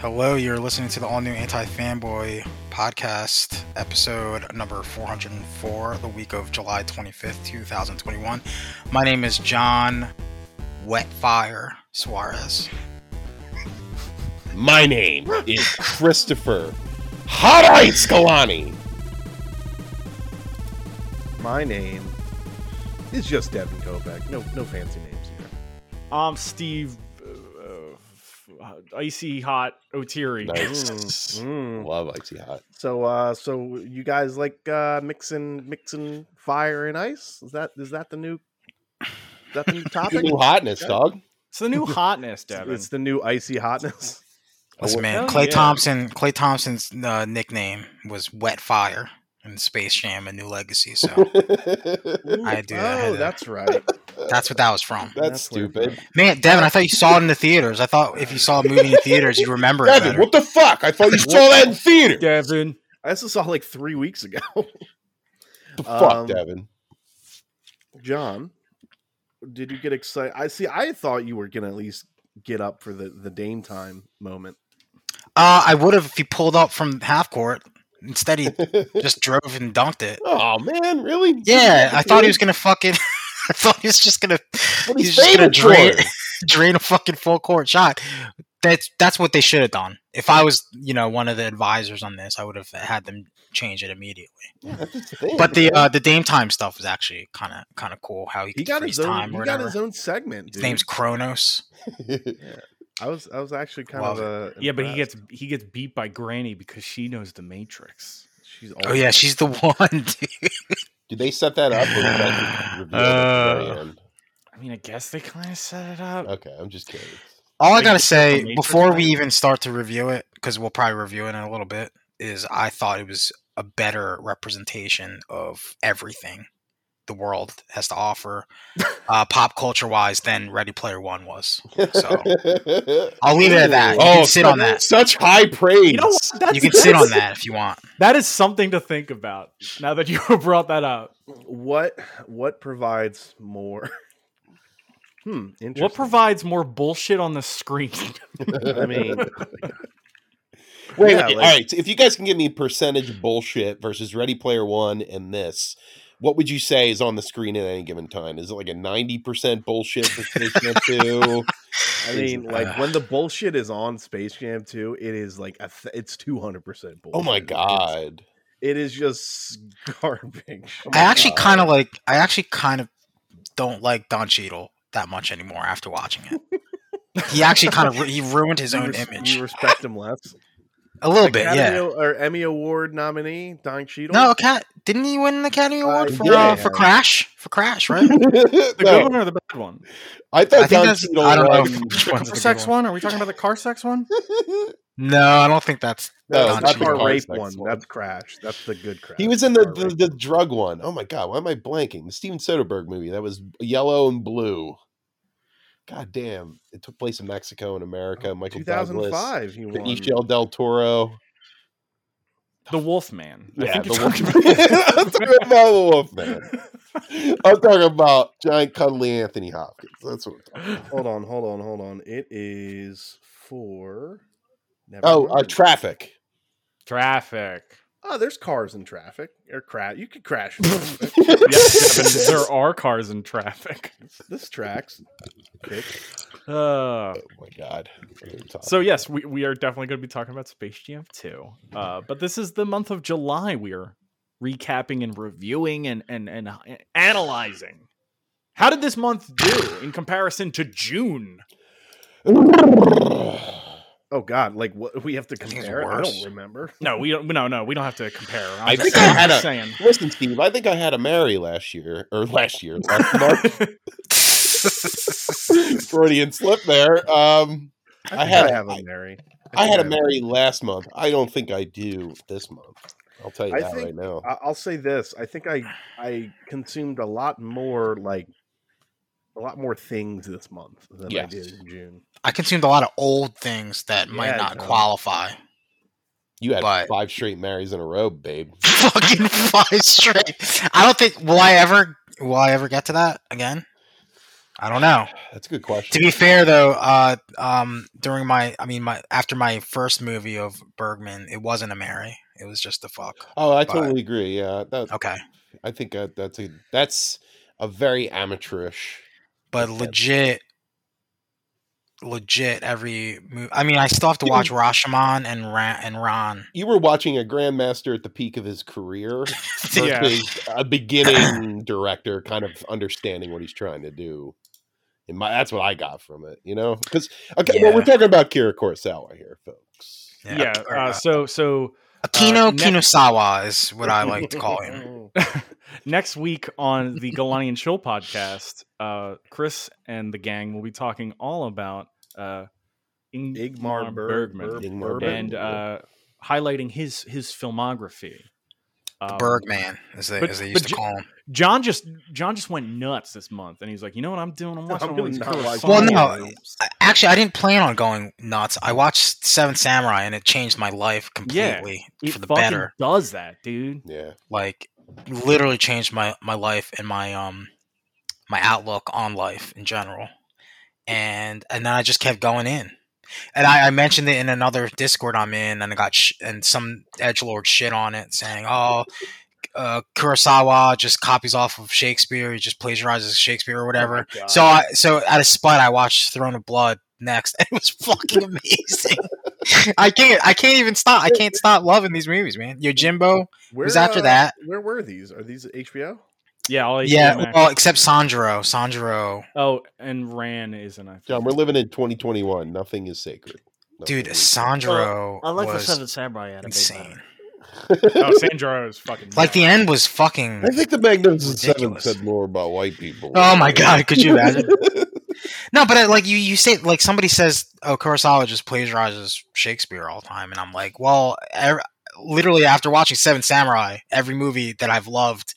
Hello, you're listening to the all new Anti Fanboy podcast, episode number 404, the week of July 25th, 2021. My name is John Wetfire Suarez. My name is Christopher Hot Ice Kalani. My name is just Devin Kovac. No, no fancy names here. I'm Steve uh, uh, Icy Hot O'Teary. Nice. Mm. Love Icy Hot. So, uh, so you guys like uh, mixing, mixing fire and ice? Is that is that the new? Is that the new topic? New hotness, dog. It's the new hotness, Devin. it's the new icy hotness. Listen, man, Oh, Clay yeah. Thompson. Clay Thompson's uh, nickname was Wet Fire in Space Jam: A New Legacy. So I do. I Oh, do. that's right. that's what that was from. That's That's weird. stupid. Man, Devin, I thought you saw it in the theaters. I thought if you saw a movie in theaters, you remember it Devin, better. what the fuck? I thought you saw that in theater. Devin. I also saw it like three weeks ago. the fuck, Um, Devin? John, did you get excited? I see. I thought you were gonna at least get up for the the Dame time moment. Uh, I would have if he pulled up from half court. Instead, he just drove and dunked it. Oh man, really? Yeah, I thought he was gonna fucking. I thought he was just gonna. What he's he's just gonna famous for. drain, drain a fucking full court shot. That's that's what they should have done. If I was, you know, one of the advisors on this, I would have had them change it immediately. Yeah, that's his thing, But the man. uh, the Dame time stuff was actually kind of kind of cool. How he, He could got freeze his own. time or He whatever. got his own segment. His Dude. name's Kronos. I was. I was actually kind Love of. Uh, Yeah, but he impressed. gets he gets beat by Granny because she knows the Matrix. She's Oh yeah, she's the one. Dude. Did they set that up? Or was that revealed at Uh, the very end? I mean, I guess they kind of set it up. Okay, I'm just curious. All I Like, gotta just like the say Matrix before we thing. even start to review it, because we'll probably review it in a little bit, is I thought it was a better representation of everything the world has to offer, uh, pop culture wise, than Ready Player One was. So I'll leave it at that. You can sit Oh, such- on that. Such high praise. You know what? That's, you can sit that's- on that if you want. That is something to think about. Now that you brought that up, what what provides more? Hmm. Interesting. what provides more bullshit on the screen? I mean, Wait, Yeah, wait, like- all right. So if you guys can give me percentage bullshit versus Ready Player One and this, what would you say is on the screen at any given time? Is it like a ninety percent bullshit for Space Jam Two? I mean, like when the bullshit is on Space Jam 2, it is like a th- it's two hundred percent bullshit. Oh my It's- god! it is just garbage. I actually God. kind of like. I actually kind of don't like Don Cheadle that much anymore after watching it. he actually kind of he ruined his You own res- image You respect him less. a little bit. Academy Yeah. O- or Emmy Award nominee Don Cheadle. No, cat didn't he win an Academy Award he for did. uh, for Crash for Crash right? The No, good one or the bad one? I I thought think Don that's Cheadle I don't know won. which The car one's the good sex one. one? Are we talking about the car sex one? No, I don't think that's No, that's Don not the Cheadle. car rape Sex one. one. That's Crash. That's the good Crash. He was in the, Car the rape. the drug one. Oh my god! Why am I blanking? The Steven Soderbergh movie that was yellow and blue. God damn! It took place in Mexico and America. Michael Douglas, 2005. He E won. Michelle Del Toro. The Wolfman. I Yeah, think the you're wolf. talking I'm talking about- about the wolf man. I'm talking about giant cuddly Anthony Hopkins. That's what. I'm talking hold on, hold on, hold on. It is for. Never about. Oh, uh, mind. traffic. Traffic. oh, there's cars in traffic. Or crash. You could crash. in traffic. yes, Devin, there are cars in traffic. this tracks. Bitch. Uh, Oh my god. so yes, we, we are definitely going to be talking about Space Jam 2. Uh, but this is the month of July. We are recapping and reviewing and and and uh, analyzing. How did this month do in comparison to June? Oh God! Like what? We have to think it's compare. it? I worse. don't remember. No, we don't. No, no, we don't have to compare. I'm I just think I saying- had I'm a- saying. Listen, Steve. I think I had a Mary last year or last year. uh, Last month. Freudian slip there. Um, I think had a- I have a Mary. I think had a have Mary last month. I don't think I do this month. I'll tell you I that think- right now. I- I'll say this. I think I I consumed a lot more like a lot more things this month than I Yes. did in June. I consumed a lot of old things that might Yeah, not John. qualify. You had but- five straight Marys in a row, babe. Fucking five straight. I don't think will I ever will I ever get to that again. I don't know. That's a good To question. be fair, though, uh, um, during my, I mean, my after my first movie of Bergman, it wasn't a Mary. It was just a fuck. Oh, I but- totally agree. Yeah, that, Okay, I think uh, that's a that's a very amateurish. but Okay. legit, legit every movie. I mean, I still have to watch Rashomon and Ra- and Ron. You were watching a grandmaster at the peak of his career Yeah. versus a beginning director, kind of understanding what he's trying to do. And my, that's what I got from it, you know. Because okay, well, we're Yeah. talking about Kira Kurosawa here, folks. Yeah. or, uh, uh, so so Akino uh, ne- Kurosawa is what I like to call him. Oh, next week on the Galani and Chill podcast, uh, Chris and the gang will be talking all about uh, Ing- Igmar Berg- Berg- Ingmar Bergman. and uh, highlighting his his filmography. The Um, Bergman, as they, but- as they but used to ju- call him. John just John just went nuts this month, and he's like, you know what I'm doing? I'm watching all gonna these not watch Kurosawa Well, no, films." I- Actually, I didn't plan on going nuts. I watched Seven Samurai, and it changed my life Yeah, completely It for the fucking better. does that, dude. Yeah, Like, literally changed my my life and my um my outlook on life in general. And and then I just kept going in. And I, I mentioned it in another Discord I'm in, and I got sh- and some edge lord shit on it, saying, "Oh, uh, Kurosawa just copies off of Shakespeare. He just plagiarizes Shakespeare or whatever." So I so out of spite I watched Throne of Blood next. It was fucking amazing. I can't I can't even stop I can't stop loving these movies, man. Yo Jimbo where, uh, was after that. Where were these? Are these HBO? Yeah, all HBO yeah, Max. well except Sandro. Sandro oh, and Ran isn't. I think. John, we're living in 2021. Nothing is sacred, Nothing dude, is- Sandro I like the was Seven Samurai anime. insane. better. Oh, Sanjaro is fucking. Like the nuts. end was fucking I think the Magnificent Ridiculous. Seven said more about white people. Oh my god, could you imagine? no, but I, like you, you say like somebody says, "Oh, Kurosawa just plagiarizes Shakespeare all the time," and I'm like, well, ev- literally after watching Seven Samurai, every movie that I've loved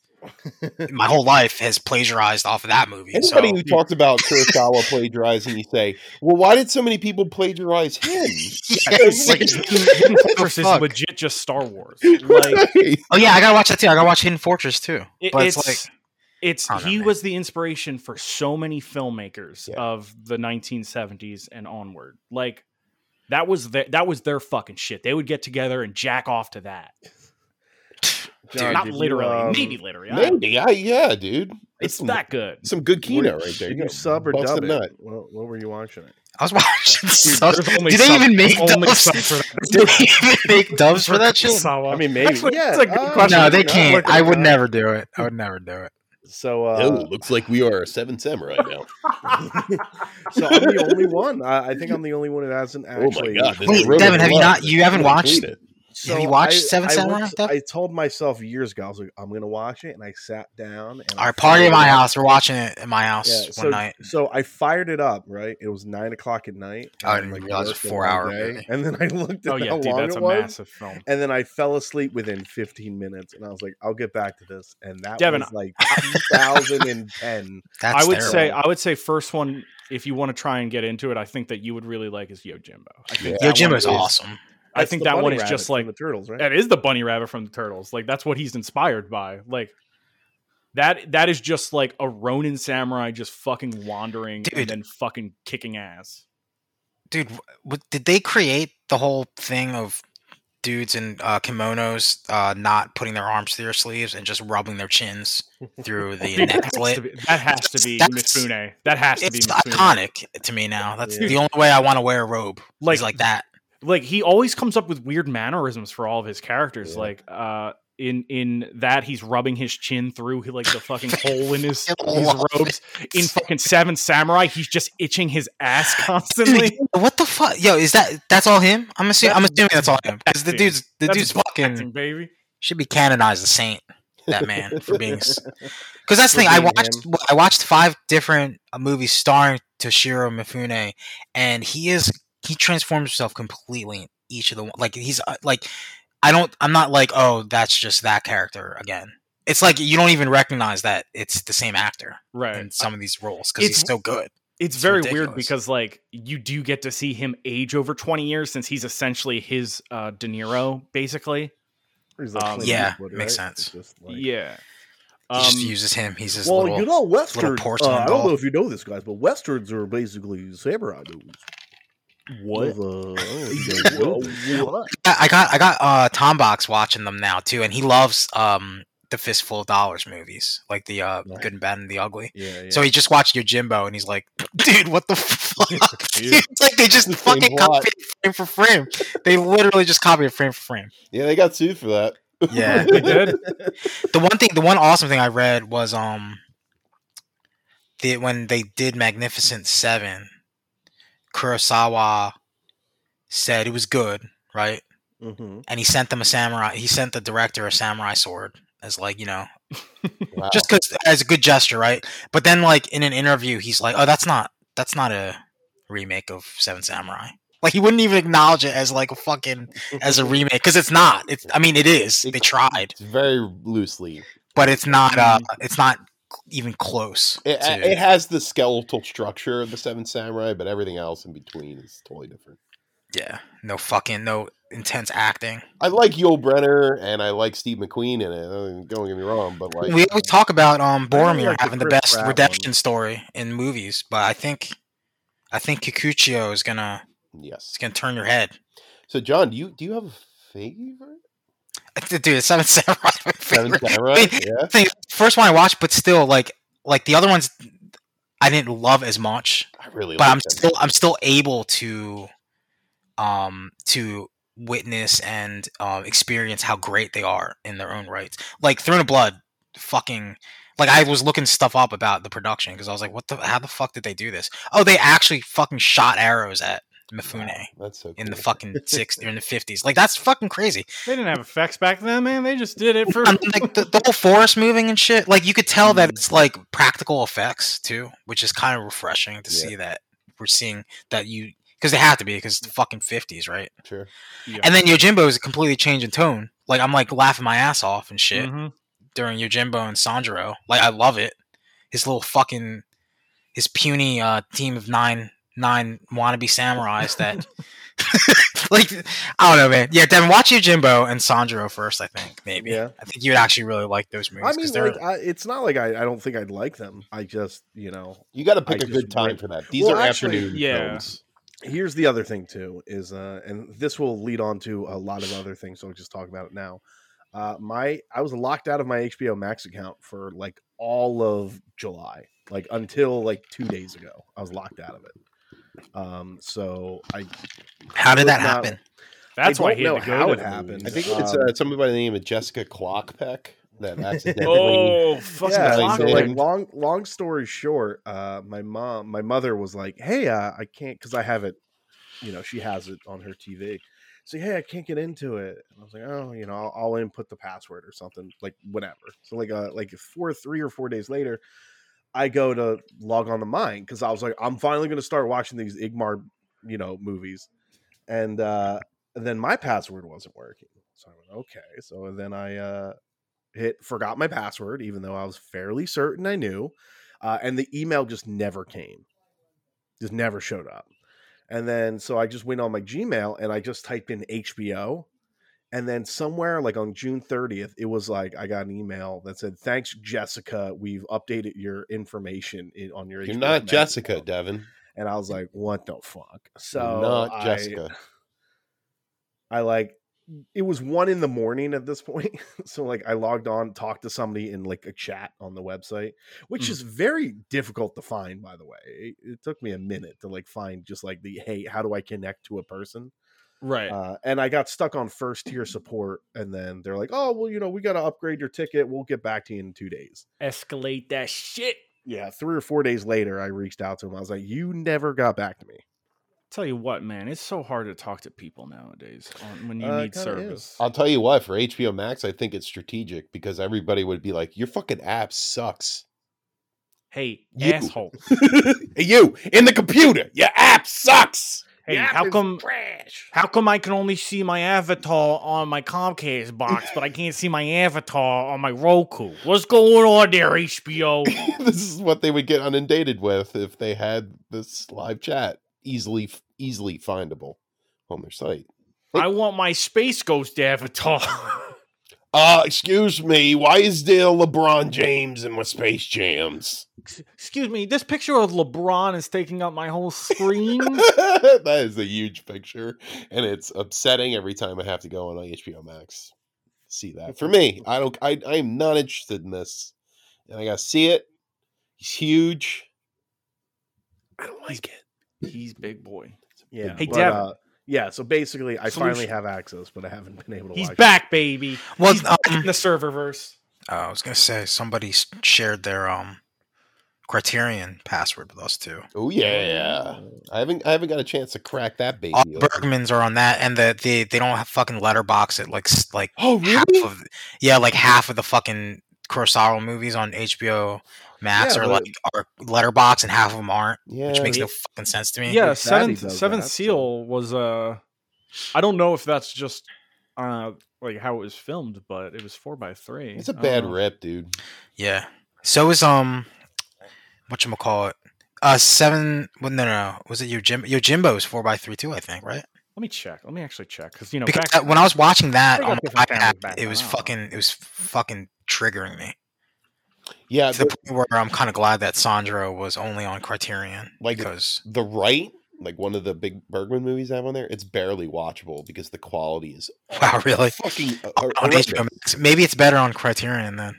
my whole life has plagiarized off of that movie. Anybody so who talks about Kurosawa plagiarizing, you say, "Well, why did so many people plagiarize him?" Yeah, it's like- Hidden What the Fortress is fuck? legit just Star Wars. Like Right. oh yeah, I gotta watch that too. I gotta watch Hidden Fortress too. it- But it's it's, it's, like I don't know, he man. was the inspiration for so many filmmakers Yeah. of the 1970s and onward. Like that was their, that was their fucking shit. They would get together and jack off to that. Dude, Not did you, literally, um, maybe literally. I- Maybe, I, yeah, dude. That's it's some, that good. some good keynote Would- right there. Did know, you sub or bust a dub nut. it? What, what were you watching? It? I was watching. Dude, subs- there's only do they some- even make there's only dubs? some for that. do they even make dubs for that shit? Kurosawa. I mean, maybe. Actually, yeah, that's a good uh, question. No, I they don't know. can't. Look I at would that. never do it. I would never do it. So, oh, uh, looks like we are a seven samurai now. so I'm the only one. I, I think I'm the only one who hasn't Oh my actually. god! this Wait, road Devin, of have you love. not- you haven't I watched- hate it. So Have you watched I- Seven I Samurai, went- Dev? I told myself years ago, I was like, I'm gonna watch it, and I sat down. And I All right, party at fired my it up. house. We're watching it at my house Yeah, one so, night. so I fired it up. Right, it was nine o'clock at night. I and, didn't realize it was worked a all four-hour day, movie. And then I looked at Oh yeah, how dude, long that's it a was, massive film. and then I fell asleep within 15 minutes. And I was like, I'll get back to this. And that Devin, was like 2010. That's I would terrible. say I would say first one if you want to try and get into it, I think that you would really like is Yojimbo. I think Yeah. that one Yojimbo's is- awesome. I That's think the that bunny one is rabbit just from like the turtles, right? that is the bunny rabbit from the turtles. Like that's what he's inspired by. Like that that is just like a Ronin samurai just fucking wandering Dude. and then fucking kicking ass. Dude, what, did they create the whole thing of dudes in uh, kimonos uh, not putting their arms through their sleeves and just rubbing their chins through the Dude, neck that, has to slit? be, that has to be That's- Mifune. That has to be It's Mifune. iconic to me now. That's Yeah. the only way I want to wear a robe. Like, Like- is like that. like he always comes up with weird mannerisms for all of his characters Yeah. like uh in in that he's rubbing his chin through like the fucking hole in his, his Love robes in fucking seven samurai he's just itching his ass Dude, constantly what the fuck? Yo, is that that's all him? I'm assuming. I'm That's- assuming that's all him because the acting. dude's the That's dude's fucking Acting, baby should be canonized a saint. That man for being because that's the thing. I being watched I watched five different uh, movies starring Toshiro Mifune, and he is he transforms himself completely in each of the one. Like he's uh, like I don't I'm not like oh that's just that character again. It's like you don't even recognize that it's the same actor right in some of these roles because he's It's- so good. it's It's very weird ridiculous. because like you do get to see him age over 20 years since he's essentially his uh de niro basically Or he's like Um, Clint yeah, Eastwood, makes right? sense. It's just like- yeah Um, He just uses him. He's his well, little. you know, Westerns. porcelain Uh, I don't doll. know if you know this, guys, but Westerns are basically samurai movies. what? With, uh, I don't know if you guys know this. I I got I got uh, Tom Box watching them now too, and he loves um the Fistful of Dollars movies, like the uh, Nice. Good and Bad and the Ugly. yeah, yeah. So he just watched Yojimbo, and he's like, "Dude, what the fuck?" Dude. it's like they just The same fucking plot. copied frame for frame. They literally just copied it frame for frame. Yeah, they got sued for that. Yeah. They did. the one thing, the one awesome thing I read was um, the when they did Magnificent Seven, Kurosawa said it was good, right? Mhm. and he sent them a samurai. He sent the director a samurai sword as like you know, Wow. just 'cause as a good gesture, right? But then like in an interview, he's like, "Oh, that's not that's not a remake of Seven Samurai." Like he wouldn't even acknowledge it as like a fucking as a remake because it's not. It's I mean it is. They tried, it's very loosely. but it's not. Uh, it's not even close. Mm-hmm. It, to- it has the skeletal structure of the Seven Samurai, but everything else in between is totally different. yeah, no fucking no intense acting. I like Yul Brenner and I like Steve McQueen in it. uh, Don't get me wrong, but like we always talk about um Boromir like the having the, Chris best Pratt redemption one. story in movies, but I think I think Kikuchio is gonna yes. it's gonna turn your head. So John, do you do you have a favorite Dude, the Seven Samurai. is my Seven favorite. Samurai? Yeah, Thing- First one I watched, but still like like the other ones I didn't love as much, I really. but like I'm that. still I'm still able to um to witness and um experience how great they are in their own rights. Like Throne of Blood, fucking like I was looking stuff up about the production because I was like, what the how the fuck did they do this? Oh, they actually fucking shot arrows at Mifune Wow, that's so in the cool. fucking six or in the fifties. Like that's fucking crazy. They didn't have effects back then, man. They just did it for. And, like the, the whole forest moving and shit. Like you could tell that it's like practical effects too, which is kind of refreshing to Yeah. see that we're seeing that you because they have to be because the fucking fifties, right? Sure. Yeah. And then Yojimbo is a completely change in tone. Like I'm like laughing my ass off and shit Mhm. during Yojimbo and Sanjuro. Like I love it. His little fucking his puny uh, team of nine nine wannabe samurais that like I don't know, man. Yeah, Devin, watch Yojimbo and Sanjuro first. I think maybe. Yeah. I think you'd actually really like those I movies mean, because they're. like, I, it's not like I, I don't think I'd like them. I just, you know, You got to pick I a just good time read- for that. These Well, are actually, afternoon yeah. films. here's the other thing too is uh and this will lead on to a lot of other things so i'll just talk about it now uh my i was locked out of my hbo max account for like all of july like until like two days ago i was locked out of it um so i how did could that not- happen? That's I why don't he had know to go how to it the happened. I movies. think it's Um, uh, somebody by the name of Jessica Clockpeck that accidentally. Oh, fucking yeah, clock so thing. like long long story short uh my mom my mother was like hey uh, i can't because i have it you know she has it on her tv so hey i can't get into it and i was like oh you know i'll, I'll input the password or something like whatever so like uh like four three or four days later i go to log on to mine because i was like i'm finally going to start watching these igmar you know movies and uh and then my password wasn't working so i went okay so then i uh hit forgot my password even though i was fairly certain i knew uh, and the email just never came just never showed up and then so i just went on my gmail and i just typed in hbo and then somewhere like on june 30th it was like i got an email that said thanks jessica we've updated your information in, on your You're HBO not Max Jessica, account." Devin. and I was like, "What the fuck?" You're So not I, Jessica. I like it was one in the morning at this point, so like I logged on, talked to somebody in like a chat on the website, which Mm. is very difficult to find. By the way, it, it took me a minute to like find just like the hey, how do I connect to a person? right. Uh, and I got stuck on first tier support, and then they're like, "Oh, well, you know, we got to upgrade your ticket. We'll get back to you in two days." Escalate that shit. Yeah, three or four days later, I reached out to him. I was like, "You never got back to me." Tell you what, man, it's so hard to talk to people nowadays on, when you Uh, it need kinda service. is. I'll tell you what, for HBO Max, I think it's strategic because everybody would be like, "Your fucking app sucks." Hey, You. asshole. Hey, you in the computer, your app sucks. Hey, Yeah, how it's come trash? how come I can only see my avatar on my Comcast box, but I can't see my avatar on my Roku? What's going on there, HBO? this is what they would get inundated with if they had this live chat easily, easily findable on their site. I want my Space Ghost avatar. Uh, excuse me, why is there LeBron James in my Space Jams? Ex- Excuse me, this picture of LeBron is taking up my whole screen. that is a huge picture, and it's upsetting every time I have to go on HBO Max to see that. For me, I don't. I I am not interested in this, and I gotta see it. He's huge. I don't like it. He's big boy. Yeah. Hey, but, Devin. uh, yeah. So basically, I finally Solution. have access, but I haven't been able to. He's watch it. back, baby. Well, He's back in um, the serververse. uh, I was gonna say somebody s- shared their um Criterion password with us too. Oh yeah, Um, I haven't I haven't got a chance to crack that baby. All open. Bergmans are on that, and the they they don't have fucking letterbox it like s- like Oh half really? of yeah like half of the fucking Kurosawa movies on HBO Max Yeah, are but- like are letterbox and half of them aren't, Yeah, which makes yeah. no fucking sense to me. Yeah, Daddy seventh does seventh that, so- seal was uh I don't know if that's just uh like how it was filmed, but it was four by three. Um, it's a I don't bad Oh. know. rep, dude. Yeah. So is um, what you call it? Uh, seven. Well, no, no, no. Was it your Jim? Your Jimbo's four by three two, I think, right? Let me check. Let me actually check because you know Because back that- when I was watching that They got on my different cameras iPad, back it was then, I don't know. fucking, it was fucking triggering me Yeah, to the the, point where I'm kind of glad that Sandro was only on Criterion Like- because the right, like one of the big Bergman movies I have on there, it's barely watchable because the quality is wow, really? Oh, fucking. uh, On horrendous. HBO Max. Maybe it's better on Criterion then.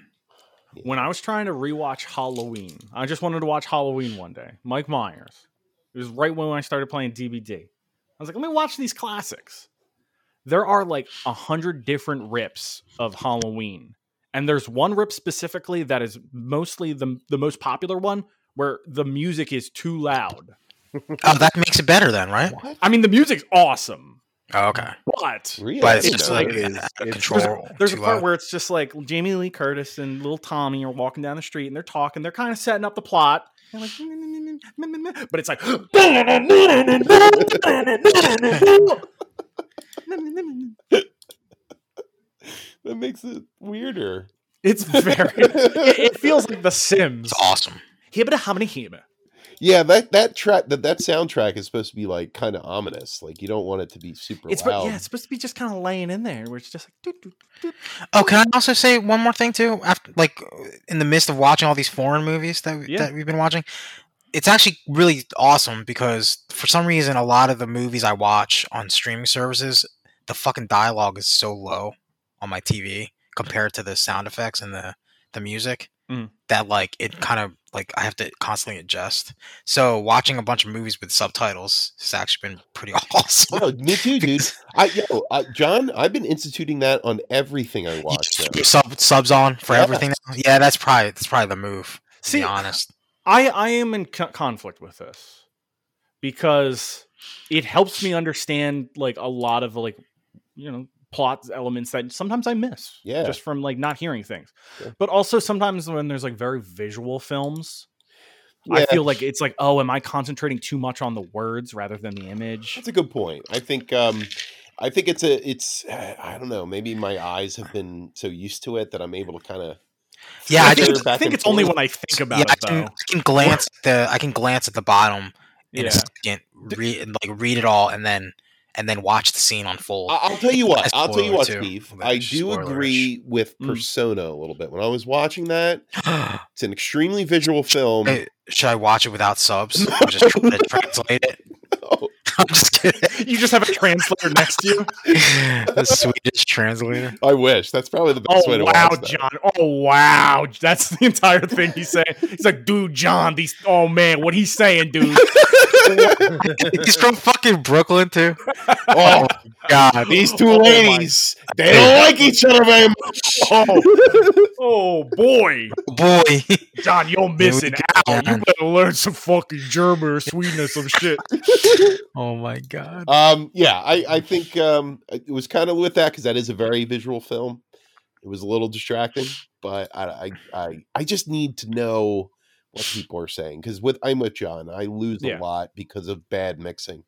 when I was trying to rewatch Halloween, I just wanted to watch Halloween one day. Mike Myers. It was right when I started playing DVD. I was like, let me watch these classics. There are like a hundred different rips of Halloween, and there's one rip specifically that is mostly the the most popular one where the music is too loud. Oh, that makes it better then, right? What? I mean, the music's awesome, Oh, okay. but Really? But it's It's just so- like it is- out of it's- control. There's a too part loud. where it's just like Jamie Lee Curtis and little Tommy are walking down the street and they're talking. They're kind of setting up the plot. They're like, "Mm, mm, mm, mm, mm, mm, mm," but it's like, that makes it weirder. it's very. It, it feels like The Sims. it's awesome. Hibba hominy hibba. Yeah, that that track that that soundtrack is supposed to be like kind of ominous. Like you don't want it to be super It's loud. but yeah, it's supposed to be just kind of laying in there where it's just like. "Doo, doo, doo, Oh, can I also say one more thing too? After, like, in the midst of watching all these foreign movies that Yeah. that we've been watching, it's actually really awesome because for some reason, a lot of the movies I watch on streaming services, the fucking dialogue is so low on my TV compared to the sound effects and the the music Mhm. that like it kind of like I have to constantly adjust. So watching a bunch of movies with subtitles has actually been pretty awesome. No, me too, dude. because I yo, I, John, I've been instituting that on everything I you watch. just now. keep your sub, subs on for Yes. everything. now? Yeah, that's probably that's probably the move. To See, be honest, I I am in co- conflict with this because it helps me understand like a lot of like you know plot elements that sometimes I miss Yeah. just from like not hearing things. Yeah. But also sometimes when there's like very visual films, Yeah, I feel like it's like oh am I concentrating too much on the words rather than the image? that's a good point. I think um I think it's a it's uh, I don't know, maybe my eyes have been so used to it that I'm able to kind of Yeah, I think, just- I think it's only when I think about yeah, I it can, though. I can glance at the I can glance at the bottom in Yeah. a second, read and, like read it all, and then and then watch the scene unfold. I- I'll tell you what. That's I'll tell you what, spoiler, too. Steve. Well, I that's do spoilerish. agree with Mm. Persona a little bit. When I was watching that, Uh it's an extremely visual film. Hey, Should I watch it without subs? I'm just trying to translate it. No. I'm just kidding. You just have a translator next to you. the Swedish translator. I wish. That's probably the Oh best way to wow, watch that. John! Oh wow, that's the entire thing he's saying. He's like, dude, John, these. Oh man, what he's saying, dude. He's from fucking Brooklyn too. Oh, God, these two Oh my- ladies, they don't like each other very much. Oh boy, boy. John, you're missing out. You John. better learn some fucking German or Sweden or some shit. Oh my god. Um, yeah, I, I think um, it was kind of with that because that is a very visual film. It was a little distracting, but I, I, I, I just need to know what people are saying because with I'm with John, I lose Yeah. a lot because of bad mixing.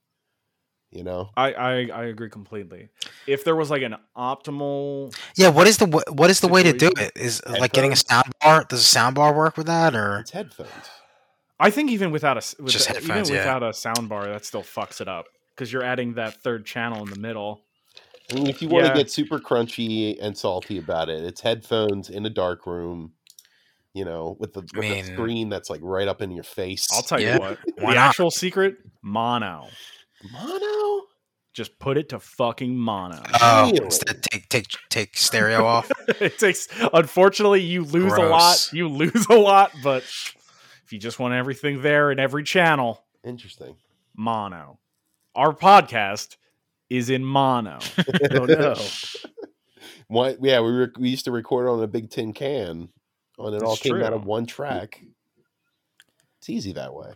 You know, I, I I agree completely. If there was like an optimal, Yeah, what is the wa- what is the way to do Situation. it? Is like getting a sound bar? Does a sound bar work with that, or it's headphones. I think even without a s- with Just a- even headphones, yeah. without a sound bar, that still fucks it up because you're adding that third channel in the middle. I mean, if you want Yeah. to get super crunchy and salty about it, it's headphones in a dark room, you know, with the, with mean- the screen that's like right up in your face. I'll tell Yeah. you what. Why the not? actual secret, mono. Mono? Just put it to fucking mono. Oh, Really? instead, take take take stereo off. it takes unfortunately you lose a lot. Gross. You lose a lot, but if you just want everything there in every channel, Interesting. mono. Our podcast is in mono. Oh no. Why, yeah, we, rec we used to record on a big tin can, and it all That's came out of true. one track. It's easy that way.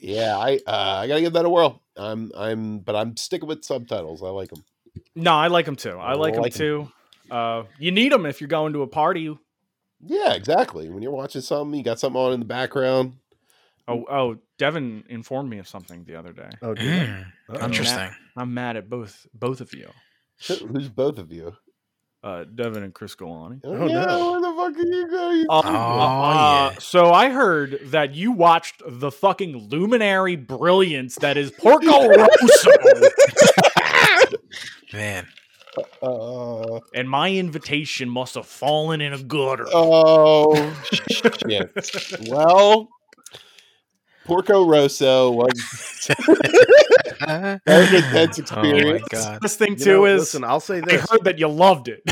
yeah, I uh, I gotta give that a whirl. I'm I'm, but I'm sticking with subtitles. I like them. no, I like them too. I like them Like 'em. too. Uh, you need them if you're going to a party. Yeah, exactly. When you're watching something, you got something on in the background. Oh, oh, Devin informed me of something the other day. Oh, dude. Mm, Uh-oh. interesting. I'm mad at both both of you, Who's both of you? uh, Devin and Chris Golani. Oh, Oh, yeah, no. where the fuck are you going? Uh, Um, Oh, yeah. So I heard that you watched the fucking luminary brilliance that is Porco Rosso, Man, Uh, and my invitation must have fallen in a gutter. oh shit! Well, Porco Rosso was oh very intense my experience. god. This thing You too know, is listen, I'll say I this. heard that you loved it.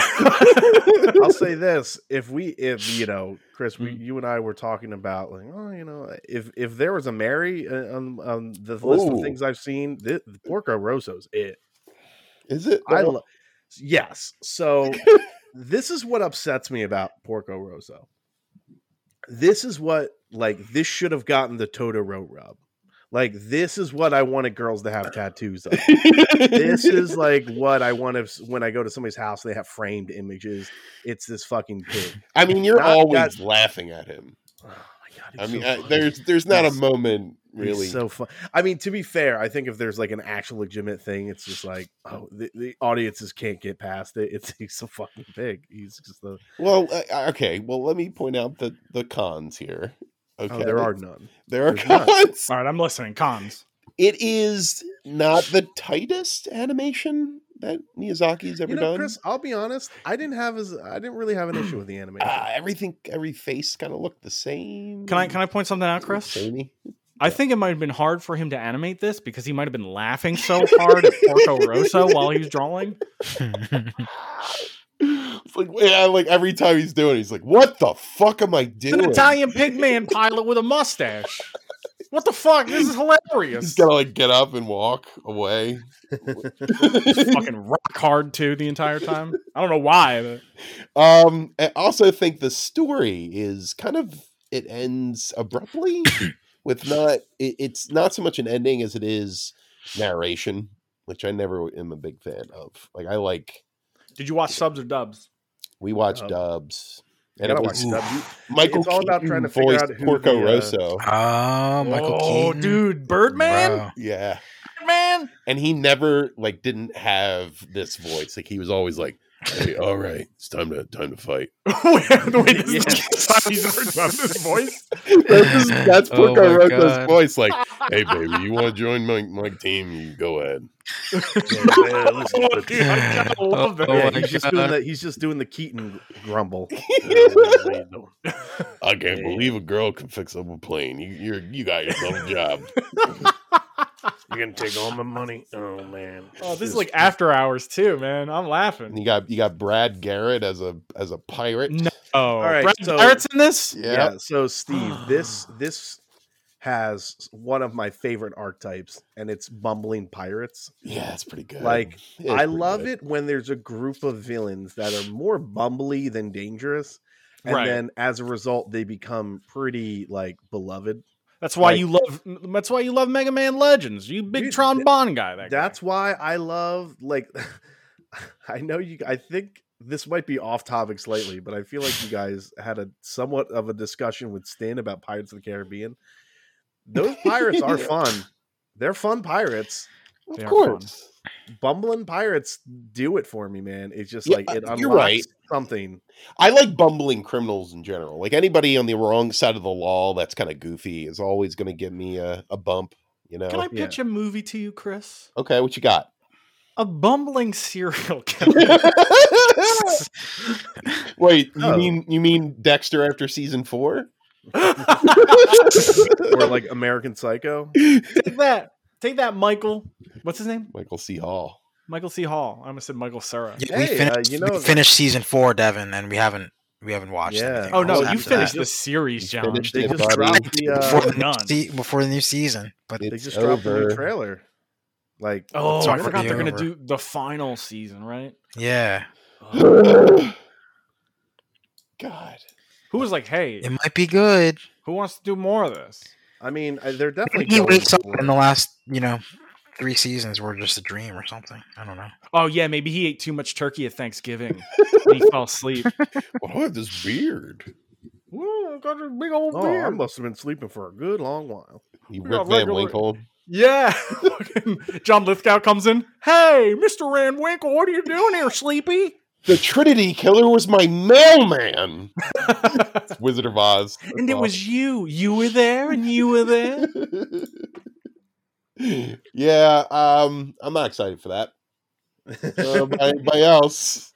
I'll say this: if we, if you know, Chris, Mm. we, you and I were talking about like, oh, you know, if if there was a Mary uh, on, on the list of Ooh. things I've seen, the, the Porco Rosso's it. Is it? I lo- yes. So this is what upsets me about Porco Rosso. This is what like this should have gotten the Totoro rub. Like this is what I wanted girls to have tattoos of. this is like what I want to when I go to somebody's house. They have framed images. It's this fucking pig. I mean, you're not always laughing at him. Oh my god! he's I so mean, I, funny. there's there's not a He's- moment He's really. so fun. I mean, to be fair, I think if there's like an actual legitimate thing, it's just like, oh, the, the audiences can't get past it. It's he's so fucking big. He's just the Well, uh, okay. Well, let me point out the the cons here. Okay, oh, there are none. there are there's not. cons. All right, I'm listening. Cons. It is not the tightest animation that Miyazaki's ever You know, done. Chris, I'll be honest. I didn't have as I didn't really have an issue with the animation. uh, everything, every face kind of looked the same. Can I can I point something out, Chris? Samey. I think it might have been hard for him to animate this because he might have been laughing so hard at Porco Rosso while he was drawing. It's like yeah, like every time he's doing, it, he's like, "What the fuck am I It's an doing?" Italian pigman pilot with a mustache. What the fuck? This is hilarious. He's gotta like get up and walk away. Fucking rock hard too the entire time. I don't know why. But Um, I also think the story is kind of it ends abruptly with not it, it's not so much an ending as it is narration, which I never am a big fan of. Like I like did you watch subs or dubs? we watch Dub. dubs. You And it gotta was watch that. Michael It's all about Keaton trying to figure voiced out who Porco the, uh, Rosso. Oh, Michael oh, Keaton. dude, Birdman, Wow. Yeah. Birdman. And he never like didn't have this voice. Like he was always like, Hey, all right, it's time to time to fight. wait, wait, this Yeah. is the first time he's ever done this voice. that's, that's Oh Porco my Rosso's God. voice. Like, hey baby, you want to join my my team? You go ahead. Oh, dude, I kinda love that. Oh yeah, my he's just doing God. that. He's just doing the Keaton grumble. I can't believe a girl can fix up a plane. You you're, you got yourself a job. You're gonna take all my money. Oh man! Oh, this is like after hours too, man. I'm laughing. And you got you got Brad Garrett as a as a pirate. No. Oh, right, Brad so- Garrett's in this. Yeah. yeah. So Steve, this this has one of my favorite archetypes, and it's bumbling pirates. Yeah, it's pretty good. Like, It's I pretty love good. it when there's a group of villains that are more bumbly than dangerous. And Right. then as a result, they become pretty like beloved. That's why Like- you love. That's why you love Mega Man Legends. You big Dude, Tron that- Bond guy. That guy. That's why I love like I know you I think this might be off topic slightly, but I feel like you guys had a somewhat of a discussion with Stan about Pirates of the Caribbean. Those pirates are fun. They're fun pirates. They Of are course. Bumbling pirates do it for me, man. It's just Yeah, like it unlocks you're right. something. I like bumbling criminals in general. Like anybody on the wrong side of the law that's kind of goofy is always going to give me a, a bump, you know. Can I Yeah. pitch a movie to you, Chris? okay, what you got? a bumbling serial killer. Wait, you No. mean you mean Dexter after season four? or like American Psycho. Take that. Take that, Michael. What's his name? Michael C. Hall. Michael C. Hall. I almost said Michael Sarah. Yeah, we Hey, uh, finished. you we know- finished season four, Devin, and we haven't we haven't watched. Yeah. anything Oh no, else How's you after that. finished the series, You John. finished They it, just buddy. dropped the. before, Uh, the new None. se- before the new season. But they It's just dropped the new over. trailer. Like Oh, Sorry I for forgot the they're gonna over. do the final season, right? yeah, Uh, God. who was like, "Hey, it might be good. who wants to do more of this?" I mean, I, they're definitely. Maybe going wait, something for it. in the last you know three seasons were just a dream or something. I don't know. Oh yeah, maybe he ate too much turkey at Thanksgiving. and he fell asleep. Well, I have this beard. Ooh, got a big old Oh, I must have been sleeping for a good long while. You Yeah, Rick Van regular- Winkle. Yeah. Fucking John Lithgow comes in. Hey, Mr. Rand Winkle, what are you doing here, sleepy? The Trinity Killer was my mailman. Wizard of Oz. and it was you. You were there and you were there. yeah, um, I'm not excited for that. Uh, by, by else,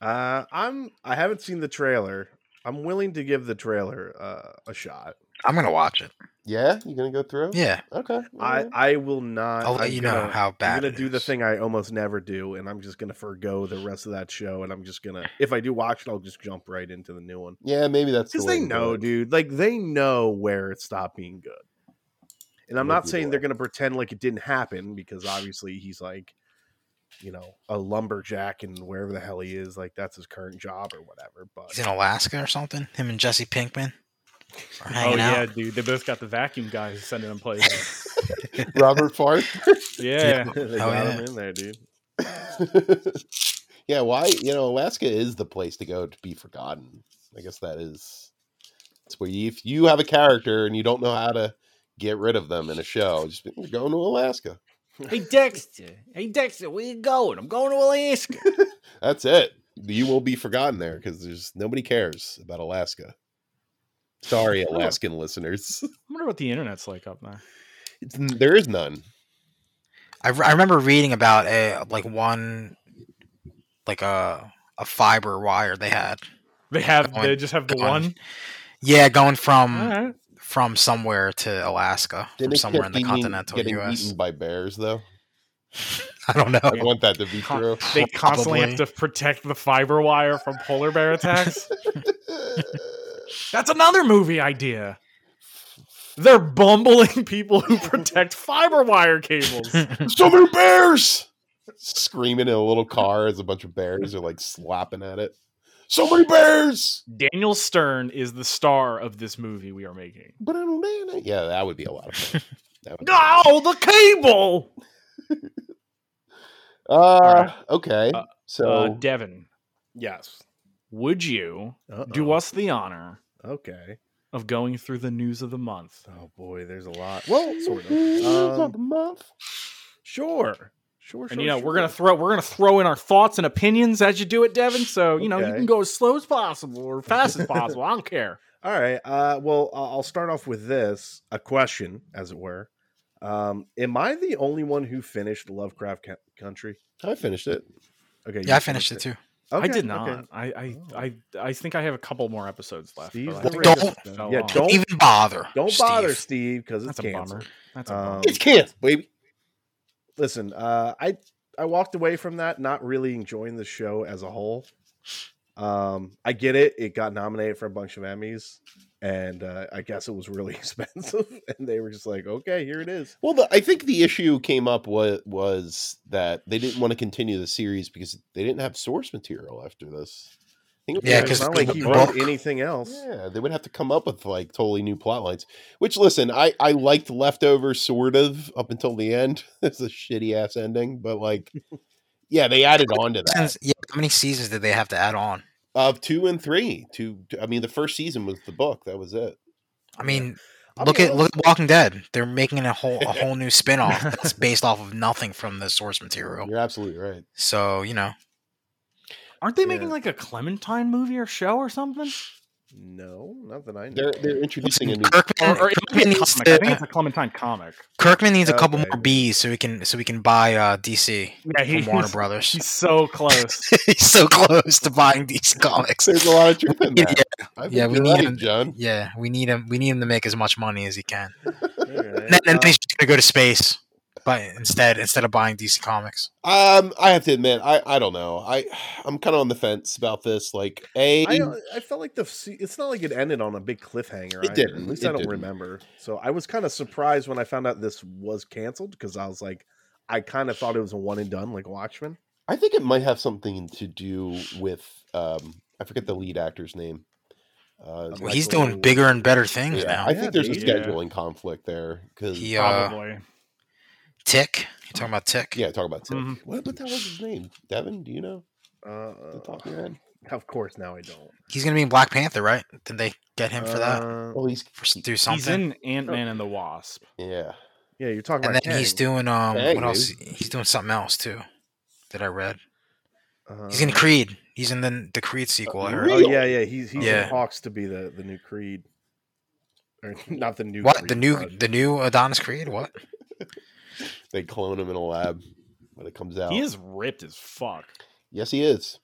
Uh, I'm. I haven't seen the trailer. I'm willing to give the trailer uh, a shot. I'm gonna watch it. yeah, you gonna go through? Yeah, Okay. I I will not. I'll let I'm you gonna, know how bad. I'm gonna it do the is. thing I almost never do, and I'm just gonna forego the rest of that show. And I'm just gonna, if I do watch it, I'll just jump right into the new one yeah, maybe that's the because way to do they know, it. dude. Like they know where it stopped being good. And I'm Look not either saying way. they're gonna pretend like it didn't happen because obviously he's like, you know, a lumberjack and wherever the hell he is, like that's his current job or whatever. But He's in Alaska or something. Him and Jesse Pinkman are Oh hanging yeah, out. dude. They both got the vacuum guys sending them places. Robert Farth. Yeah. Hell they got Oh, yeah. him in there, dude. yeah, why? You know, Alaska is the place to go to be forgotten. I guess that is. It's where you, if you have a character and you don't know how to get rid of them in a show, just be, "We're going to Alaska. Hey Dexter. Hey Dexter, where you going? I'm going to Alaska. That's it. You will be forgotten there because there's nobody cares about Alaska. Sorry, Alaskan listeners. I wonder what the internet's like up there. It's, there is none. I, re- I remember reading about a like one like a a fiber wire they had. They have Going- they just have the going. one. Yeah, going from Alright. from somewhere to Alaska, Didn't from it somewhere in kept the being- continental getting U.S. eaten by bears, though. I don't know. I want that to be Con- true. They constantly have to protect the fiber wire from polar bear attacks. That's another movie idea. They're bumbling people who protect fiber wire cables. so many bears screaming in a little car as a bunch of bears are like slapping at it so many bears Daniel Stern is the star of this movie we are making. But oh, I don't know. yeah that would be a lot of fun That would be a lot Oh, the cable! of fun. Alright. uh, okay Uh, so Uh, Devin, Yes. would you Uh-oh. do us the honor Okay. of going through the news of the month? Oh boy, there's a lot. Well, sort of. News of Um, the month Sure. Sure. And you know we're gonna throw we're gonna throw in our thoughts and opinions as you do it, Devin. So you know you Okay. can go as slow as possible or fast as possible. I don't care. All right. Uh, well, I- I'll start off with this a question, as it were. Um, am I the only one who finished Lovecraft Co- Country? i finished it Okay. Yeah, you I finished it too. I Okay, did not. okay. I Oh. I, I I think I have a couple more episodes left. Steve's but I the think I Don't- just fell Yeah, off. Don't- Don't even bother. Don't Steve. bother, Steve, because it's That's a canceled. bummer. That's a Um, bummer. it's can't baby Listen, uh, I I walked away from that not really enjoying the show as a whole. Um, I get it; it got nominated for a bunch of Emmys, and uh, I guess it was really expensive, and they were just like, "Okay, here it is." well the, i think the issue came up was, was that they didn't want to continue the series because they didn't have source material after this I think it was Yeah, like- it's 'cause not like he the wrote book- anything else. Yeah, they would have to come up with like totally new plot lines. Which listen, I I liked leftover sort of up until the end. it's a shitty ass ending, but like yeah, they added on to that. Since- yeah, how many seasons did they have to add on? Of 2 and 3. Two I mean the first season was the book, that was it. I mean, I'll look be at look at Walking Dead. They're making a whole a whole new spin-off that's based off of nothing from the source material. You're absolutely right. So you know, Aren't they Yeah. making like a Clementine movie or show or something? No, not that I know. They're they're introducing a new. Kirkman, Or, or it might Kirkman be a needs comic. I think to, it's a Clementine comic. Kirkman needs a couple Okay. more B's so we can so we can buy uh, DC Yeah, from Warner Brothers. he's so close. He's so close to buying DC comics. There's a lot of truth in Yeah, that. I think yeah, we you're need right, him. John. yeah, we need him. We need him to make as much money as he can. Alright, And then, and uh, then he's just gonna go to space, but instead instead of buying DC comics, Um, I have to admit, I I don't know. I I'm kind of on the fence about this. Like, a I, don't- I felt like the se- it's not like it ended on a big cliffhanger. It either. didn't, At least it I don't didn't. remember. So I was kind of surprised when I found out this was canceled because I was like, I kind of thought it was a one and done, like Watchmen. I think it might have something to do with um I forget the lead actor's name. Uh, well, he's Michael- doing bigger and better things yeah, now. I Yeah, think there's a dude. Oh, Yeah. scheduling conflict there because he uh, Probably. Tick. You talking about Tick? yeah, talk about Tim. Mm-hmm. Mhm. What what the hell was his name? Devin? Do you know? Uh, off the top of your head? of course, now I don't. He's gonna be in Black Panther, right? Did they get him for that? Uh, Well, he's For s- do He's something. in Ant Man and the Wasp. yeah. yeah, you're talking and about. then he's Kang. doing um Dang, what else? dude. He's doing something else too that I read. He's in Uh, Creed. He's in the, the Creed sequel. I heard. Oh Real. yeah, yeah. He's he's Yeah. in Hawks to be the the new Creed, or not the new. What Creed, uh, the new God. the new Adonis Creed? What? They clone him in a lab when it comes out. He is ripped as fuck. Yes, he is.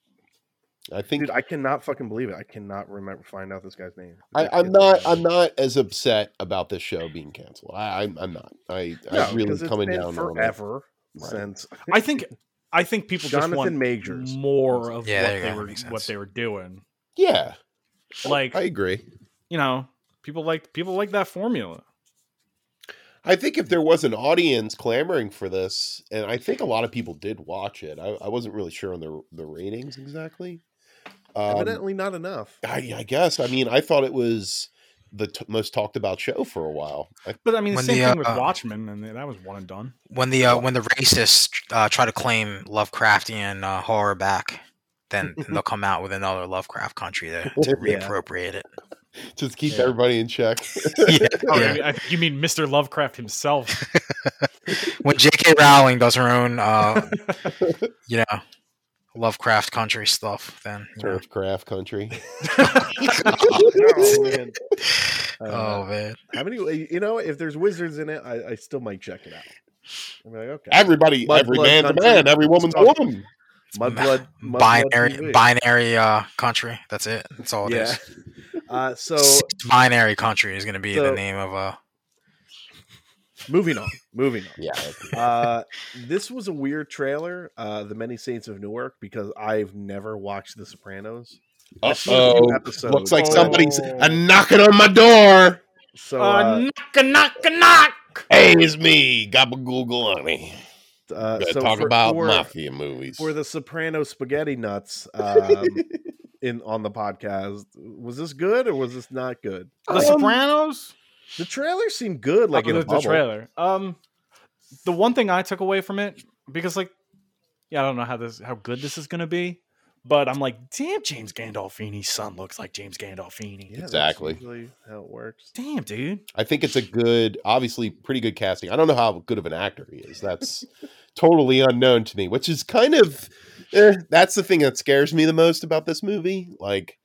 I think Dude, I cannot fucking believe it. I cannot remember find out this guy's name. I, It's- I'm it's not. amazing. I'm not as upset about this show being canceled. I, I'm. I'm not. I. No, I'm really 'cause it's coming been down on it. forever Right. since I think I think people just want Jonathan Majors. more of Yeah, what there you they go. That were makes what sense. they were doing. Yeah, Oh, Like I agree. you know, people like people like that formula. I think if there was an audience clamoring for this, and I think a lot of people did watch it. I, I wasn't really sure on the the ratings exactly. Um, Evidently not enough. I, I guess. I mean, I thought it was the t- most talked about show for a while. I, But I mean, the When same the, thing with uh, Watchmen, and that was one and done. When the uh, when the racists uh, try to claim Lovecraftian uh, horror back, then, then they'll come out with another Lovecraft country to, to Yeah. reappropriate it. just keep Yeah. everybody in check. Yeah, Oh, yeah. I mean, I think you mean Mr. Lovecraft himself? When J.K. Rowling does her own, uh, you know, Lovecraft country stuff, then you know. Turf craft country. Oh, man. Uh, oh man, How many? You know, if there's wizards in it, I, I still might check it out. I'm like, okay, Everybody, Blood- every blood man's a country. man, every woman's a Talk- woman. Mudblood, Mudblood binary TV. binary uh, country. That's it. That's all it is. yeah. Uh, so binary country is going to be the So- name of uh moving on, moving on. Yeah. Uh, this was a weird trailer, uh, The Many Saints of Newark, because I've never watched The Sopranos. Uh I've seen a few oh. episodes. Looks like Oh. somebody's a knocking on my door. so. Uh, knock, knock, knock. Hey, it's me, Gabagoogleani. uh, Gonna so talk for- about for- mafia movies. for the Soprano spaghetti nuts um, in on the podcast. Was this good or was this not good? The Um, Sopranos. The trailer seemed good, like Oh, in a the, the bubble. trailer. Um, the one thing I took away from it because like, yeah, I don't know how this how good this is gonna be, but I'm like, damn, James Gandolfini's son looks like James Gandolfini. Yeah, that's Exactly. usually how it works. Damn, dude. I think it's a good, obviously, pretty good casting. I don't know how good of an actor he is. That's totally unknown to me, which is kind of eh, that's the thing that scares me the most about this movie. Like,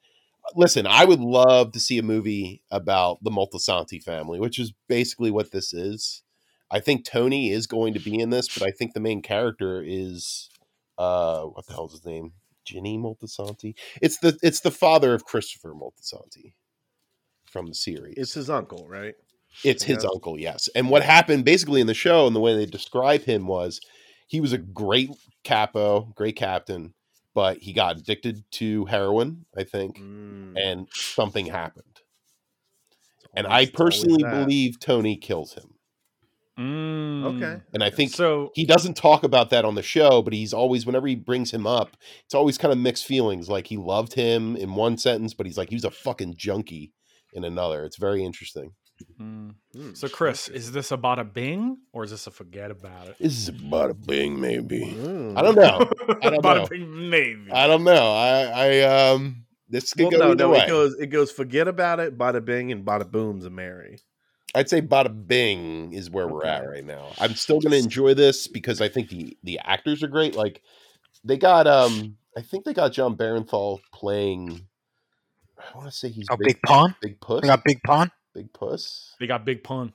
listen, I would love to see a movie about the Multisanti family, which is basically what this is. I think Tony is going to be in this, but I think the main character is uh what the hell's his name? Ginny Multisanti. It's the it's the father of Christopher Multisanti from the series. It's his uncle, right? It's his Yeah. uncle, yes. And what happened basically in the show and the way they describe him was he was a great capo, great captain, but he got addicted to heroin, I think, Mm, and something happened. it's And always- I it's always personally that. believe Tony kills him. Mm. Okay. And I think So he doesn't talk about that on the show, but he's always, whenever he brings him up, it's always kind of mixed feelings. Like he loved him in one sentence, but he's like, he was a fucking junkie in another. It's very interesting. Mm. Hmm. so Chris, is this about a bing or is this a forget about it? This is about a bing, maybe. Mm. I don't know. I don't about know. a bing, maybe. I don't know. I, I um, this could Well, go no, either no, way. it goes. It goes. Forget about it. Bada bing and bada boom's a Mary. I'd say bada bing is where we're at Okay. right now. I'm still gonna enjoy this because I think the the actors are great. Like they got um, I think they got John Barenthal playing I want to say he's Oh, Big Pun? Big Puss. We got Big Pun. Big Puss. They got Big Pun.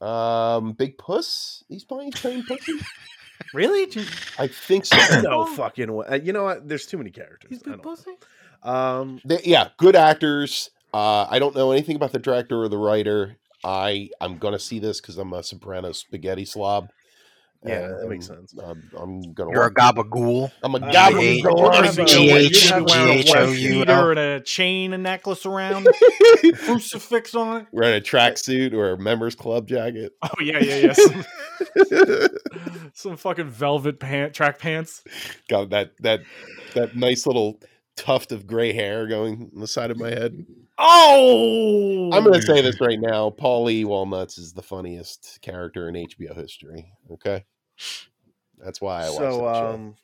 Um, Big Puss. He's playing playing Pussy. Really? Just- I think so. no fucking way. Uh, You know what? There's too many characters. He's I Big don't know. Pussy? Um, They- yeah, good actors. Uh, I don't know anything about the director or the writer. I I'm gonna see this because I'm a Soprano spaghetti slob. Yeah, that makes and sense. I'm, I'm gonna. You're a watch- gabagool. I'm a Uh, goblin. G-H- G-H- G-H-O-U-L. Peter and a chain, a necklace around, crucifix on it. We're in a tracksuit or a members club jacket. Oh yeah, yeah, yeah. Some, some fucking velvet pant, track pants. Got that that that nice little tuft of gray hair going on the side of my head. Oh, I'm gonna say this right now. Paulie Walnuts is the funniest character in HBO history. Okay. That's why I watched so, that show. um,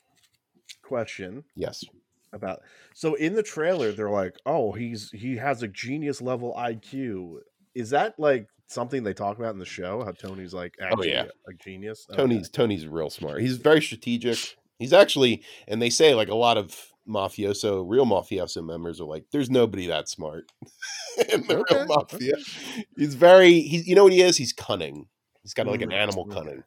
question Yes. about so in the trailer they're like, oh, he's he has a genius level IQ. Is that like something they talk about in the show? How Tony's like actually Oh, yeah. a genius. Oh, Okay. Tony's Tony's real smart. He's very strategic. He's actually, and they say like a lot of mafioso, real mafioso members are like, "There's nobody that smart." in the Okay, real mafia, he's very. He's you know what he is. He's cunning. He's got like an Mm, animal okay. cunning.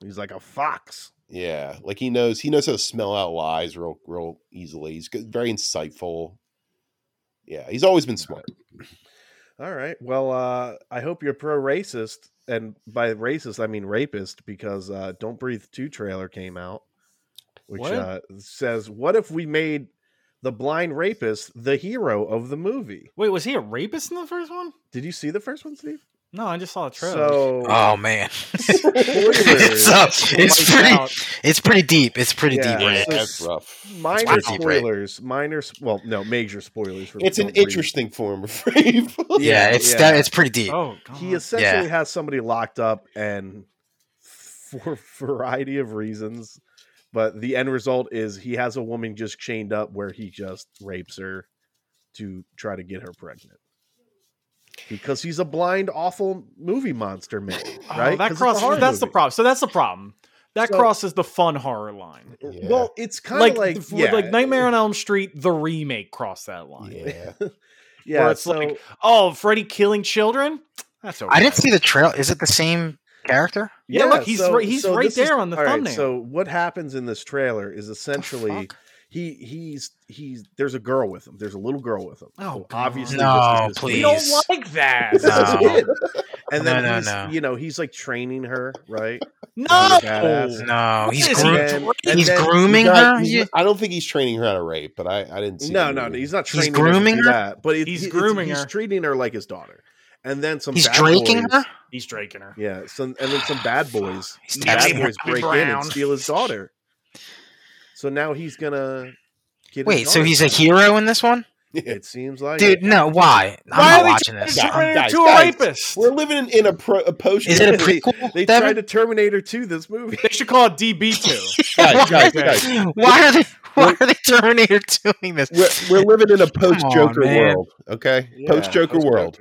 he's like a fox. Yeah, like he knows he knows how to smell out lies real real easily. He's good- very insightful. Yeah, he's always been smart. All right. Well, uh, I hope you're pro racist, and by racist I mean rapist, because uh, "Don't Breathe" two trailer came out, which What? Uh, says, "What if we made the blind rapist the hero of the movie?" Wait, was he a rapist in the first one? Did you see the first one, Steve? No, I just saw the trailer. So Oh man, spoilers. it's, uh, it's Wiped pretty. out. It's pretty deep. It's pretty Yeah. deep. Yeah, Right? so that's s- rough. minor pretty deep, right? spoilers. Minor, s- well, no, major spoilers. For It's an Don't Breathe. interesting form of rape. Yeah, Yeah, it's yeah. that. It's pretty deep. Oh, God. He essentially has somebody locked up, and for a variety of reasons, but the end result is he has a woman just chained up where he just rapes her to try to get her pregnant. Because he's a blind, awful movie monster man, Oh, right? that 'Cause it's a crosses. horror That's the movie. problem. So that's the problem. That So- crosses the fun horror line. Yeah. Well, it's kind Like, of like, f- yeah, like Nightmare on Elm Street, the remake crossed that line. yeah. Yeah, where it's so- like- Oh, Freddy killing children? That's okay. I didn't see the trail. Is it the same character? Yeah, look, he's right- he's right this is- there on the all right, thumbnail. so what happens in this trailer is essentially fuck? he he's he's there's a girl with him. There's a little girl with him. Oh, So God. obviously, No, this is his we please. don't Please. like that. This is his No. kid. And then No, no, he's, no. you know, he's like training her, right? No. Badass. No, What he's is he, groom- man? And he's then he grooming He's not- her. he's Yeah. not- I don't think he's training her how to rape, but I, I didn't see. No, the no, movie. he's not He's training. her to do grooming her? that, but it, He's he- it's- grooming he's her. treating her like his daughter. And then some He's bad draking boys- her. He's draking her. Yeah, some and then some bad boys. He's some texting bad her boys Bobby break in Brown. and steal his daughter. So now he's gonna get. his Wait, so daughter he's a back. hero in this one, It seems like dude? it. No, why? I'm Why are not they watching turning this. Guys, her guys, to a guys. rapist? We're living in, in a, pro, a post. Is it a They- prequel? They Devin? tried to Terminator 2 this movie. They should call it DB2. guys, guys, Okay. guys. Why are they? Why are they Terminator doing this? We're, we're living in a post Joker man. world. Okay, post Joker world.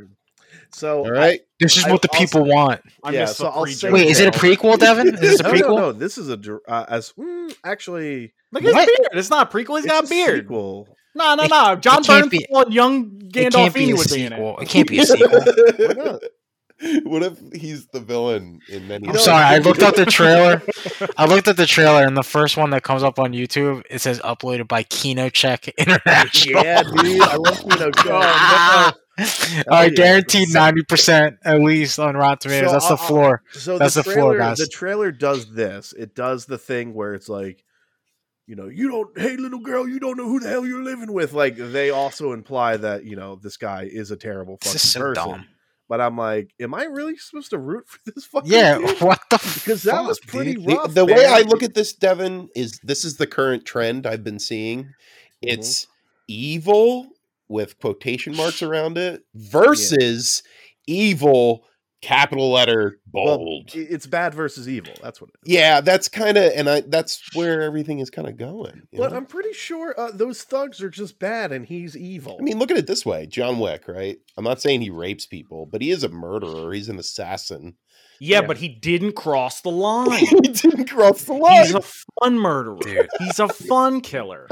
So All right. This is I what the also- people want. I Yeah, missed so the I'll pre- say- Wait, is it a prequel, Devin? Is this a no, prequel? no, no. This is a dir- uh, as mm, actually Look at his What? beard. It's not a prequel. He's got a it's beard. sequel. No, no, It- no. John it can't Bernthal be- and young It can't be Gandolfini a would be in it. sequel. It can't be a sequel. not? what if he's the villain in many? I'm of sorry. I them? looked up the trailer. I looked at the trailer, and the first one that comes up on YouTube it says uploaded by KinoCheck International. Yeah, dude. I love Pino Oh, I yeah. guaranteed ninety percent at least on Rotten Tomatoes. So, That's uh, the uh, floor. So That's the the trailer, floor, guys. the trailer does this. It does the thing where it's like, you know, you don't, hey little girl, you don't know who the hell you're living with. Like they also imply that you know this guy is a terrible fucking This is so person. dumb. But I'm like, am I really supposed to root for this fucking? Yeah, dude? what the? because that fuck, was pretty dude? The, rough. the way man. I look at this, Devin, is this is the current trend I've been seeing. It's evil with quotation marks around it versus evil capital letter Well, bold. i- it's bad versus evil. That's what. it is. yeah, that's kind of and I that's where everything is kind of going. you But know? I'm pretty sure uh, those thugs are just bad, and he's evil. I mean, look at it this way: John Wick, right? I'm not saying he rapes people, but he is a murderer. He's an assassin. Yeah, Yeah. but he didn't cross the line. he didn't cross the line. He's a fun murderer. Dude. He's a fun killer.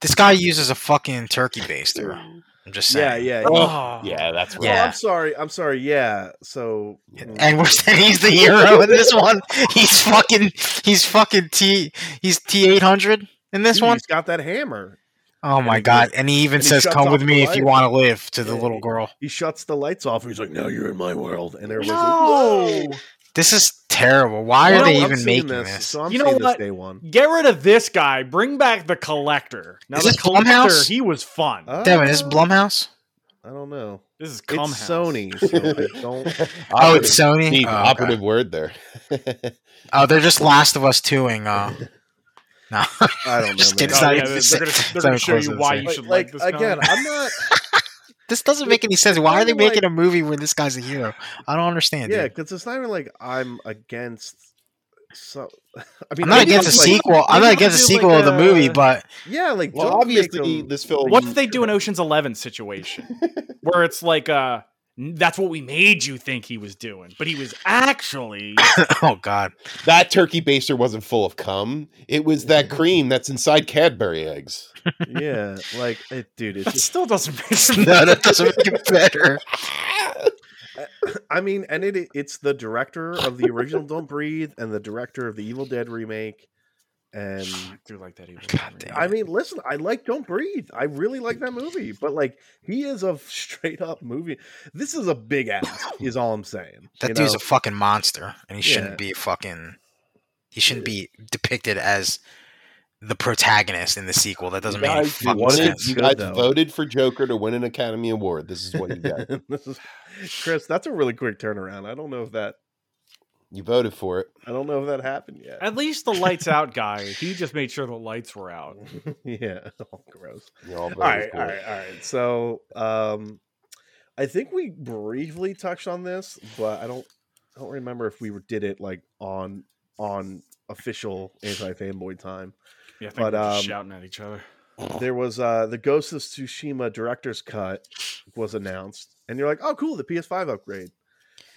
This guy uses a fucking turkey baster. I'm just yeah, saying. yeah. Oh, yeah. yeah, that's right. Oh, yeah. I'm sorry. I'm sorry. Yeah. So mm, And we're saying he's the hero in this one. He's fucking he's fucking T he's T eight hundred in this Dude, one. He's got that hammer. Oh my he god. And he even and he says, shuts Come off with the me if you light. want to live to the Yeah, little he- girl. He shuts the lights off. He's like, "Now you're in my world." And everyone's No, This is terrible. Why Well, are like, they "Whoa." I'm even seeing making this, this? So I'm You know seeing this what? day one. get rid of this guy. Bring back the collector. Now Is the this collector, Blumhouse? he was fun. Devin, this is Uh, Blumhouse? I don't know. this is Oh, It's cum Sony, so I don't. Oh, Operative- it's Sony. Steve, Oh, okay. operative word there. Oh, they're just Last of Us 2ing. Uh, no. I don't know. Just man. kidding. Oh, It's not yeah, even they're the they're same- gonna, they're not gonna even show close to you the why same. you Like, should like, this guy. again, I'm not. This doesn't make any sense. Why are they kinda making a movie where this guy's a hero? I don't understand. Yeah, dude. because it's not even like I'm against. So I mean, I'm not maybe against a it's like- sequel. I'm maybe not you against a could do, sequel like, of the movie, uh, a- but Yeah, like well, don't make obviously, them- this film. What if they do an Ocean's Eleven situation where it's like, uh, "N- that's what we made you think he was doing, but he was actually. oh god, that turkey baster wasn't full of cum. It was that cream that's inside Cadbury eggs. yeah, like it, dude. It's That just, still doesn't make sense. no, that doesn't make it better. I mean, and it it's the director of the original Don't Breathe and the director of the Evil Dead remake. And Through like that, he was God damn I mean, listen, I like Don't Breathe. I really like that movie, but like he is a straight up movie. This is a big ass, is all I'm saying. That you dude's know? a fucking monster, and he Yeah. shouldn't be fucking. He shouldn't be depicted as the protagonist in the sequel. That doesn't make any Guys, you fucking wanted- sense. You guys Good, though. voted for Joker to win an Academy Award. This is what you got. This is- Chris, that's a really quick turnaround. I don't know if that you voted for it. I don't know if that happened yet. At least the lights out guy, he just made sure the lights were out. yeah, oh, gross. You all voted All right, for all it. right, all right. So, um, I think we briefly touched on this, but I don't, I don't remember if we were- did it like on on official anti fanboy time. Yeah, I think But, we're just um, shouting at each other. There was uh the Ghost of Tsushima director's cut was announced, and you're like, oh, cool, the PS5 upgrade.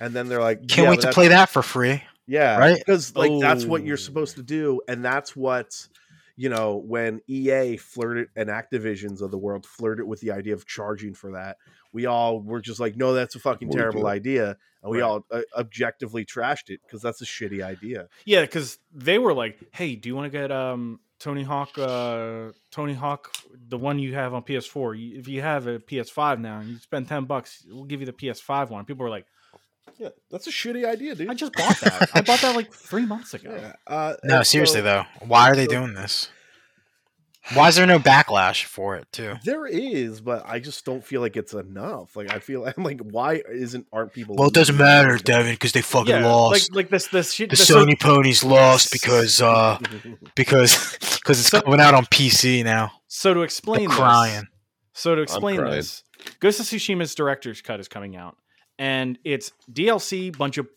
And then they're like, Can't yeah, wait but to that's- play that for free. Yeah, Right? Because like that's what you're supposed Oh. to do, and that's what you know when EA flirted and Activisions of the world flirted with the idea of charging for that. We all were just like, no, that's a fucking What are you terrible doing? idea, and we Right. all uh, objectively trashed it because that's a shitty idea. Yeah, because they were like, "Hey, do you want to get um Tony Hawk? Uh, Tony Hawk, the one you have on PS4. You- If you have a PS5 now, and you spend ten bucks, we'll give you the PS5 one." People were like, Yeah, that's a shitty idea, dude. "I just bought that. I bought that like three months ago." yeah. Uh, No, and seriously so though, why are they so- doing this? Why is there no backlash for it too? There is, but I just don't feel like it's enough. Like I feel I'm like, why isn't aren't people? Well, it doesn't leaving matter, this stuff? Devin, because they fucking Yeah, lost. like like this this shit. the this so- Sony ponies lost because uh because because it's So- coming out on PC now. so to They're explain, this- crying. So to explain crying. this, Ghost of Tsushima's director's cut is coming out, and it's DLC, bunch of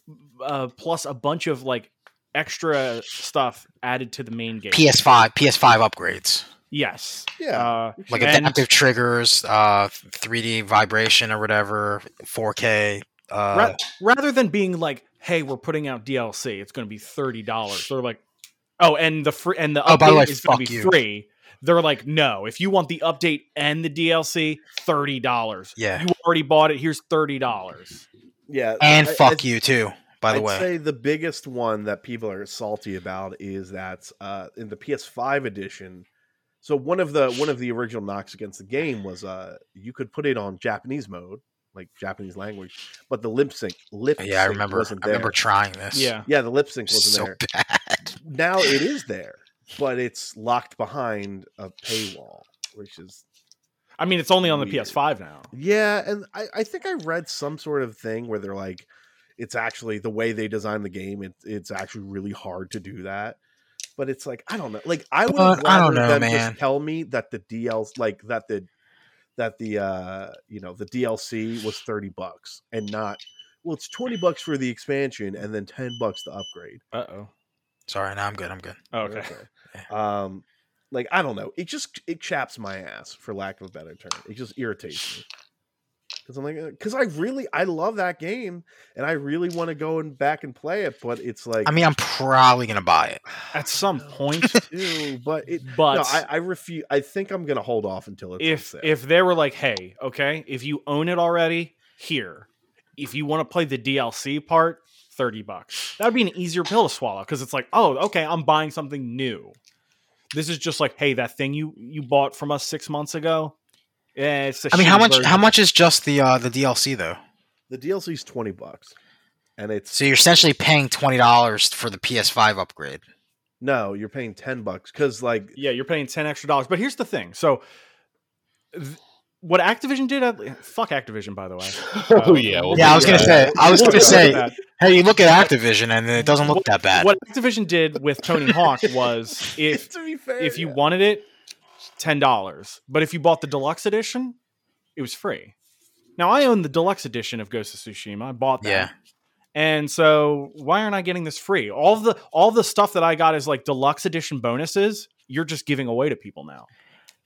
uh, plus a bunch of like extra stuff added to the main game. PS5 PS5 upgrades Yes. Yeah, Uh, like And- adaptive triggers, uh, 3D vibration or whatever, 4K. Uh, ra- rather than being like, "Hey, we're putting out DLC. It's going to be thirty dollars," they're like, "Oh, and the free and the Oh, update by the way, is going fuck to be you. free." They're like, "No, if you want the update and the DLC, thirty dollars. yeah, You already bought it. Here's thirty dollars." yeah, and I- I fuck you too. By the I'd way, say the biggest one that people are salty about is that uh, in the PS5 edition. So one of the one of the original knocks against the game was uh, you could put it on Japanese mode, like Japanese language, but the lip sync lip yeah, I sync remember. wasn't I there. remember trying this. Yeah. yeah, the lip sync It was wasn't so there. bad. Now it is there, but it's locked behind a paywall, which is I mean, it's only on the Weird. PS5 now. yeah, and I, I think I read some sort of thing where they're like, it's actually the way they designed the game. It, it's actually really hard to do that. But it's like I don't know. Like I would But rather I don't know, them man. just tell me that the DLs like that the that the uh you know the DLC was thirty bucks and not well it's twenty bucks for the expansion and then ten bucks to upgrade. Uh oh. Sorry, now I'm good. I'm good. Oh, Okay. Um, like I don't know. It just it chaps my ass for lack of a better term. It just irritates me. because I'm like, because I really I love that game and I really want to go and back and play it, but it's like I mean, I'm probably gonna buy it. at some point. ew, but it. But no, I, I refuse. I think I'm gonna hold off until it's on if sale. if they were like, hey, okay, if you own it already, here. If you want to play the DLC part, thirty bucks. That would be an easier pill to swallow because it's like, oh, okay, I'm buying something new. This is just like, hey, that thing you you bought from us six months ago. Yeah, it's a I mean, how shitty much? How version. much is just the uh, the DLC though? the DLC's twenty bucks, and it's So you're essentially paying twenty dollars for the PS5 upgrade. no, you're paying ten bucks because like yeah, you're paying 10 extra dollars. But here's the thing. So th- what Activision did at fuck Activision by the way. oh yeah, we'll Yeah, I do was gonna that. say. I was gonna Look at say. that. Hey, you look at Activision, and it doesn't look that bad. What Activision did with Tony Hawk was if to be fair, if you yeah. wanted it, ten dollars. But if you bought the deluxe edition, it was free. Now I own the deluxe edition of Ghost of Tsushima. I bought that. Yeah. And so why aren't I getting this free? All the all the stuff that I got is like deluxe edition bonuses. You're just giving away to people now.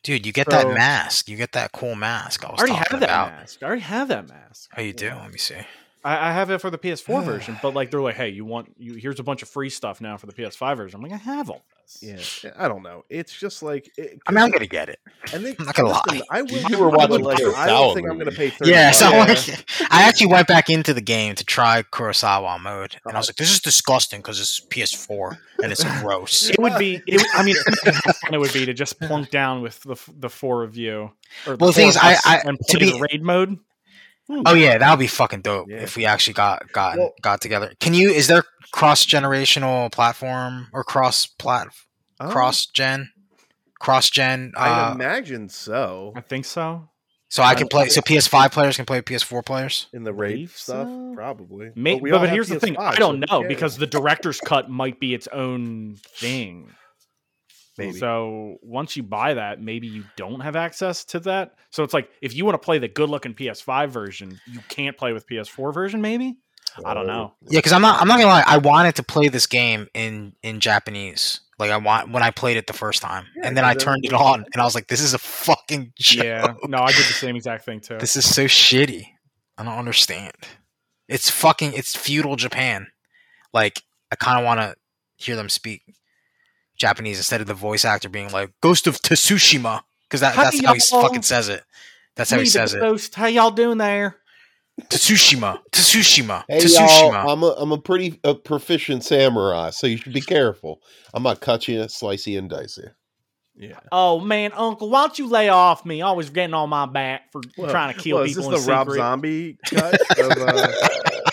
Dude, you get So- that mask. You get that cool mask. I I was already talking have that about. mask. I already have that mask. Oh, you do. Let me see. I, I have it for the PS4 version, but like they're like, hey, you want you here's a bunch of free stuff now for the PS5 version. I'm like, I have all this. yeah, I don't know. It's just like it, I mean, I'm gonna get it. and they, I'm not gonna listen, lie. I will. You were but, watching like, I Kurosawa don't think I'm gonna movies. pay thirty. Yeah, so I'm bucks. like- I actually went back into the game to try Kurosawa mode, and I was like, "This is disgusting because it's PS4 and it's gross." It would be. It, would- I mean, it would be to just plunk down with the f- the four of you. Or Well, the thing four is, of I- us I- and to play be- the raid mode. Oh yeah, that would be fucking dope Yeah. if we actually got got Well- got together. Can you? Is there cross generational platform or cross plat Um, cross gen cross gen? I Uh, Um, imagine so. I think so. so I I'm- can play. So PS5 players can play PS4 players. In the raid believe stuff, so. probably. May, we but, all but have here's the thing: PS5, I don't so who know cares? because the director's cut might be its own thing. Maybe. So once you buy that, maybe you don't have access to that. So it's like if you want to play the good-looking PS5 version, you can't play with PS4 version. Maybe I don't know. Yeah, because I'm not. I'm not gonna lie. I wanted to play this game in in Japanese. Like I want when I played it the first time, Yeah, and then I 'cause turned it everyone- on, and I was like, "This is a fucking joke. Yeah, no, I did the same exact thing too. This is so shitty. I don't understand. It's fucking. It's feudal Japan. Like I kind of want to hear them speak Japanese instead of the voice actor being like "Ghost of Tsushima" because that, Hi, that's how he y'all. fucking says it. That's how Me, he the says it. ghost, How y'all doing there? Tsushima, Tsushima, Hey y'all, Tsushima. I'm a I'm a pretty a proficient samurai, so you should be careful. I'm not cutting it, slicey, and dicey. Yeah. Oh man, Uncle, why don't you lay off me? Always getting on my back for Well, trying to kill well, is people. this in the Rob secret. Zombie cut of uh,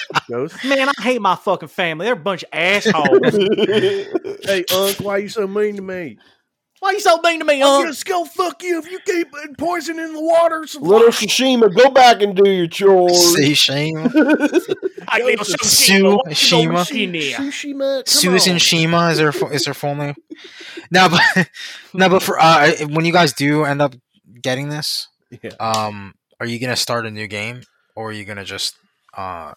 Ghost? Man, I hate my fucking family. They're a bunch of assholes. Hey, Unc, why you so mean to me? why you so mean to me, I'm Uncle? gonna go fuck you if you keep putting poison in the water. So Little Shishima, go back and do your chores. Tsushima. I feel Joseph so Tsushima. Shima. Tsushima, come Susan on. Shima is her fu- is her full name. No, but no, but for uh, when you guys do end up getting this, Yeah. um, are you gonna start a new game or are you gonna just uh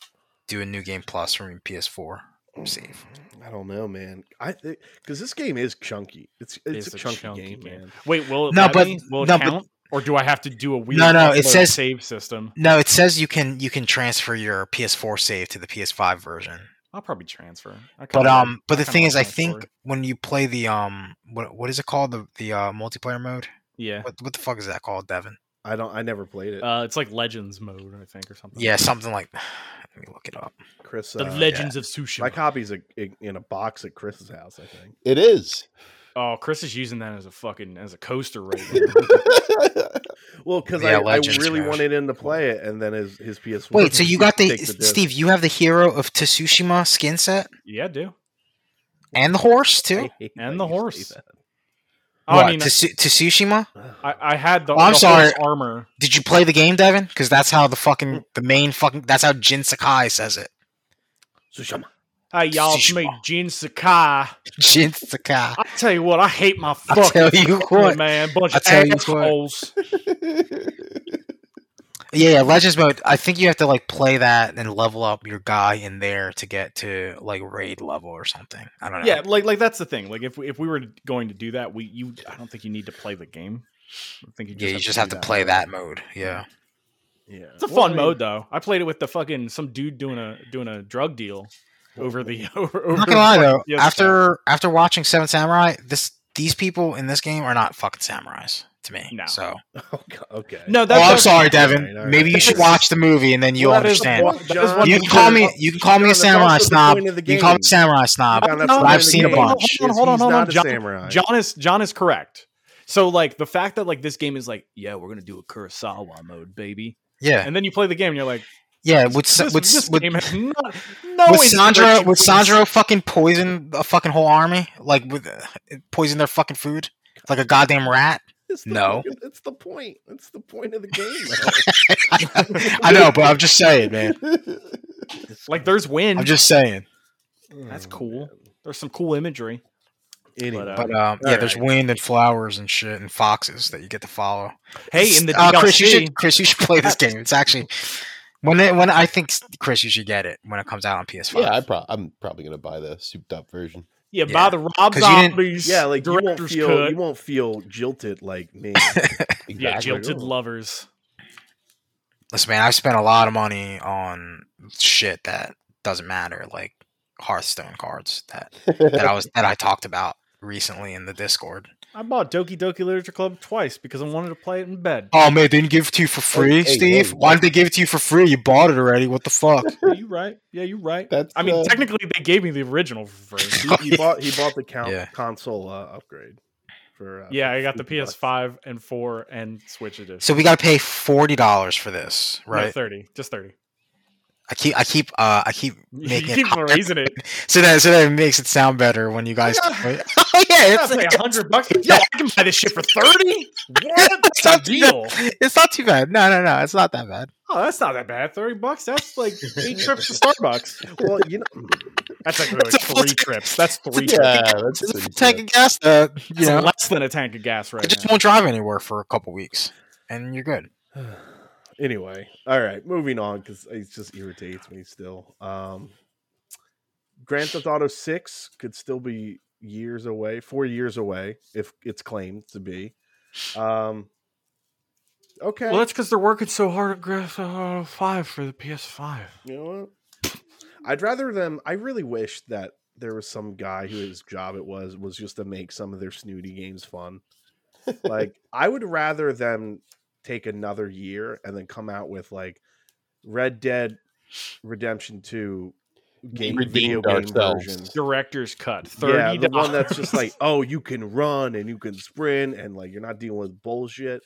do a new game plus from your PS4 save? I don't know, man. I because this game is chunky. It's it's, a, chunky, game, man. Wait, will it No, let but- me? Will it no, but- count? or do I have to do a weird No, no, it upload says- save system? No, it says you can you can transfer your PS4 save to the PS5 version. I'll probably transfer. I But kinda- um, but the kinda thing is, I like that think story. when you play the um, what what is it called the the uh, multiplayer mode? yeah, What what the fuck is that called, Devin? I don't. I never played it. uh, it's like Legends mode, I think, or something. Yeah, something like. Let me look it up. Chris, the uh, Legends of Tsushima. my copy's a, in- in a box at Chris's house. I think. It is. oh, Chris is using that as a fucking as a coaster right now. Well, because Yeah, I, I Legends really Smash. wanted him to play it, and then his his PS. Wait, so you got the, take disc. Steve? You have the hero of Tsushima skin set yeah, I do. and the horse too. I hate And that you the say horse. that. Oh, what, I mean, Tsu- Tsushima? I, I had the, Well, I'm the sorry. horse armor. Did you play the game, Devin? Because that's how the Mm. fucking the main fucking that's how Jin Sakai says it. Tsushima. Hey, y'all, it's me, Tsushima. Jin Sakai. Jin Sakai. I tell you what, I hate my I fucking tell you family, what. man. Bunch I of tell you what. assholes. Yeah, yeah, Legends mode. I think you have to like play that and level up your guy in there to get to like raid level or something. I don't know. Yeah, like like that's the thing. Like if we, if we were going to do that, we you I don't think you need to play the game. I think you just yeah. You just do have to that. play that mode. Yeah. Yeah, It's a Well, I fun mean, mode though. I played it with the fucking some dude doing a doing a drug deal over the over. over I'm not the gonna lie though. fucking PS4. After after watching Seven Samurai, this these people in this game are not fucking samurais to me. No. So Oh, God, okay. no, oh, that's I'm okay. sorry, All Devin. right, all right. Maybe you should watch the movie and then you'll Well, that is the understand. point. That is one You thing can call that- me you can call me a John, that's samurai the snob. point of the You can call me game. samurai snob. John, that's No, the point I've of the seen a game. bunch. Hold on, is hold on, he's hold on, not a John- samurai. John is John is correct. So like the fact that like this game is like yeah we're gonna do a Kurosawa mode baby, Yeah, and then you play the game and you're like yeah. With Sa- this, with this with, game has not, no with inspiration Sandro with for this. Sandro fucking poison a fucking whole army like with poison their fucking food like a goddamn rat. It's the No. fucking- it's the point. It's the point of the game. I know, but I'm just saying, man. like there's wind. I'm just saying. though. That's Oh, cool. man. there's some cool imagery. Anyway, uh, But um, yeah, there's wind and flowers and shit and foxes that you get to follow. Hey, in the Uh, DLC, Chris, you should Chris, you should play this game. It's actually when it, when I think Chris, you should get it when it comes out on PS5. Yeah, I pro- I'm probably gonna buy the souped up version. yeah, Yeah. by the Rob 'Cause you didn't- Zombies, yeah, like you won't director's feel cut. you won't feel jilted like me. yeah, Exactly. jilted lovers. Listen, man, I've spent a lot of money on shit that doesn't matter, like Hearthstone cards that that I was that I talked about recently in the Discord. I bought Doki Doki Literature Club twice because I wanted to play it in bed. Oh man, they didn't give it to you for free, hey, Steve. hey. Why did they give it to you for free? You bought it already. What the fuck? Yeah, you right? Yeah, you right. That's I mean, uh, technically, they gave me the original version. he, he bought he bought the count, Yeah. console uh, upgrade for uh, yeah, I got the 50 bucks. PS5 and four and Switch edition. so we got to pay forty dollars for this, No, right? thirty, just thirty. I keep, I keep, uh, I keep You making it keep higher. raising it. so that so that it makes it sound better when you guys. Oh, Yeah. yeah, it's, That's like it's, hundred bucks. Yeah. Yeah, I can buy this shit for thirty. What? That's not a deal. it's not too bad. No, no, no, it's not that bad. Oh, that's not that bad. Thirty bucks. That's like eight trips to Starbucks. Well, you know, That's like, That's like a full three tank. trips. That's three. trips. yeah, It's that's a pretty full good. tank of gas that you That's know. less than a tank of gas right I just now. won't drive anywhere for a couple weeks, and you're good. anyway, all right, moving on because it just irritates me still. Um, Grand Theft Auto Six could still be years away, four years away, if it's claimed to be. Um, okay, Well, that's because they're working so hard at Grand Theft Auto Five for the PS5. you know what? I'd rather them. I really wish that there was some guy who his job it was was just to make some of their snooty games fun. like I would rather them take another year and then come out with like Red Dead Redemption Two game video redeemed game ourselves. version. Director's cut. Thirty. Yeah, the one that's just like, oh, you can run and you can sprint and like you're not dealing with bullshit.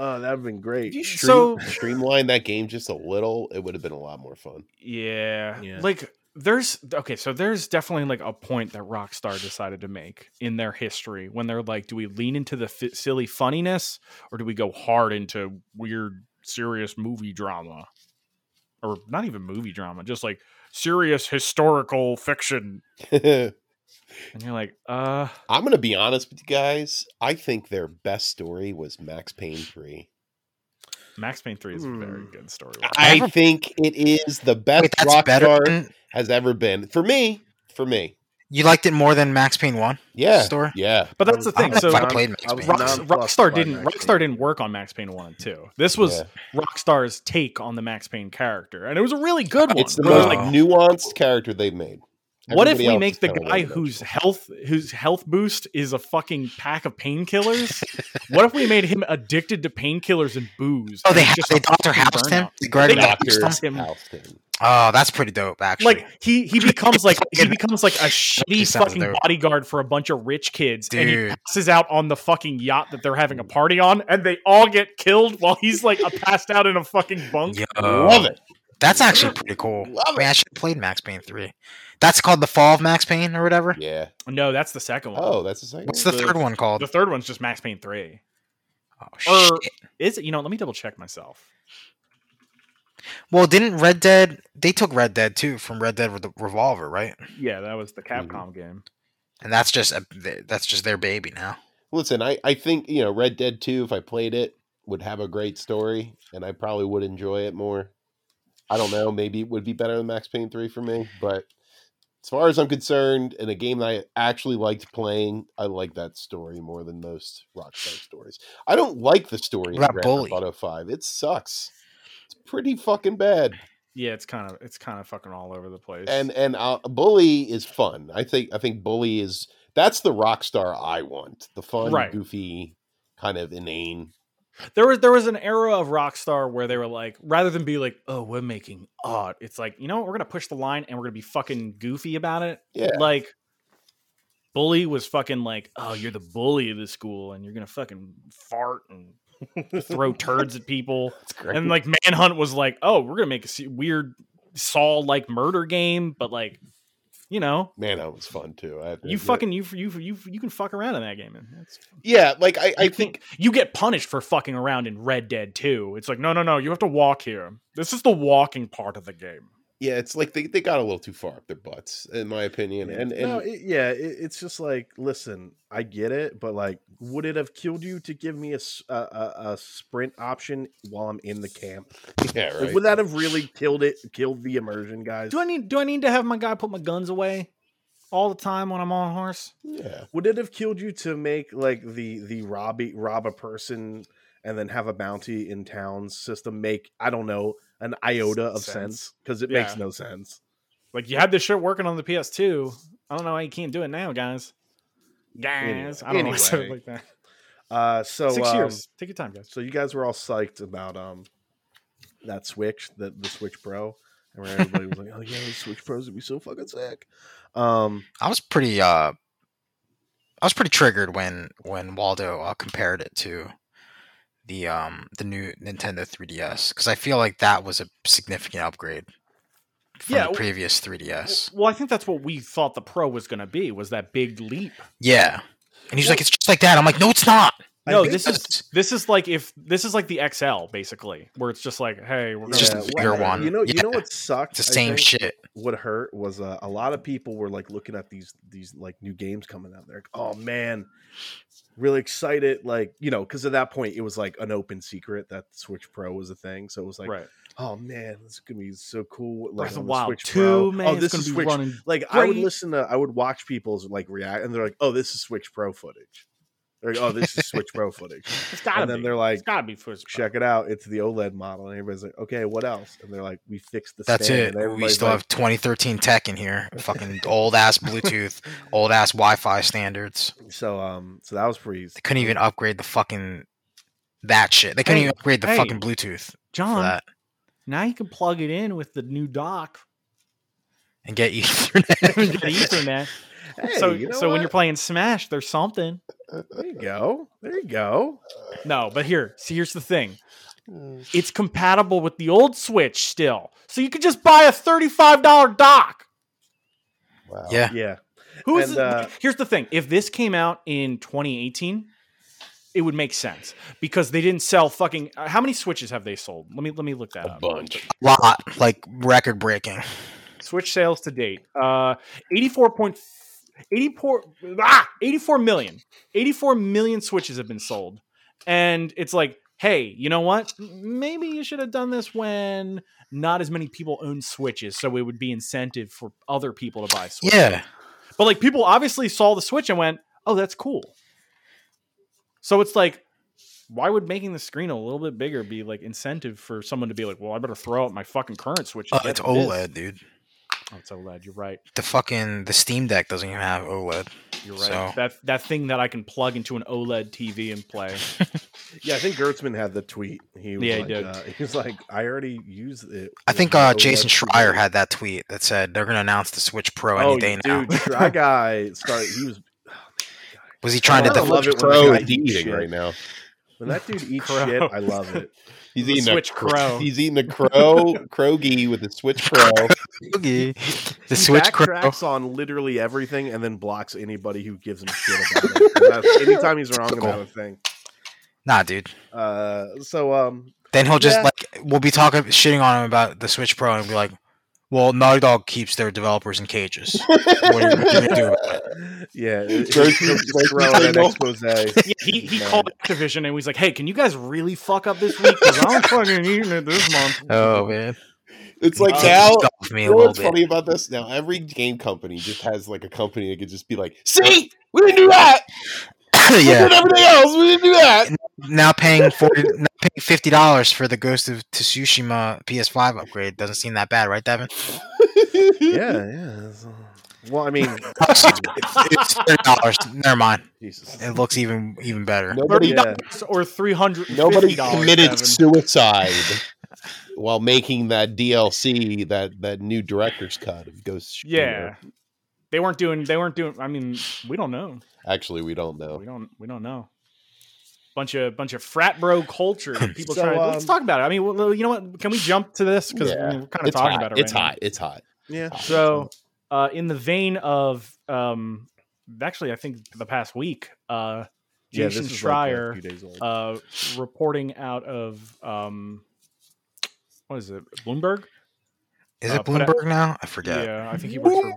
Oh, that'd have been great. If you So- stream- streamline that game just a little, it would have been a lot more fun. Yeah. Yeah. Like there's okay, so there's definitely like a point that Rockstar decided to make in their history when they're like, do we lean into the fi- silly funniness or do we go hard into weird serious movie drama? Or not even movie drama, just like serious historical fiction. And you're like, uh I'm gonna be honest with you guys. I think their best story was Max Payne 3. Max Payne 3 is a very Hmm. good story. I think it is the best Wait, that's better. Rockstar Than, has ever been. For me, for me. you liked it more than Max Payne One Yeah. story. Yeah. But that's the I thing. don't know So if I played Max I was Payne. Rock, nonplussed Rockstar by didn't Max Rockstar Payne. didn't work on Max Payne 1 and 2. This was Yeah. Rockstar's take on the Max Payne character, and it was a really good one. It's the where most they're like, Wow. nuanced character they've made. what if Everybody we else make is the kinda guy one-dimensional. whose health whose health boost is a fucking pack of painkillers? what if we made him addicted to painkillers and booze? Oh, and they he's ha- just they a Doctor fucking Housed him. burnout? They Greg They Doctor. Housed Doctor him. Houston. Oh, that's pretty dope, actually. Like he he becomes like he Fucking- becomes like a He shitty sounds fucking dope. bodyguard for a bunch of rich kids, and he Dude. passes out on the fucking yacht that they're having a party on, and they all get killed while he's like a passed out in a fucking bunk. Yo, Love it. That's actually pretty cool. Love Man, I should have played Max Payne three. That's called the Fall of Max Payne or whatever. Yeah. No, that's the second one. Oh, that's the second. What's the one? third one called? The third one's just Max Payne three. Oh, Or- shit. Is it? You know, let me double check myself. Well, didn't Red Dead? They took Red Dead too from Red Dead Re- Revolver, right? Yeah, that was the Mm-hmm. Capcom game. And that's just a, th- that's just their baby now. Listen, I I think you know Red Dead Two. If I played it, would have a great story, and I probably would enjoy it more. I don't know. Maybe it would be better than Max Payne Three for me, but as far as I'm concerned, in a game that I actually liked playing, I like that story more than most Rockstar stories. I don't like the story in What about Grand Bully? Theft Auto Five. It sucks. It's pretty fucking bad. Yeah, it's kind of it's kind of fucking all over the place. And and uh, Bully is fun. I think I think Bully is that's the Rockstar I want. The fun, Right. goofy, kind of inane. there was there was an era of Rockstar where they were like, rather than be like, oh, we're making art, it's like, you know what, we're gonna push the line and we're gonna be fucking goofy about it. Yeah. Like Bully was fucking like, oh, you're the bully of the school and you're gonna fucking fart and throw turds at people. It's great. And like Manhunt was like, oh, we're gonna make a se- weird Saw like murder game, but like, you know, Man, that was fun too. I have to you admit. fucking you you you you can fuck around in that game, and that's yeah. Like I, I you think you get punished for fucking around in Red Dead 2. It's like, no, no, no, you have to walk here. This is the walking part of the game. yeah. It's like they, they got a little too far up their butts, in my opinion. And and no, it, yeah, it, it's just like, listen, I get it, but like, would it have killed you to give me a s- a- a- a sprint option while I'm in the camp? yeah, Like, right. would that have really killed it? Killed the immersion, guys? Do I need do I need to have my guy put my guns away all the time when I'm on a horse? yeah. Would it have killed you to make like the the rob rob a person and then have a bounty in town system make I don't know an iota of sense Sense. because it makes Yeah. no sense. Like you had this shit working on the PS2. I don't know why you can't do it now, guys. Guys, I don't know why I said it Anyway. like that. Uh, so Six um, years. Take your time, guys. So you guys were all psyched about um that Switch, the the Switch Pro, and where everybody was like, "Oh yeah, the Switch Pro's would be so fucking sick." Um, I was pretty uh I was pretty triggered when when Waldo uh, compared it to the um the new Nintendo 3DS cuz I feel like that was a significant upgrade from Yeah, the w- previous 3DS. Well, I think that's what we thought the pro was gonna be, was that big leap. yeah. And he's like it's just like that. I'm like no it's not. I No, think this that's- is this is like if this is like the XL basically, where it's just like, hey, we're It's gonna- just a what- bigger one. You know, you Yeah. know what sucked. It's the I same think? shit. what hurt was uh, a lot of people were like looking at these these like new games coming out. They're like, oh man, really excited. Like you know, because at that point it was like an open secret that Switch Pro was a thing. So it was like, right. oh man, this is gonna be so cool. Like Breath on of the Wild Switch 2, Pro. man. oh, it's this gonna is be Switch. running. Like I would great. listen to, I would watch people's like react, and they're like, oh, this is Switch Pro footage. They're like, oh, this is Switch Pro footage. It's gotta And then be. they're like, it's gotta be for check it out, it's the OLED model, and everybody's like, okay, what else? And they're like, we fixed the. That's stand. it. And We everybody's still like, have 2013 tech in here. Fucking old ass Bluetooth, old ass Wi-Fi standards. So um, so that was pretty. They couldn't even upgrade the fucking that shit. They couldn't Hey, even upgrade the hey, fucking Bluetooth for John. that Now you can plug it in with the new dock and get and Ethernet. get Ethernet. Hey, so you know so when you're what? playing Smash, there's something. uh, there you go, there you go. No, but here, see, here's the thing. Mm. It's compatible with the old Switch still, so you could just buy a thirty-five dollar dock. Wow. yeah, Yeah, Who's And, uh, here's the thing? If this came out in 2018, it would make sense because they didn't sell fucking. uh, How many switches have they sold? Let me let me look that a up. bunch. lot like record breaking. Switch sales to date, uh, 84 point. 84, ah, 84 million 84 million switches have been sold and it's like hey you know what maybe you should have done this when not as many people own switches so it would be incentive for other people to buy switches Yeah, but like people obviously saw the Switch and went, "Oh, that's cool." So it's like, why would making the screen a little bit bigger be like incentive for someone to be like, "Well, I better throw out my fucking current Switch." oh, and get it's this." OLED, dude. Oh, it's OLED. You're right. The fucking the Steam Deck doesn't even have E OLED. You're right. So- That that thing that I can plug into an E OLED TV and play. yeah. I think Gertzman had the tweet. He was Yeah, he like, did. Uh, he was like, I already used it. I with think my uh, OLED Jason TV." Schreier had that tweet that said they're gonna announce the Switch Pro any Oh, day dude, now. Shy guy started. He was Was he trying to I don't love deflect? it when Pro that is guy eats eating shit. right now. when that dude eats Crow. shit. I love it. He's The eating Switch a, Crow. He's eating a crow croagie with a Switch Pro. The he Switch Pro. backtracks on literally everything and then blocks anybody who gives him shit about it. And that's- Anytime he's wrong Typical. about a thing. Nah, dude. Uh, so um, Then he'll just Yeah. like we'll be talking shitting on him about the Switch Pro and be like, "Well, Naughty Dog keeps their developers in cages. What are you gonna do?" about it?" yeah, it- Gertzman- he'll just throw Gertzman out an signal. expose. Yeah, he he Man. called Activision and was like, "Hey, can you guys really fuck up this week? Because I'm fucking eating it this month." Oh man, It's like It now. stumped me You a know little what's bit. funny about this? Now every game company just has like a company that could just be like, "See, we didn't do that. We yeah. did everything else. We didn't do that." Now paying forty, now paying fifty dollars for the Ghost of Tsushima PS5 upgrade doesn't seem that bad, right, Devin? yeah, yeah. it's, uh, Well, I mean, it's thirty dollars. Never mind. Jesus. It looks even even better. Nobody, Thirty Yeah. dollars or three hundred. nobody committed suicide while making that DLC, that that new director's cut of Ghost. of Tsushima. Yeah, they weren't doing. They weren't doing. I mean, we don't know. actually, we don't know. We don't. We don't know. Bunch of bunch of frat bro culture. People So, trying. let's um, talk about it. I mean, well, you know what? Can we jump to this because Yeah. we're kind of It's talking hot. about it. it's right now. hot. It's hot. Yeah. So, uh, in the vein of um, actually, I think the past week, uh, Yeah, Jason this is like a Schreier few days old. uh, reporting out of um, what is it, Bloomberg? Is Uh, it put out- Bloomberg now? I forget. I think he works for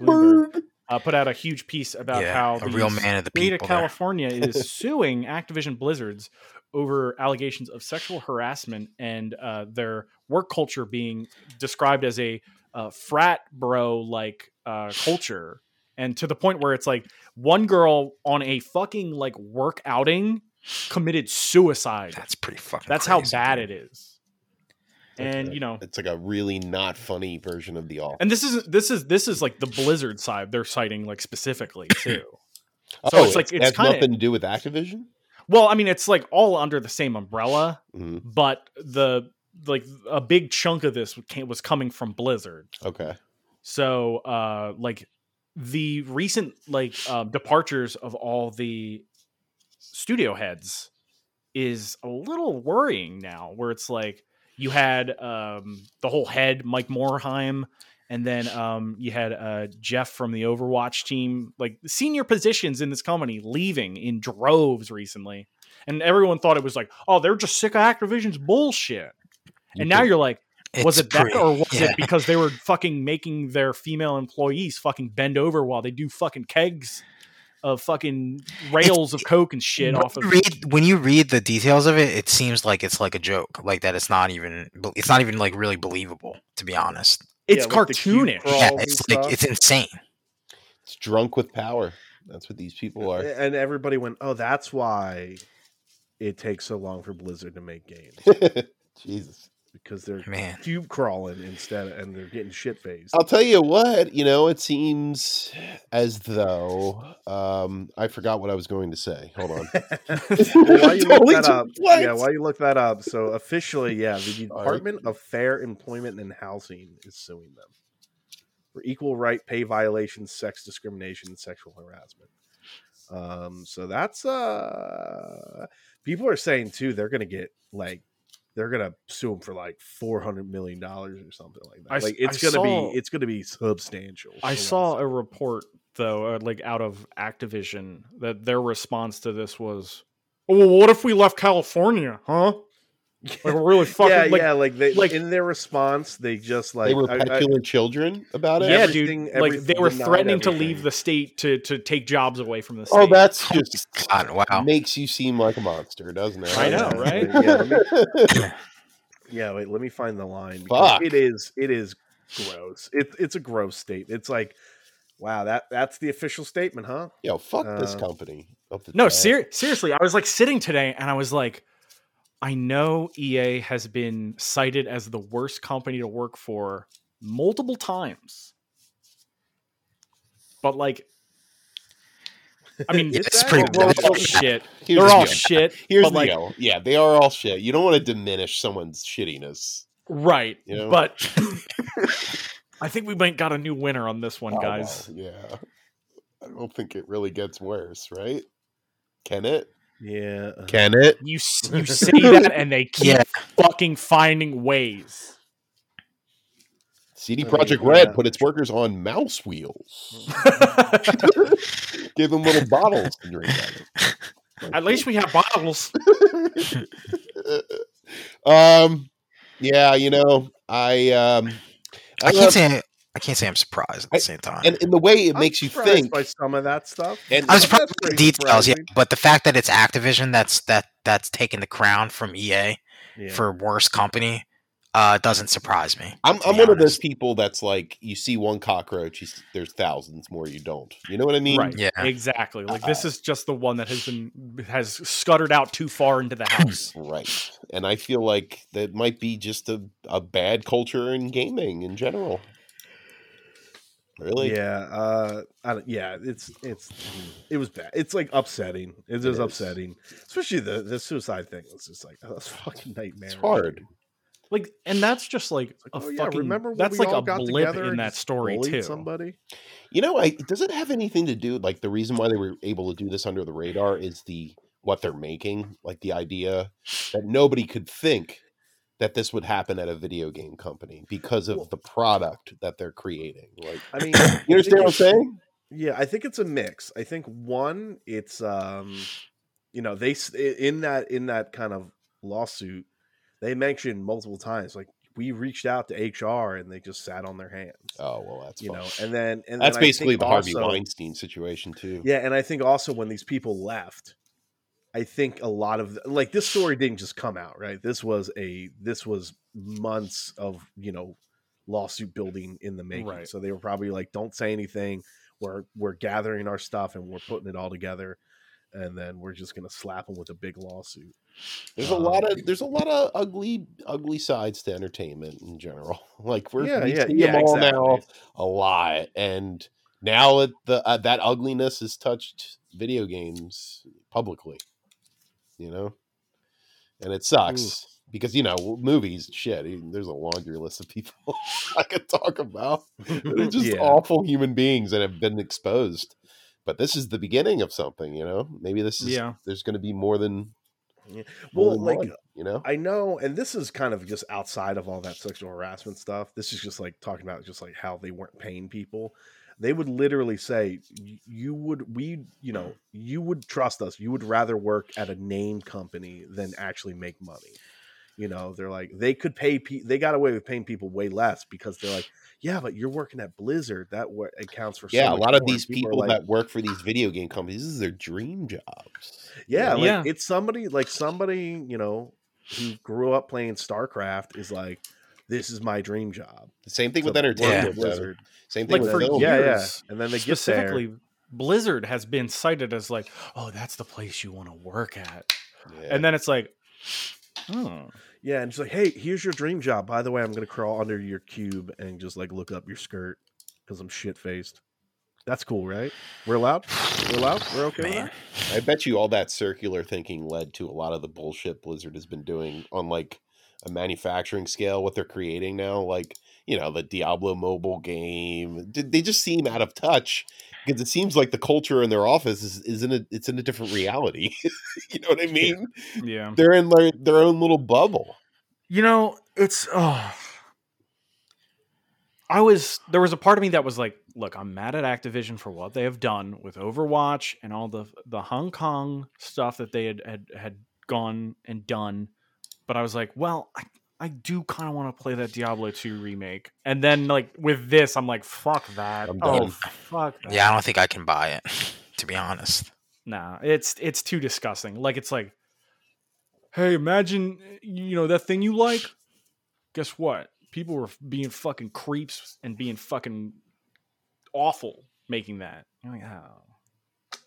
Bloomberg. Uh, put out a huge piece about yeah, how a real these- man of the State people. of there. California is suing Activision Blizzards over allegations of sexual harassment and uh, their work culture being described as a uh, frat bro like uh, culture, and to the point where it's like one girl on a fucking like work outing committed suicide. That's pretty fucking. That's how bad it is. And you know, it's like a really not funny version of the all. and this is this is this is like the Blizzard side they're citing like specifically too. so it's like- it's Oh, has kinda- nothing to do with Activision. Well, I mean, it's like all under the same umbrella. Mhm. but the like a big chunk of this came, was coming from Blizzard. Okay, So uh like the recent like uh, departures of all the studio heads is a little worrying now where it's like you had um the whole head Mike Morheim and then um you had uh Jeff from the Overwatch team like senior positions in this company leaving in droves recently and everyone thought it was like oh they're just sick of Activision's bullshit and now you're like was it that or was yeah. it because they were fucking making their female employees fucking bend over while they do fucking kegs of fucking rails of coke and shit when off of you read, when you read the details of it, it seems like it's like a joke, like that. It's not even. It's not even like really believable, to be honest. it's Yeah, with the cute cartoonish crawl. Yeah, Balls and it's like stuff. it's insane. it's drunk with power. That's what these people are. and everybody went, "Oh, that's why it takes so long for Blizzard to make games Jesus. because they're Man, cube crawling instead, of, and they're getting shit faced." I'll tell you what, you know, it seems as though um I forgot what I was going to say. Hold on. why you look Totally that up? what? Yeah, why you look that up? So officially, yeah, the All right. Department of Fair Employment and Housing is suing them for equal right pay violations, sex discrimination, and sexual harassment. Um, so that's uh, people are saying too they're gonna get like they're gonna sue them for like four hundred million dollars or something like that. I s- like it's I gonna saw- be it's gonna be substantial. I for saw one a report though, uh, like out of Activision, that their response to this was, "Oh, well, what if we left California, huh? side. Like we're really fucking yeah, like." yeah, like they like like- in their response, they just like they were I- I- petulant children about it. Yeah, Everything- dude. Like they everything- were denied threatening to leave everything. the state to to take jobs away from the state. oh, that's just God, wow. makes you seem like a monster, doesn't it? I know, right? Yeah, let me- yeah, wait, let me find the line. because Fuck. It is it is gross. It, it's a gross statement. It's like, wow, that that's the official statement, huh? Yo, fuck this Uh, company. Up the No, top. ser- seriously, I was like sitting today and I was like, I know EA has been cited as the worst company to work for multiple times. But like I mean, Yeah, it's it's pretty pretty they're all bad. shit. Here's They're the all deal. shit. Here's but the like deal. Yeah, they are all shit. You don't want to diminish someone's shittiness. right. You know? But I think we might got a new winner on this one, Oh, guys. well, yeah. I don't think it really gets worse, right? Can it? Yeah. uh, Can it? You s- you say that and they keep Yeah. fucking finding ways. CD Oh, Project yeah. Red put its workers on mouse wheels. Give them little bottles to drink out of. At least we have bottles. um, yeah, you know, I um, I, I can't love- say. I can't say I'm surprised at I- the same time. and in the way it I'm makes you surprised think. by some of that stuff. And- I was That's surprised with the pretty details, yeah, surprising. but the fact that it's Activision that's that that's taking the crown from E EA Yeah. for worst company, Uh, it doesn't surprise me. I'm, to I'm be one of those honest. people that's like, you see one cockroach, you, s- there's thousands more you don't. You know what I mean? Right. Yeah. Exactly. Like Uh, this is just the one that has been has scuttered out too far into the house. Right. And I feel like that might be just a, a bad culture in gaming in general. Really? yeah, uh, I don't, yeah, it's it's mm, it was bad. It's like upsetting. It is, It is. upsetting, especially the the suicide thing. It's just like oh, that's fucking nightmare. It's hard. Like, and that's just like a oh, yeah, fucking. remember when that's we like all a got blip together in and that just story bullied too. Somebody. You know, I does it have anything to do like the reason why they were able to do this under the radar is the what they're making, like the idea that nobody could think that this would happen at a video game company because of Well- the product that they're creating. Like I mean, you understand what I'm saying? Yeah, I think it's a mix. I think one, it's um, you know, they s- i- in that in that kind of lawsuit, they mentioned multiple times like we reached out to HR and they just sat on their hands, Oh well that's you fine. know, and then and that's then I basically think the Harvey also- Weinstein situation too. Yeah, and I think also when these people left, I think a lot of th- like this story didn't just come out, right? This was a this was months of, you know, lawsuit building in the making. Right. So they were probably like don't say anything. We're we're gathering our stuff and we're putting it all together and then we're just going to slap them with a big lawsuit. There's a lot Um, of there's a lot of ugly ugly sides to entertainment in general. Like we're Yeah, we yeah, see yeah, them all now exactly. a lot, and now that the uh, that ugliness has touched video games publicly, you know, and Hmm. it sucks because you know w- movies shit. e- There's a laundry list of people I could talk about. that are just Yeah. awful human beings that have been exposed. But this is the beginning of something, you know. Maybe this is Yeah. there's going to be more than Yeah. more Well, than like one, you know. I know, and this is kind of just outside of all that sexual harassment stuff. This is just like talking about just like how they weren't paying people. They would literally say, "Y- "You would, we, you know, you would trust us. You would rather work at a name company than actually make money." You know, they're like they could pay. Pe- they got away with paying people way less because they're like, "Yeah, but you're working at Blizzard. That wa- accounts for so yeah, a much lot of more." these are people like, that work for these video game companies, this is their dream jobs. Yeah, like Yeah. it's somebody like somebody, you know, who grew up playing StarCraft is like, this is my dream job. The same thing to with work at entertainment. though. Blizzard. Same thing Like with for film. yeah, yeah. years, And then they get there. Specifically, Blizzard has been cited as like, oh, that's the place you want to work at, Yeah. and then it's like, Hmm. oh, Yeah, and it's like, hey, here's your dream job. By the way, I'm gonna crawl under your cube and just like look up your skirt because I'm shit faced. That's cool, right? We're allowed. We're allowed. We're okay with Man. that. I bet you all that circular thinking led to a lot of the bullshit Blizzard has been doing on like a manufacturing scale, what they're creating now, like you know the Diablo mobile game. Did they just seem out of touch? Because it seems like the culture in their office is, is in a it's in a different reality. you know what I mean? yeah. They're in their, their own little bubble. You know, it's oh. I was there was a part of me that was like, look, I'm mad at Activision for what they have done with Overwatch and all the the Hong Kong stuff that they had had, had gone and done. But I was like, well, I, I do kind of want to play that Diablo 2 remake. And then like with this, I'm like, fuck that. I'm oh, done. fuck that. Yeah, I don't think I can buy it. To be honest, Nah, it's it's too disgusting. Like it's like, hey, imagine you know that thing you like. Guess what? People were being fucking creeps and being fucking awful making that. You're like, oh.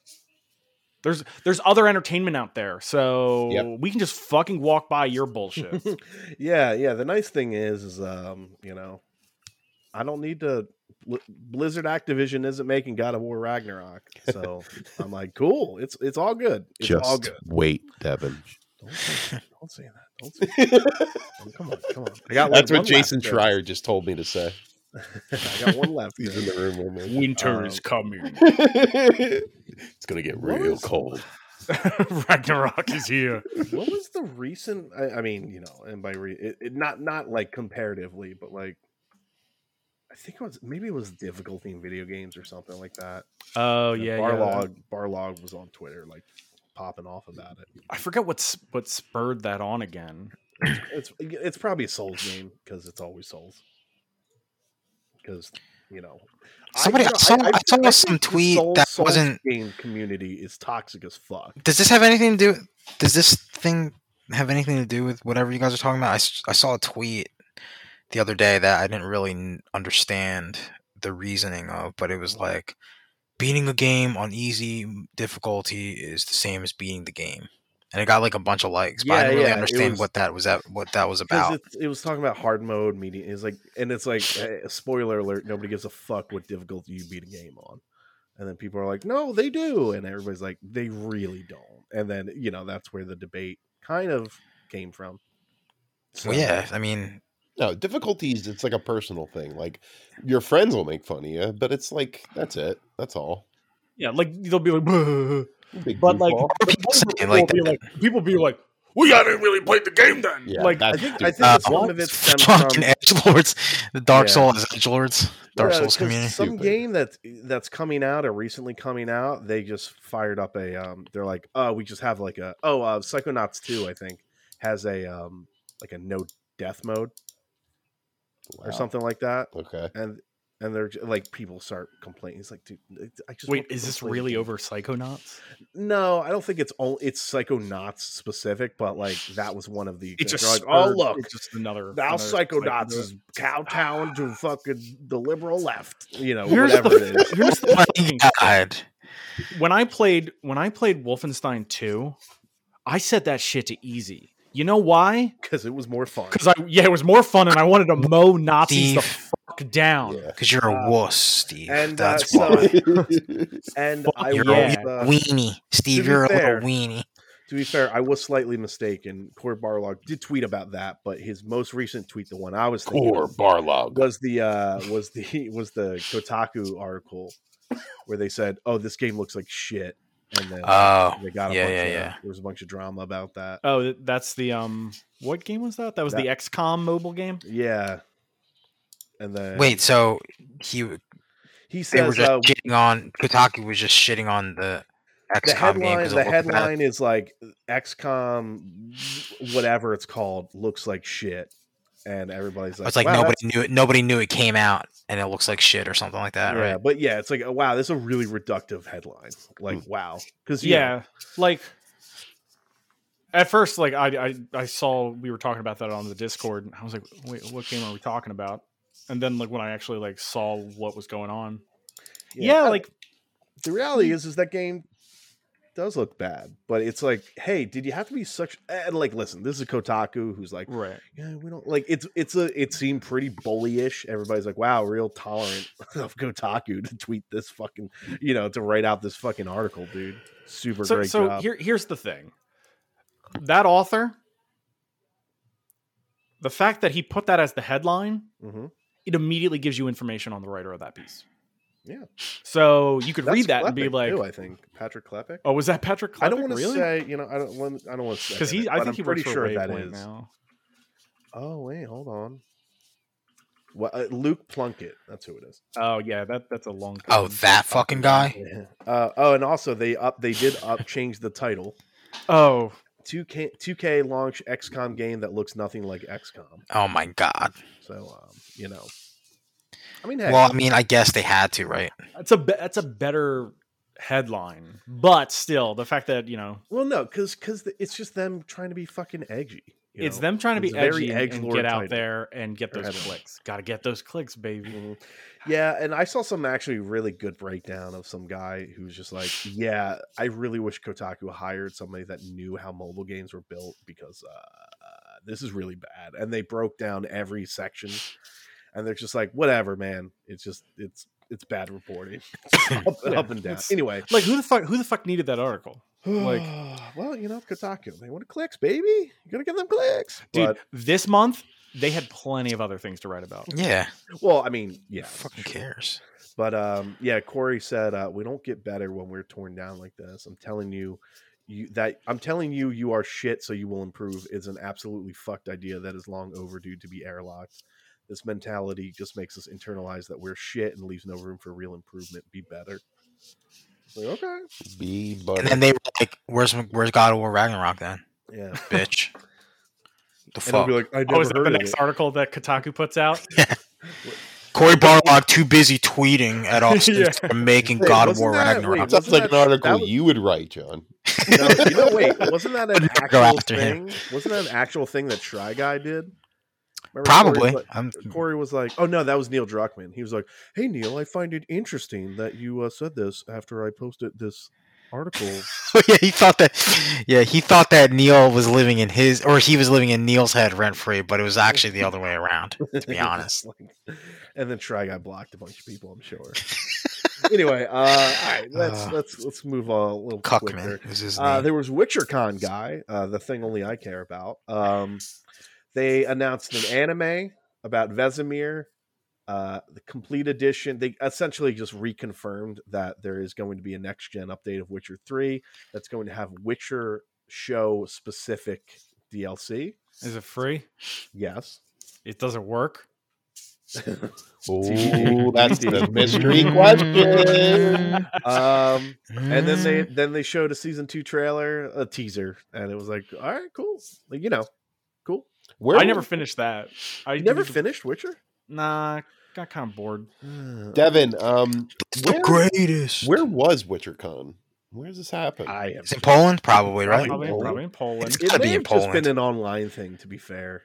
There's there's other entertainment out there, so Yep. we can just fucking walk by your bullshit. yeah, yeah. The nice thing is, is um, you know, I don't need to. Bl- Blizzard Activision isn't making God of War Ragnarok, so I'm like, cool. It's it's all good. It's all good. wait, Devin. Don't say, that. don't say that. Don't say that. Come on, come on. I got like, That's what one Jason left, Schreier just told me to say. Dennis. I got one left. He's in Dennis. the room with me. Winter Um, is coming. it's gonna get What real is- cold. Ragnarok is here. what was the recent? I, I mean, you know, and by re, it, it, not not like comparatively, but like, I think it was maybe it was difficulty in video games or something like that. Oh And yeah, yeah. Barlog Barlog was on Twitter like popping off about it. I forget what's what spurred that on again. It's it's probably a Souls game because it's always Souls. Because you know, Somebody- I you know, saw- I saw think some the tweet Souls- that Souls wasn't- game community is toxic as fuck. does this have anything to do? Does this thing have anything to do with whatever you guys are talking about? I, s- I saw a tweet the other day that I didn't really n- understand the reasoning of, but it was like beating a game on easy difficulty is the same as beating the game. And it got like a bunch of likes, but I Yeah, didn't really yeah, it understand was- what that was that what that was Because about. it's- it was talking about hard mode, medium. It's like, and it's like, eh, spoiler alert: nobody gives a fuck what difficulty you beat a game on. And then people are like, "No, they do," and everybody's like, "They really don't." And then you know that's where the debate kind of came from. So, Well, yeah, I mean, No, difficulties, it's like a personal thing. Like your friends will make fun of you, but it's like that's it. That's all. Yeah, like they'll be like, "Bleh." You big but like, goofball. the point where saying people, like will be that. like, people be like, we haven't really played the game then. yeah, like, that's I think- I stupid. think uh, some of it stems fucking from- edge lords, the Dark Yeah. Souls edge lords, Dark Yeah, Souls 'cause community. Some Stupid. game that's that's coming out or recently coming out, they just fired up a. Um, they're like, oh, we just have like a. Oh, uh, Psychonauts two, I think, has a um like a no death mode Wow. or something like that, Okay. and and they're j- like people start complaining. It's like, dude, it- I just wait, want people is to this play the really game." over Psychonauts? No, I don't think it's only it's Psychonauts specific, but like that was one of the. It they're just like, oh spurred- look, it's just another now another Psychonauts Psycho- is kowtowing to fucking the liberal left. You know, Here's whatever the- it is. Here's the fucking thing. God. when I played when I played Wolfenstein 2, I set that shit to easy. You know why? because it was more fun. Because I yeah, it was more fun, and I wanted to mow Nazis the Steve. fuck down. Yeah. Because you're a Uh, wuss, Steve. and, uh, That's so- why. And Fuck I your You're was, yeah. a uh, wee- weenie. Steve, be you're a fair- little weenie. to be fair, I was slightly mistaken. Core Barlog did tweet about that, but his most recent tweet, the one I was thinking Core of, Barlog. was the uh, was the was the Kotaku article where they said, "Oh, this game looks like shit," and then Oh, they got a yeah, bunch yeah, of, yeah. there was a bunch of drama about that. Oh, th- that's the um. What game was that? That was the XCOM mobile game. Yeah, and then Wait, so he he they were says just uh, shitting on Kotaku was just shitting on the the XCOM game headline because the headline is like XCOM whatever it's called looks like shit, and everybody's like, It's like "Wow, that's nobody knew it. Nobody knew it came out, and it looks like shit or something like that, yeah, right? but yeah, it's like oh, wow, this is a really reductive headline. Hmm. Like wow, because Yeah, yeah, like at first, like I, I I saw we were talking about that on the Discord, and I was like, wait, what game are we talking about? And then like when I actually like saw what was going on, yeah, I- like the reality is, is that game does look bad, but it's like, hey, did you have to be such? And like, listen, this is Kotaku, who's like, right. yeah, we don't like it's it's a it seemed pretty bullyish. Everybody's like, wow, real tolerant of Kotaku to tweet this fucking, you know, to write out this fucking article, dude. Super so great so job. here here's the thing that author the fact that he put that as the headline Mhm. it immediately gives you information on the writer of that piece Yeah. so you could That's read that and be Klepek, like too, I think Patrick Klepek. oh was that patrick Klepek? I don't want to really say, you know, I don't want, I don't want to say because he it, i but think I'm he pretty works for sure Waypoint that is. now Oh wait, hold on. What uh, Luke Plunkett? That's who it is. oh yeah that that's a long time Oh, that fucking guy. Uh, oh, and also they up they did up change the title. oh Two K two K launch XCOM game that looks nothing like XCOM. Oh my god. So um, you know, I mean, heck, Well, I mean, I guess they had to, right? that's a be- that's a better headline but still the fact that you know well, no, because because it's just them trying to be fucking edgy. you it's know? them trying to be it's very edgy and, and edgelord get out title. there and get Or those headline. clicks gotta get those clicks baby Mhm. Yeah, and I saw some actually really good breakdown of some guy who was just like, "Yeah, I really wish Kotaku hired somebody that knew how mobile games were built because uh, uh, this is really bad." And they broke down every section, and they're just like, "Whatever, man. It's just it's it's bad reporting, up, Yeah, up and down." it's- Anyway, like who the fuck who the fuck needed that article like, like- well, you know, Kotaku, they want clicks, baby. You gotta give them clicks, dude But- this month they had plenty of other things to write about Yeah. well, I mean, yeah, Fucking cares. But um, yeah, Corey said uh, we don't get better when we're torn down like this. I'm telling you, you that I'm telling you, you are shit, so you will improve. Is an absolutely fucked idea that is long overdue to be airlocked. This mentality just makes us internalize that we're shit and leaves no room for real improvement. Be better. It's like, okay, Be And butter. then they were like, "Where's Where's God of War Ragnarok then, yeah. And bitch?" the they'll fuck. be like, I never oh is that heard the of next it. article that kotaku puts out Corey Barlog too busy tweeting at us Yeah. for making Wait, God of wasn't War that- Ragnarok. wait, Sounds like wasn't an that- article that was- you would write, John. No, you know, wait, wasn't that an Go actual after him. thing? Wasn't that an actual thing that Shy Guy did? Remember Corey was Probably. like- I'm, Corey was like, "Oh no, that was Neil Druckmann." He was like, "Hey Neil, I find it interesting that you uh, said this after I posted this article." yeah, he thought that. Yeah, he thought that Neil was living in his, or he was living in Neil's head rent free, but it was actually the other way around. To be honest, Like- and then Try got blocked a bunch of people, I'm sure. anyway, uh, all right, let's Uh, let's let's move on a little quicker. Cuckman is his Uh, name. there was WitcherCon guy, uh, the thing only I care about. Um, they announced an anime about Vesemir, uh, the complete edition. They essentially just reconfirmed that there is going to be a next gen update of Witcher Three that's going to have Witcher show specific DLC. Is it free? Yes, It doesn't work. Oh, that's the mystery Mm. question. um, and then they Mm. then they showed a season two trailer, a teaser, and it was like, all right, cool, like you know, cool. Where I never finished that. I You never didn't- finished Witcher. Nah, got kind of bored. Devin, um, It's where- the greatest. where was WitcherCon? Where does this happen? I am. It's in Poland, probably right. Probably, Poland? probably in Poland. It's It gotta may be in have just been Poland. an online thing, to be fair,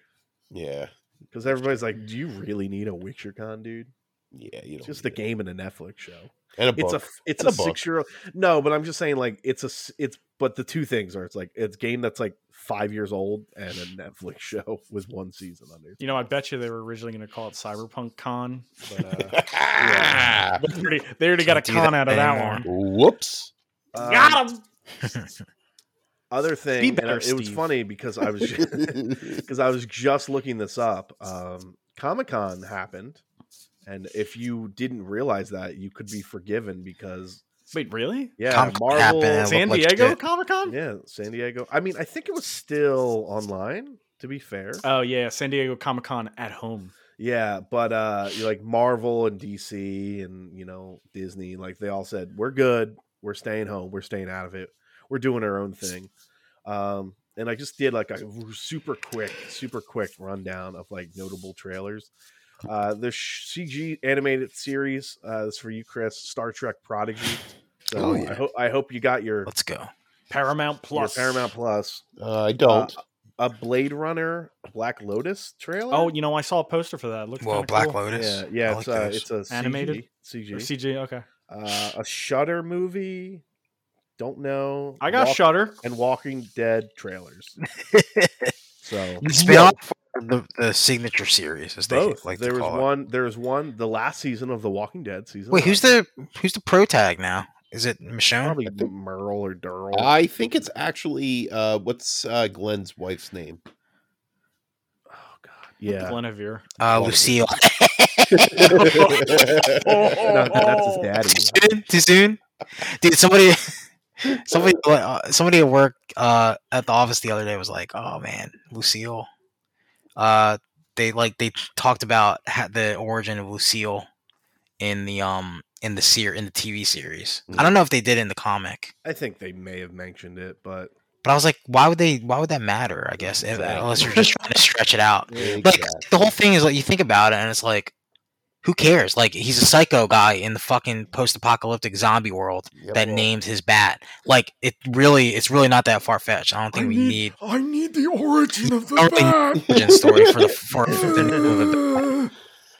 yeah, because everybody's like, do you really need a Witcher con, dude? yeah, you don't It's just a need it. game and a Netflix show. and a book. It's a it's And a, a book. six year old. No, but I'm just saying, like, it's a s- it's. But the two things are, it's like it's game that's like five years old and a Netflix show with one season on it. You know, I bet you they were originally going to call it Cyberpunk Con, but uh, Ah, they already, they already got a Can't do that con out of that anymore. one. Whoops! Um, got him. other thing, and better, I- it was Steve. funny because I was Uh, because I was just looking this up. Um, Comic Con happened, and if you didn't realize that, you could be forgiven because Wait, really? yeah, Comic-Con happened, Marvel, and it San looked like Diego shit. Comic Con? yeah, San Diego. I mean, I think it was still online. To be fair, Uh Oh yeah, San Diego Comic Con at home. yeah, but uh, you like Marvel and DC and you know Disney, like they all said, we're good, we're staying home, we're staying out of it, we're doing our own thing. Um, and I just did like a r- super quick, super quick rundown of like notable trailers. Uh, the sh- CG animated series uh, this is for you, Chris. Star Trek Prodigy. So Oh, yeah. I, ho- I hope you got your, Let's go. Paramount your Plus. Paramount Plus. Uh, I don't. A Blade Runner Black Lotus trailer. Oh, you know, I saw a poster for that. It looked Whoa, kinda Black cool. Lotus. yeah, yeah. I it's, like uh, those. it's a CG, Animated? CG. Or CG. Okay, uh, a Shutter movie. Don't know. I got Shutter. and Walking Dead trailers. so Spin-off or the the signature series, as they both. like there to was call it. one. There was one. The last season of The Walking Dead season. Wait, who's one. the who's the pro tag now? Is it Michonne? probably I think- Merle or Durrell? I think it's actually uh, what's uh, Glenn's wife's name? oh God, yeah. Glenavere. Uh, Lucille. No, that's Oh! Oh. his Too soon? daddy. Too soon? Dude, somebody, somebody, uh, somebody at work uh, at the office the other day was like, "Oh man, Lucille." Uh, they like they talked about ha- the origin of Lucille in the um in the ser- in the TV series. I don't know if they did in the comic, I think they may have mentioned it, but but I was like, why would they? Why would that matter? I guess if- Exactly. unless you're just trying to stretch it out. Like Exactly. the whole thing is like you think about it, and it's like. Who cares? Like he's a psycho guy in the fucking post-apocalyptic zombie world Yep. that named his bat. Like it really, it's really not that far fetched. I don't think we need. I need the origin of the I don't think- origin story for the for the name of it. Well,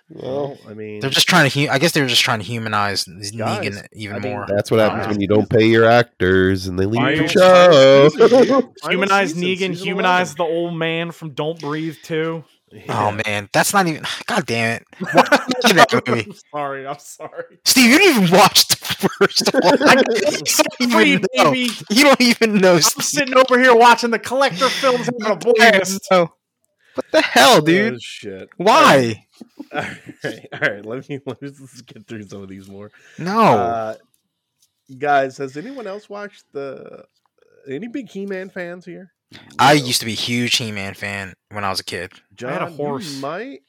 Well, I mean, They're just trying to. hu- I guess they were just trying to humanize Negan Guys, even I mean, more. that's what happens when you don't pay your actors and they I leave the don't- show. Final Humanize season, Negan. season 11. Humanize the old man from Don't Breathe too. Oh man, that's not even. God damn it, Look at that movie. I'm sorry. I'm sorry. Steve! You didn't even watch the first one. I don't Free even know. baby. You don't even know. I'm Steve. sitting over here watching the collector films having a blast. No. What the hell, Oh, dude? shit. Why? All right, all right. Let me let me just get through some of these more. No. Uh, guys, has anyone else watched the any big He-Man fans here? I used to be a huge He-Man fan when I was a kid. John, I had a you horse. might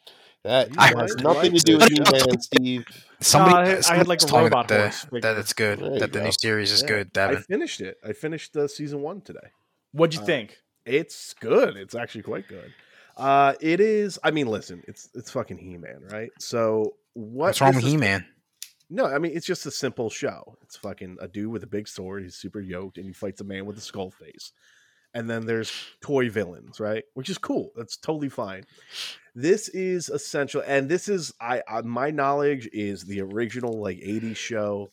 That I- has nothing to do with you, man, Steve. Somebody, No, I had- I had, someone like, a was telling me robot that the- horse figure. that it's good. There you That the go. new series is Yeah, good, I Devin. finished it. I finished uh, season one today. What'd you Uh, think? It's good. It's actually quite good. Uh, it is. I mean, listen, it's it's fucking He-Man, right? So what What's wrong this with is- He-Man? No, I mean it's just a simple show. It's fucking a dude with a big sword. He's super yoked, and he fights a man with a skull face. And then there's toy villains, right? Which is cool. That's totally fine. this is essential and this is I, I my knowledge is the original like 80s show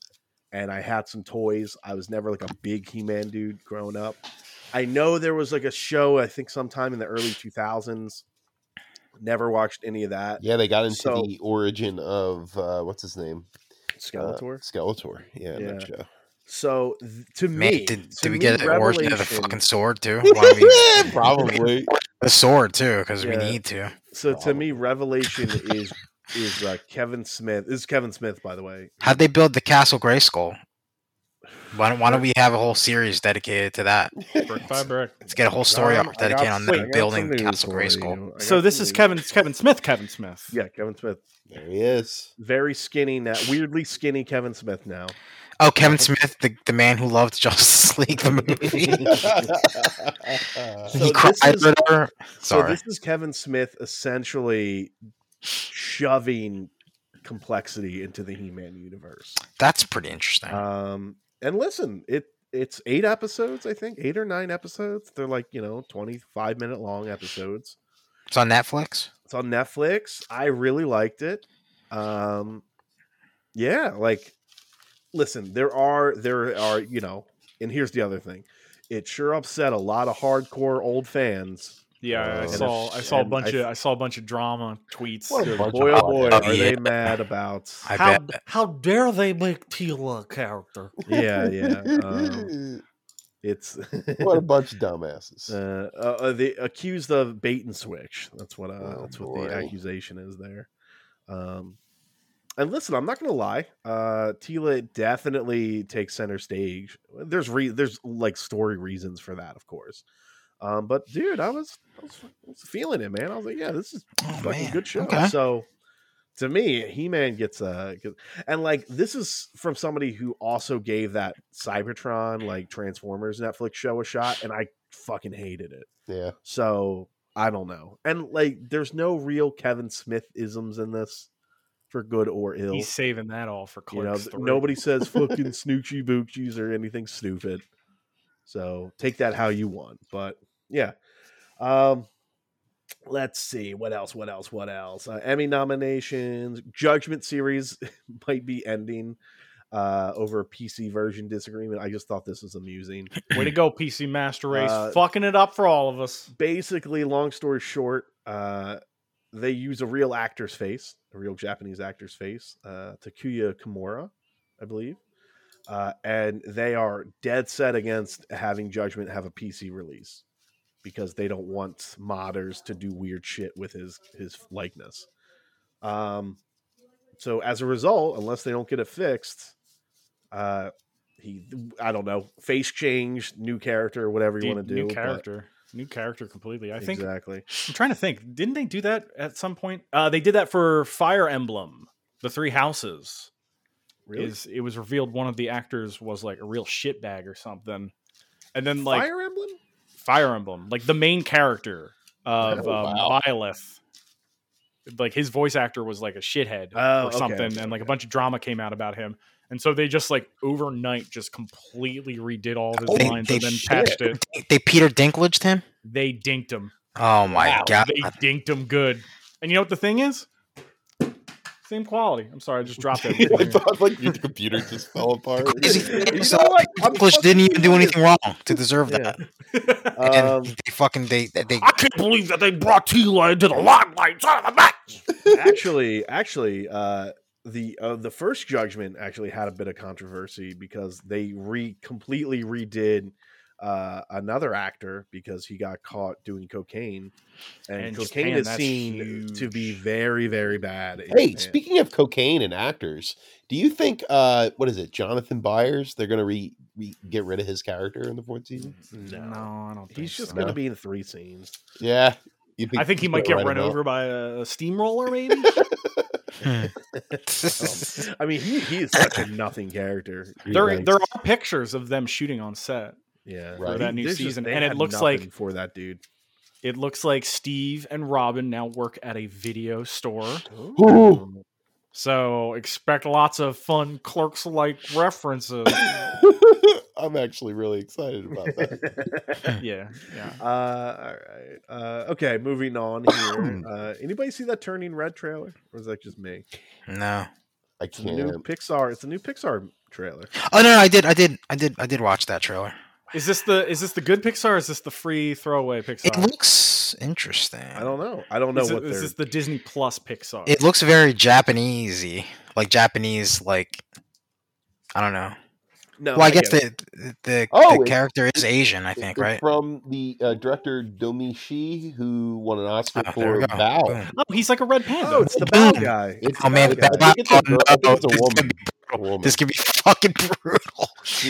and i had some toys i was never like a big he-man dude growing up i know there was like a show i think sometime in the early 2000s never watched any of that Yeah, they got into So- the origin of uh, what's his name? Uh, skeletor Skeletor. Yeah, that show. so th- to Man, me did, to did we me, get an origin of the Revelation- fucking sword too? Why don't we- Probably. the sword too, because we Yeah. need to. so to Probably. oh. me revelation is is uh, kevin smith this is kevin smith by the way How'd they build the Castle Gray Skull? Why don't Why don't we have a whole series dedicated to that? Brick by brick. Let's get a whole story Um, arc I got dedicated on some- I them got building some news Castle for Gray you. Skull. I got So this some is news. Kevin Kevin Smith. Kevin Smith. Yeah, Kevin Smith. There he is. Very skinny now. Weirdly skinny Kevin Smith now. Oh, Kevin Smith, the, the man who loved Justice League, the movie. So he this cried is- or whatever. Sorry. So this is Kevin Smith essentially shoving complexity into the He-Man universe. That's pretty interesting. Um and listen, it it's eight episodes, I think, eight or nine episodes. They're like, you know, 25 minute long episodes. it's on Netflix. It's on Netflix. I really liked it. Um, yeah, like, listen, there are there are you know, and here's the other thing, it sure upset a lot of hardcore old fans. Yeah, I Uh, saw. I saw a and bunch I- of. I saw a bunch of drama tweets. What a bunch of Boy, oh boy, Oh, are yeah. they mad about? I how, bet. how dare they make Tila a character? yeah, yeah, um, it's what a bunch of dumbasses. uh, uh, the accused of bait and switch. That's what uh, Oh, that's what boy. the accusation is there. Um, and listen, I'm not gonna lie. Uh, Tila definitely takes center stage. There's re- there's like story reasons for that, of course. Um, but dude, I was, I was I was feeling it, man. I was like, yeah, this is Oh, fucking man. good show. Okay. So to me, He Man gets a gets- and like this is from somebody who also gave that Cybertron like Transformers Netflix show a shot, and I fucking hated it. yeah. So I don't know. And like, there's no real Kevin Smith isms in this, for good or ill. He's saving that all for you know, Clerks th- three. nobody says fucking snoochie boochies or anything stupid. So take that how you want. But yeah. Um let's see what else what else what else uh, emmy nominations judgment series might be ending uh over a pc version disagreement i just thought this was amusing Way to go, PC Master Race. Uh, Fucking it up for all of us. basically, long story short, uh, they use a real actor's face, a real Japanese actor's face, uh, Takuya Kimura, I believe. Uh, and they are dead set against having Judgment have a PC release because they don't want modders to do weird shit with his his likeness. Um, so as a result, unless they don't get it fixed, uh, he I don't know face change, new character, whatever you Dude, want to do. new but- character. New character completely. I think exactly. I'm trying to think. Didn't they do that at some point? Uh, they did that for Fire Emblem, the Three Houses. Is it was revealed one of the actors was like a real shitbag or something, and then like Fire, Fire Emblem? Emblem, like the main character of Oh, um, wow. Byleth, like his voice actor was like a shithead Oh, or okay, something, okay, and like a bunch of drama came out about him. And so they just like overnight just completely redid all of his They- lines they and then shit. patched it. They, they Peter Dinklaged him? They dinked him. Oh my Wow, god. They dinked him good. And you know what the thing is? Same quality. I'm sorry, I just dropped I that. thought like your computer just fell apart. Crazy thing You is, know uh, what? I'm Dinklage didn't even do anything wrong to deserve Yeah. that. And Um, they fucking they they I can't believe that they brought Tila into the limelight. Son of a bitch! actually, actually, uh, the uh, the first judgment actually had a bit of controversy because they re completely redid uh, another actor because he got caught doing cocaine, and, In cocaine Japan, is that's seen to be huge. very, very bad. in Hey, Japan. speaking of cocaine and actors, do you think uh what is it, Jonathan Byers? They're gonna re, re get rid of his character in the fourth season? no, I don't he's just so. gonna be in three scenes. Yeah. You I think he he's might get gonna run write him over by a steamroller, maybe. Hmm. they I mean, he, he is such a nothing character. up? there, Right. there are pictures of them shooting on set. Yeah, Right. He- that new there's just- season, they and it had looks like- nothing for that dude. It looks like Steve and Robin now work at a video store, Ooh. so expect lots of fun clerks-like references. I'm actually really excited about that. Um, yeah, yeah. Uh, all right. Uh, okay, moving on here. Uh, anybody see that Turning Red trailer, or is that just me? No. I It's a new can't. Pixar. It's a new Pixar trailer. Oh no, no, I did, I did, I did, I did watch that trailer. Is this the is this the good Pixar? Or is this the free throwaway Pixar? It looks interesting. I don't know. I don't know is, it- what is they're. this the Disney Plus Pixar? It looks very Japanesey, like Japanese, like I don't know. no, well, I, guess get it. the the, the, Oh, the it- character is Asian, I think, It's right? From the uh, director Domishi, who won an Oscar Oh, there for we go. Bow. Boom. oh, he's like a red panda. Oh, it's the bow Boom. guy. It's Oh man, that that- guy. I think oh, it's a girl- I no, think it's a this woman. could be A woman. this could be fucking brutal.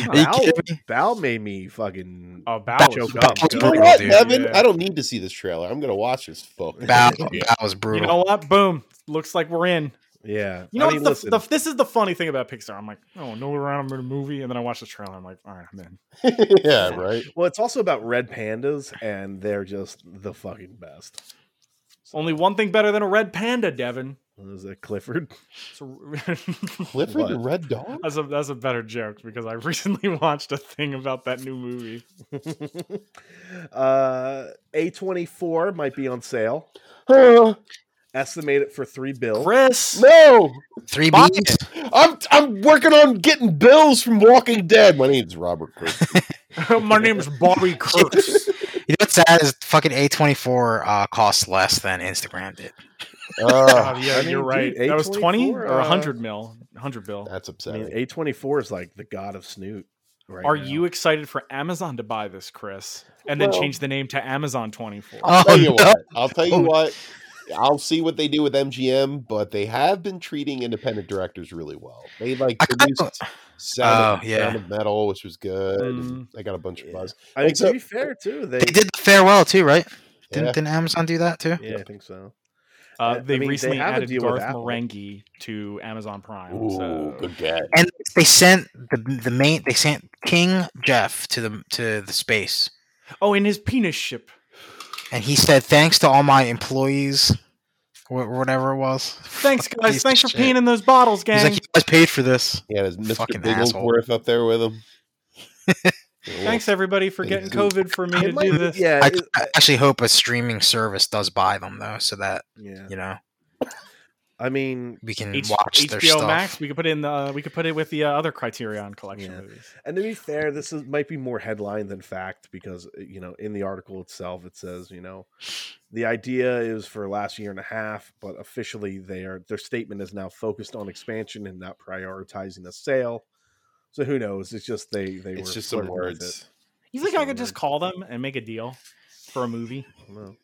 Are you Bow, kidding me? Bow made me fucking. oh, Bao That- is Joe Gump. good. you know brutal, what, dude. Evan? Yeah. I don't need to see this trailer. I'm gonna watch this fuck. Bow, Yeah. Bow is brutal. You know what? Boom. Looks like we're in. Yeah. You know I mean, what's listen, the, the, this is the funny thing about Pixar. I'm like, oh, no around I'm in a movie, and then I watch the trailer. I'm like, all right, I'm in. yeah, right. well, it's also about red pandas, and they're just the fucking best. Only one thing better than a red panda, Devin. Is that Clifford? It's a- Clifford the What? Red Dog. that's a that's a better joke because I recently watched a thing about that new movie. uh, A24 might be on sale. Huh? Estimated for three bill. Chris, no, Three Buy beans. I'm I'm working on getting bills from Walking Dead. My name's Robert. Kirk. my name is Bobby Kurtz. You know what's sad is fucking A twenty four costs less than Instagram did. Uh, God, yeah, I mean, you're right. dude, that was twenty A24, or uh, hundred mil, hundred bill. that's I mean, upsetting. A24 is like the god of snoot. Right Are now. you excited for Amazon to buy this, Chris, and then Well- change the name to Amazon Twenty Four? Oh, tell you no. what. I'll tell you Oh. what. I'll see what they do with MGM, but they have been treating independent directors really well. They like I kinda- produced Sound, Oh, of, yeah. Sound of Metal, which was good. and Mm. They got a bunch of buzz. I mean, Except- to be fair, too, they, They did the farewell too, right? Didn't, Yeah. didn't Amazon do that too? Yeah, I think so. I- Uh, I they mean, they recently have a added deal with Garth Apple. Marenghi to Amazon Prime. Ooh, so- good get. And they sent the the main. They sent King Jeff to the to the space, Oh, in his penis ship. and he said, "Thanks to all my employees, wh- whatever it was." Thanks, Fuck guys. piece Thanks for of shit. peeing in those bottles, He's gang. like, "You guys paid for this." Yeah, there's Mr. Fucking Bigglesworth up there with him. Thanks everybody for getting Thank you. COVID for me It to might- do this. Uh, yeah, I, it- I actually hope a streaming service does buy them though, so that yeah. you know I mean, we can H- watch their HBO stuff. Max. We could put in the we could put it with the uh, other Criterion collection Yeah. movies. and to be fair, this is might be more headline than fact because uh, you know in the article itself it says you know the idea is for last year and a half, but officially they are their statement is now focused on expansion and not prioritizing a sale. So who knows? It's just they they It's were just some flirting with words. You think I could just call them and make a deal for a movie? it. I don't know.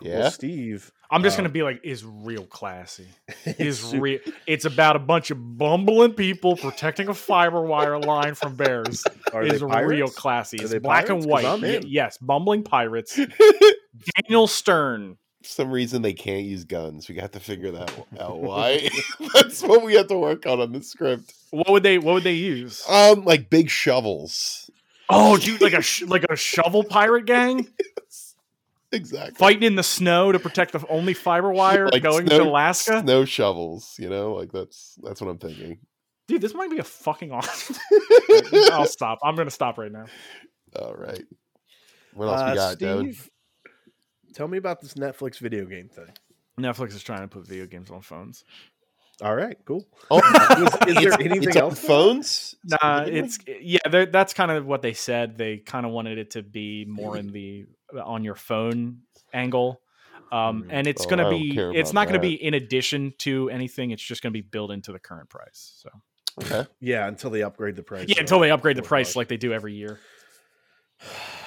Yeah. Well, Steve I'm just Uh, gonna be like, is real classy. is Is super- real. It's about a bunch of bumbling people protecting a fiber wire line from bears. are Is they real pirates? classy. Are It's they black pirates? and 'Cause white. I'm Y- in. yes, bumbling pirates. Daniel Stern. For some reason they can't use guns. We have to figure that out why. That's what we have to work on on the script. What would they? What would they use? Oh, Um, like big shovels. Oh, dude, like a sh- like a shovel pirate gang. Exactly. fighting in the snow to protect the only fiber wire Like going snow- to Alaska. Snow shovels, you know, like that's that's what I'm thinking. Dude, this might be a fucking awesome. I'll stop. I'm gonna stop right now. All right. What else we Uh, got, dude? Steve, tell me about this Netflix video game thing. Netflix is trying to put video games on phones. All right, cool. Oh, Was, is there it's anything on else? phones? Nah, Really? it's eh, yeah. they're- That's kind of what they said. They kind of wanted it to be more in the uh, on your phone angle, um, Mm. and it's Oh, I gonna don't be. care It's about not gonna that. be in addition to anything. It's just gonna be built into the current price. So okay. Yeah, until they upgrade the price. yeah, so- until they upgrade the four price bucks. like they do every year.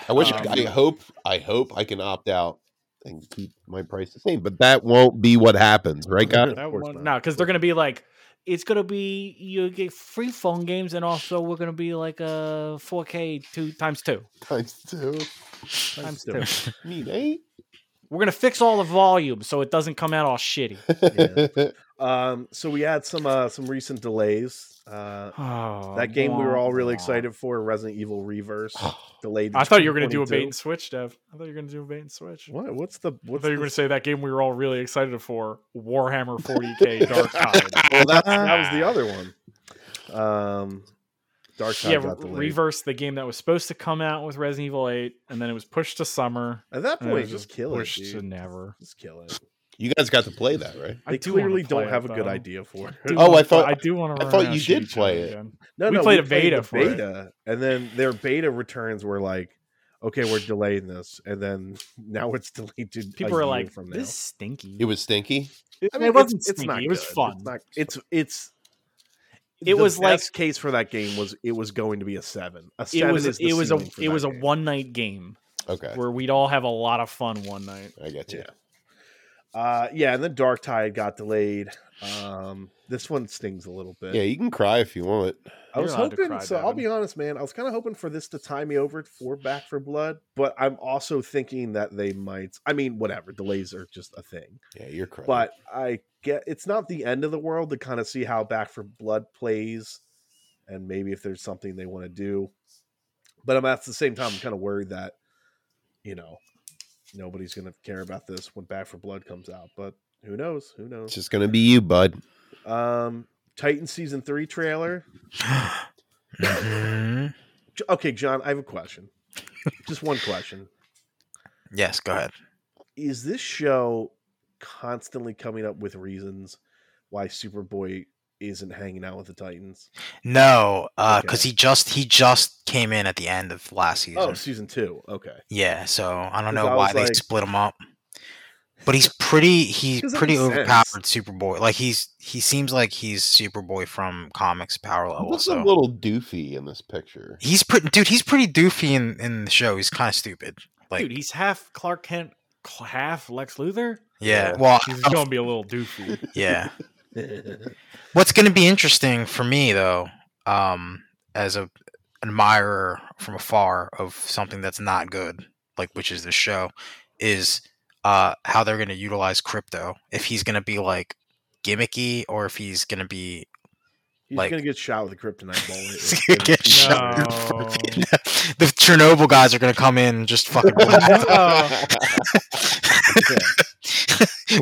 I wish Um, I hope I hope I can opt out and keep my price the same, but that won't be what happens, right, guys? Of That course one, not. no, because they're gonna be like, it's gonna be you get free phone games, and also we're gonna be like a 4K two times two Times two. times two. Times Mean eh? eight. We're gonna fix all the volume so it doesn't come out all shitty. Yeah. Um, so we had some uh, some recent delays. Uh, Oh, that game we were all really wah, excited for, Resident Evil Reverse, delayed. wah. I thought you were gonna do a 2022. bait and switch, Dev. I thought you were gonna do a bait and switch. What? What's the? I What's thought you were the- gonna say that game we were all really excited for, Warhammer 40k Dark Tide. Ah. well, that, that was the other one. Um, Dark Tide yeah, got delayed. reverse the game that was supposed to come out with Resident Evil 8, and then it was pushed to summer. At that and it point, was just kill it. pushed to dude. never. Just kill it. You guys got to play that, right? I They do wanna clearly play don't it, have a good though. idea for it. do Oh, wanna I thought- play- I do want I to. thought you did play it. No, We no, played a the beta for it. beta, and then their beta returns were like, "Okay, we're delaying this," and then now it's delayed. to a People are year like, from now. "This stinky." It was stinky. I I mean, mean, it wasn't it's, it's stinky. not. it was good. fun. It's not. It's it's. It was like- best case for that game was it was going to be a seven. A it seven was. is the It was a. ceiling for It that was a game. one night game Okay, where we'd all have a lot of fun one night. I get you. Yeah. Uh, yeah, and then Dark Tide got delayed. Um, this one stings a little Yeah. bit. you can cry if you want. I You're was allowed to hoping. cry, So I'll be honest, man. I was kind of hoping for this to tie me over for Back for Blood, but I'm also thinking that they might. I mean, whatever. Delays are just a thing, Yeah, you're crying. but I get it's not the end of the world to kind of see how Back for Blood plays, and maybe if there's something they want to do. But I'm at the same time, I'm kind of worried that you know nobody's going to care about this when Back for Blood comes out. But who knows? Who knows? it's just gonna be you, bud. Um, Titan season three trailer. Mhm. J- Okay, John, I have a question. Just one question. Yes, go ahead. Is this show constantly coming up with reasons why Superboy isn't hanging out with the Titans? No, because Okay. he just he just came in at the end of last season. Oh, season two. Okay. Yeah, so I don't 'Cause know I why was they like- split him up. But he's pretty he's 'Cause that pretty makes overpowered sense. Superboy. Like he's he seems like he's Superboy from comics power He level. looks So a little doofy in this picture. he's pretty dude, he's pretty doofy in, in the show. He's kinda stupid. Like Dude, he's half Clark Kent, cl- half Lex Luthor. yeah. Well He's gonna be a little doofy. yeah. What's gonna be interesting for me though, um, as a admirer from afar of something that's not good, like which is this show, is uh, how they're going to utilize crypto. If he's going to be like gimmicky, or if he's going to be He's Like- gonna get shot with a kryptonite He's bullet. gonna get shot. no. the Chernobyl guys are going to come in and just fucking. Oh.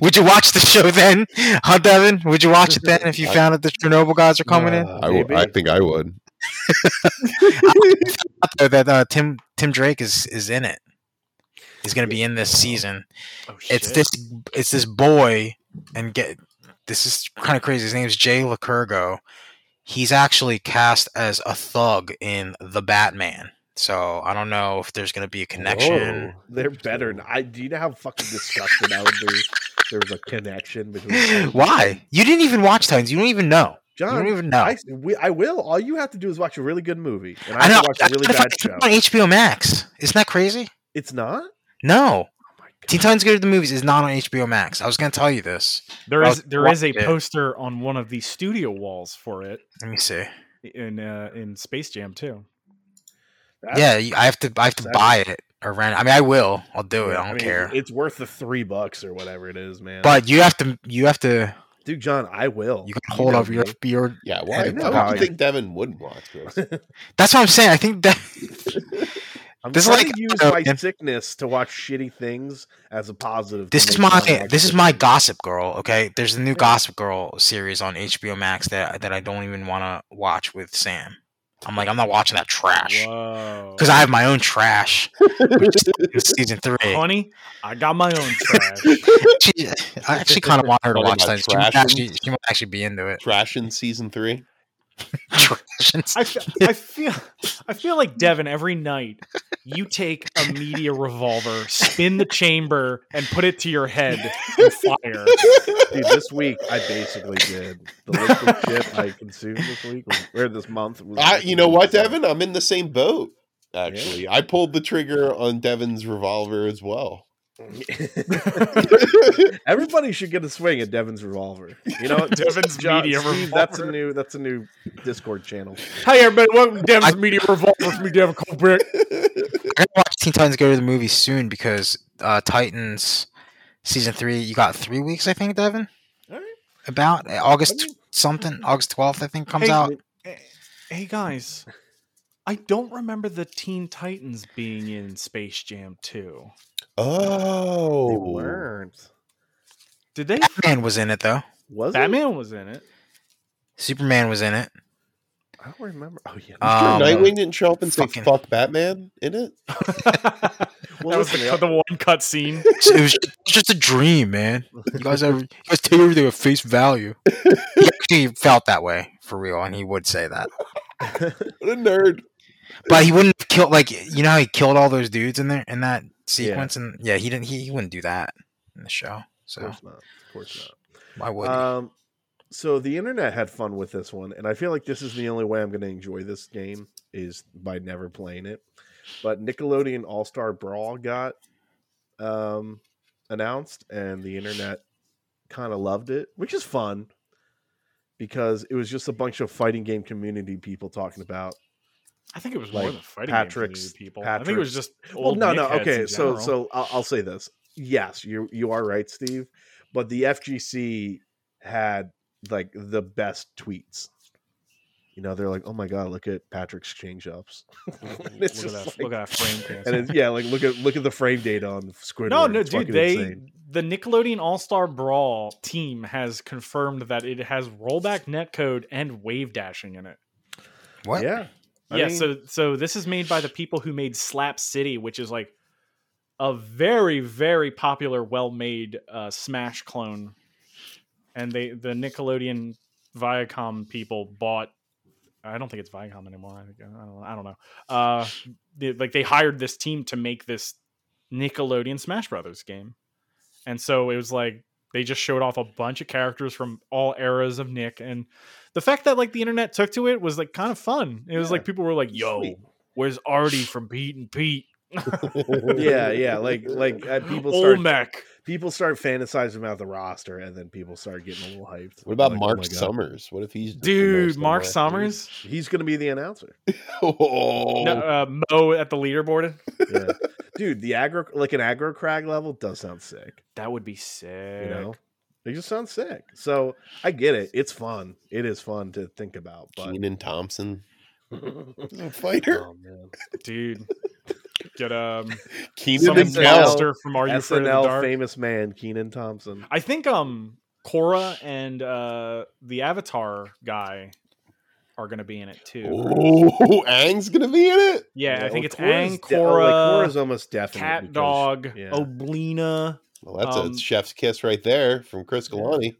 Would you watch the show then, huh, Devin? Would you watch it then if you I- found out the Chernobyl guys are coming in? I, w- Maybe. I think I would. Out there that uh, Tim Tim Drake is is in it. He's going to be in this season. Oh, it's shit. this it's this boy and get this is kind of crazy his name's jay lacurgo he's actually cast as a thug in the batman so i don't know if there's going to be a connection Whoa. They're better. Than, I do you know how fucking disgusted I would be? if There was a connection between why you didn't even watch titans you don't even know you John. don't even know Oh, I, i, we, I will. All you have to do is watch a really good movie, and I, know have to watch a I'm really trying to bad find- show. it's on hbo max isn't that crazy It's not. no Oh my teen titans go to the movies is not on hbo max i was going to tell you this There I'll is there is a watch it. poster on one of the studio walls for it let me see in uh, in Space Jam too. That's- yeah you- i have to i have to that's- buy it or rent i mean i will i'll do it Yeah, i don't mean, care It's worth the three bucks or whatever it is, man. but you have to you have to dude, John, I will. You can hold know up your, me. your. Yeah, I why? know why how do I- you think Devin wouldn't watch this? That's what I'm saying. I think that I'm This is trying like- to use Oh, my yeah. sickness to watch shitty things as a positive. to this is make my John watch this is good my things. Gossip Girl. Okay, there's a new Gossip Girl series on HBO Max that that I don't even want to watch with Sam. I'm like, I'm not watching that trash Whoa. because I have my own trash. in season three. honey, I got my own trash. She- I actually kind of want her to Talking watch about that. She might, trashing? actually, she might actually be into it. Trash in season three. Trash. I, f- I feel I feel like Devin every night you take a media revolver, spin the chamber, and put it to your head and fire. Dude, this week I basically did the liquid shit I consumed this week was- or this month. Was I, liquid you know what, shit. Devin? I'm in the same boat. Actually, I pulled the trigger on Devin's revolver as well. Everybody should get a swing at Devin's revolver. You know, what? Devin's John, media Steve, That's a revolver. new. That's a new Discord channel. Hey everybody, welcome to Devin's I- Media Revolver with me, Devin Colbrick. I gotta watch Teen Titans Go to the movie soon because uh, Titans season three. You got three weeks, I think, Devin. Alright. About uh, August I mean- something, August twelfth, I think, comes Hey, eh, out. Hey guys, I don't remember the Teen Titans being in Space Jam 2. They Oh, weren't. Did they? Batman was in it though. Was it? Batman was in it. Superman was in it. I don't remember. Oh yeah, Um, Nightwing didn't show up and say fucking- "fuck Batman" in it. that Well, was the, listen, cut- the one cut scene. it was just a dream, man. You guys, have, you guys take everything at face value. He actually felt that way for real, and he would say that. What a nerd! But he wouldn't have killed like you know how he killed all those dudes in there in that sequence, and yeah, he didn't. He, he wouldn't do that in the show. of So course not. Of course why would not. Um, so the internet had fun with this one, and I feel like this is the only way I'm going to enjoy this game is by never playing it. But Nickelodeon All Star Brawl got um, announced, and the internet kind of loved it, which is fun because it was just a bunch of fighting game community people talking about I think it was Like, more than fighting game Patrick's- community people. I think it was just Well, old no, no. dickheads Okay, in so general. so I'll, I'll say this. Yes, you you are right, Steve. But the FGC had like the best tweets. You know, they're like, "Oh my god, look at Patrick's change ups." it's look, at just that, like- look at that frame. and it's, yeah, like look at look at the frame data on Squidward. No, no, It's dude. fucking They insane. the Nickelodeon All Star Brawl team has confirmed that it has rollback netcode and wave dashing in it. what? yeah, I yeah. mean- so so this is made by the people who made Slap City, which is like a very very popular, well made uh, Smash clone, and they the Nickelodeon Viacom people bought. I don't think it's Viacom anymore. I, think- I don't. I don't know. Uh, they, like they hired this team to make this Nickelodeon Smash Brothers game, and so it was like they just showed off a bunch of characters from all eras of Nick, and the fact that like the internet took to it was like kind of fun. It was like people were like, "Yo, Sweet. where's Artie from Pete and Pete? yeah, yeah. Like like uh, people start Olmec." people start fantasizing about the roster, and then people start getting a little hyped. What about Like, oh Mark my God. Summers? What if he's the Dude, most Mark unlucky? Summers, He's going to be the announcer. Oh, no, uh, Mo at the leaderboard. yeah. dude the aggro like an aggro crag level does sound sick That would be sick. you know it just sounds sick so i get it it's fun it is fun to think about but Keenan Thompson, is a fighter. oh, man. dude. Get um Keenan some and Kel. monster from Are You Afraid of the snl Dark? famous man keenan thompson I think um Korra and uh the Avatar guy are gonna be in it too. Oh, Ang's gonna be in it. Yeah, I No, think it's Korra's Ang, de- oh, like, Korra, Korra's almost definite Cat because- Dog, yeah. Oblina. Well, that's Um, a chef's kiss right there from Chris Yeah. Galani.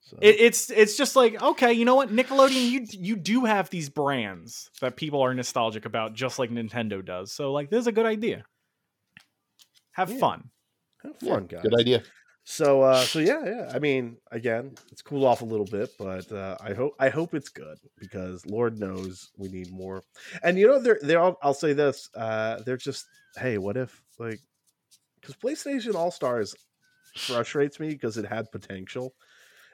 so. It, it's it's just like okay, you know what, Nickelodeon, you you do have these brands that people are nostalgic about, just like Nintendo does. So like, this is a good idea. Have Yeah. fun. Have fun guys Good idea. so uh so yeah yeah i mean again it's cooled off a little bit but uh i hope i hope it's good because lord knows we need more and you know they're they're all i'll say this uh they're just hey what if like because playstation all stars frustrates me because it had potential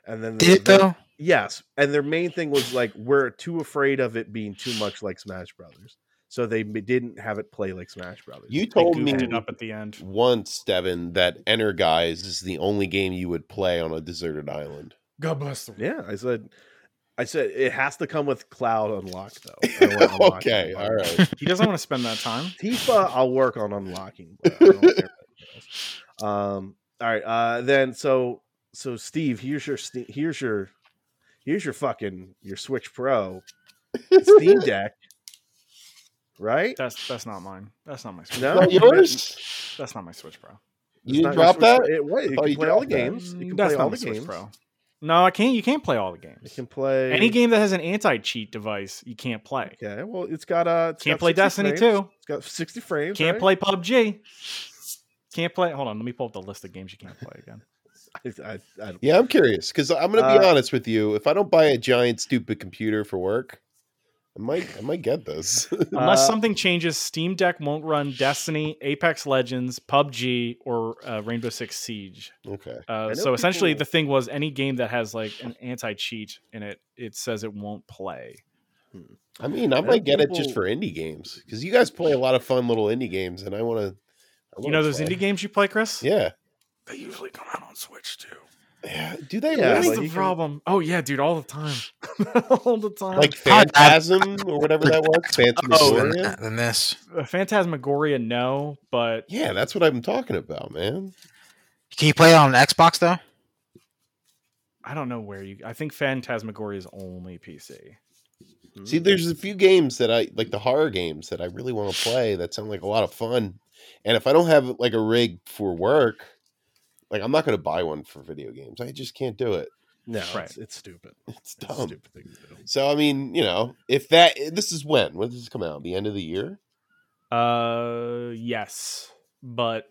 and then Did their- it though? yes and their main thing was like we're too afraid of it being too much like smash brothers so they m- didn't have it play like smash brothers You They told me goofed it up at the end. once, Devin, that Enter Guys is the only game you would play on a deserted island. God bless them. Yeah, I said, I said it has to come with cloud unlock though. I want unlock and okay, unlock. all right. He doesn't want to spend that time. Tifa, I'll work on unlocking. But I don't care about anything else. um, all right. Uh, then so so Steve, here's your Ste- here's your here's your fucking your Switch Pro Steam Deck, right? That's that's not mine. That's not my Switch. No, Not yours? That's not my Switch Pro. It's You not didn't your drop Switch that? Pro. It, what? You thought can you play all the dropped that. games. You can That's play not all my the Switch games. Pro. No, I can't. You can't play all the You games. can play Any game that has an anti-cheat device, you can't play. Okay, well, it's got uh, it's Can't got play 60 Destiny frames. too. It's got sixty frames. Can't right? play PUBG. Can't play. Hold on, let me pull up the list of games you can't play again. I, I, I, Yeah, I'm curious because I'm gonna be Uh, honest with you. If I don't buy a giant stupid computer for work, I might I might get this. Unless Uh, something changes, Steam Deck won't run Destiny, Apex Legends, PUBG, or uh, Rainbow Six Siege. okay. Uh, know so essentially, people- the thing was any game that has like an anti-cheat in it, it says it won't play. I mean, I know might get it just people- for indie games because you guys play a lot of fun little indie games, and I want to. You know those indie games you play, Chris? Yeah. They usually come out on Switch too. Yeah. Do they Yeah, That's really? like the you can- problem. Oh yeah, dude, all the time, all the time. like Hi, Dad. Phantasm or whatever that was? Phantasm Oh, Gloria? than, that- than this. Uh, Phantasmagoria, no, but Yeah, that's what I'm talking about, man. Can you play it on an Xbox though? I don't know where you. I think Phantasmagoria is only PC. See, Mm. there's a few games that I like the horror games that I really want to play that sound like a lot of fun. And if I don't have like a rig for work, like I'm not going to buy one for video games. I just can't do it. no, Right. it's, it's stupid. It's It's a dumb. stupid thing to do. So I mean, you know, if that eh, this is when when does this come out? The end of the year? Uh, yes, but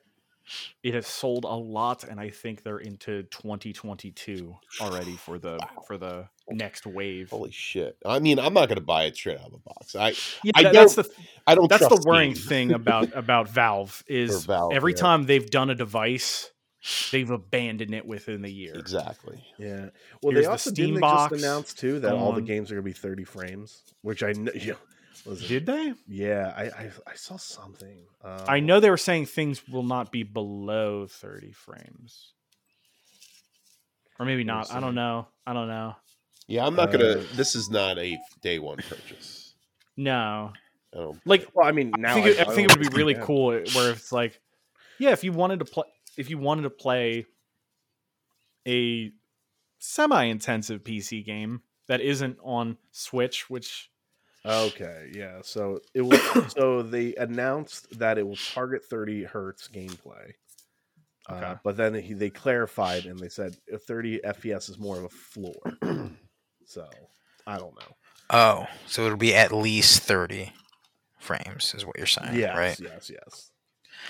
it has sold a lot, and I think they're into 2022 already for the for the next wave. Holy shit! I mean, I'm not going to buy it straight out of the box. I Yeah, I tha- that's the I don't. that's the trust worrying Steam. thing about about Valve is Valve, every yeah. time they've done a device, they've abandoned it within the year. Exactly. Yeah. Well, Here's they the also Steam didn't box, they just announce too that all the gone. games are going to be 30 frames, which I know. Yeah, listen, Did they? yeah I, I I saw something. Um, Uh, I know they were saying things will not be below 30 frames. Or maybe What not. was I don't that? know. I don't know. Yeah, I'm not gonna. Uh, this is not a day one purchase. No. I don't. Like Well, I mean, now I think, it, I I think it don't would be really understand. cool i- where it's like, yeah, if you wanted to play, if you wanted to play a semi-intensive PC game that isn't on Switch, which Okay, yeah. So it will. so they announced that it will target 30 hertz gameplay. Uh, Okay. but then he, they clarified and they said uh, 30 FPS is more of a floor. so I don't know. Oh, so it'll be at least 30 frames, is what you're saying, Yes, right? yes, yes.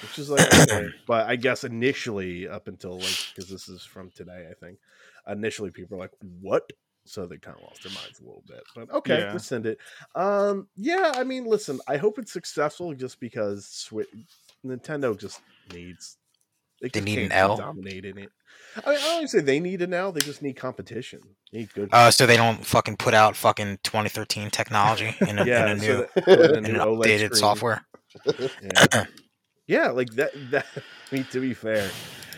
Which is like, okay. but I guess initially, up until like, because this is from today, I think, initially people were like, what? So they kind of lost their minds a little bit. But okay, Yeah. let's send it. Um, yeah, I mean, listen, I hope it's successful just because Swi Nintendo just needs. They just need an can't keep L? Dominating it. I mean, I don't say they need an L. They just need competition. They need good. Uh, so they don't fucking put out fucking 2013 technology in a, in yeah, a so new, that- with a in an new OLED updated screen. software. Yeah. yeah, like that. That I mean, to be fair,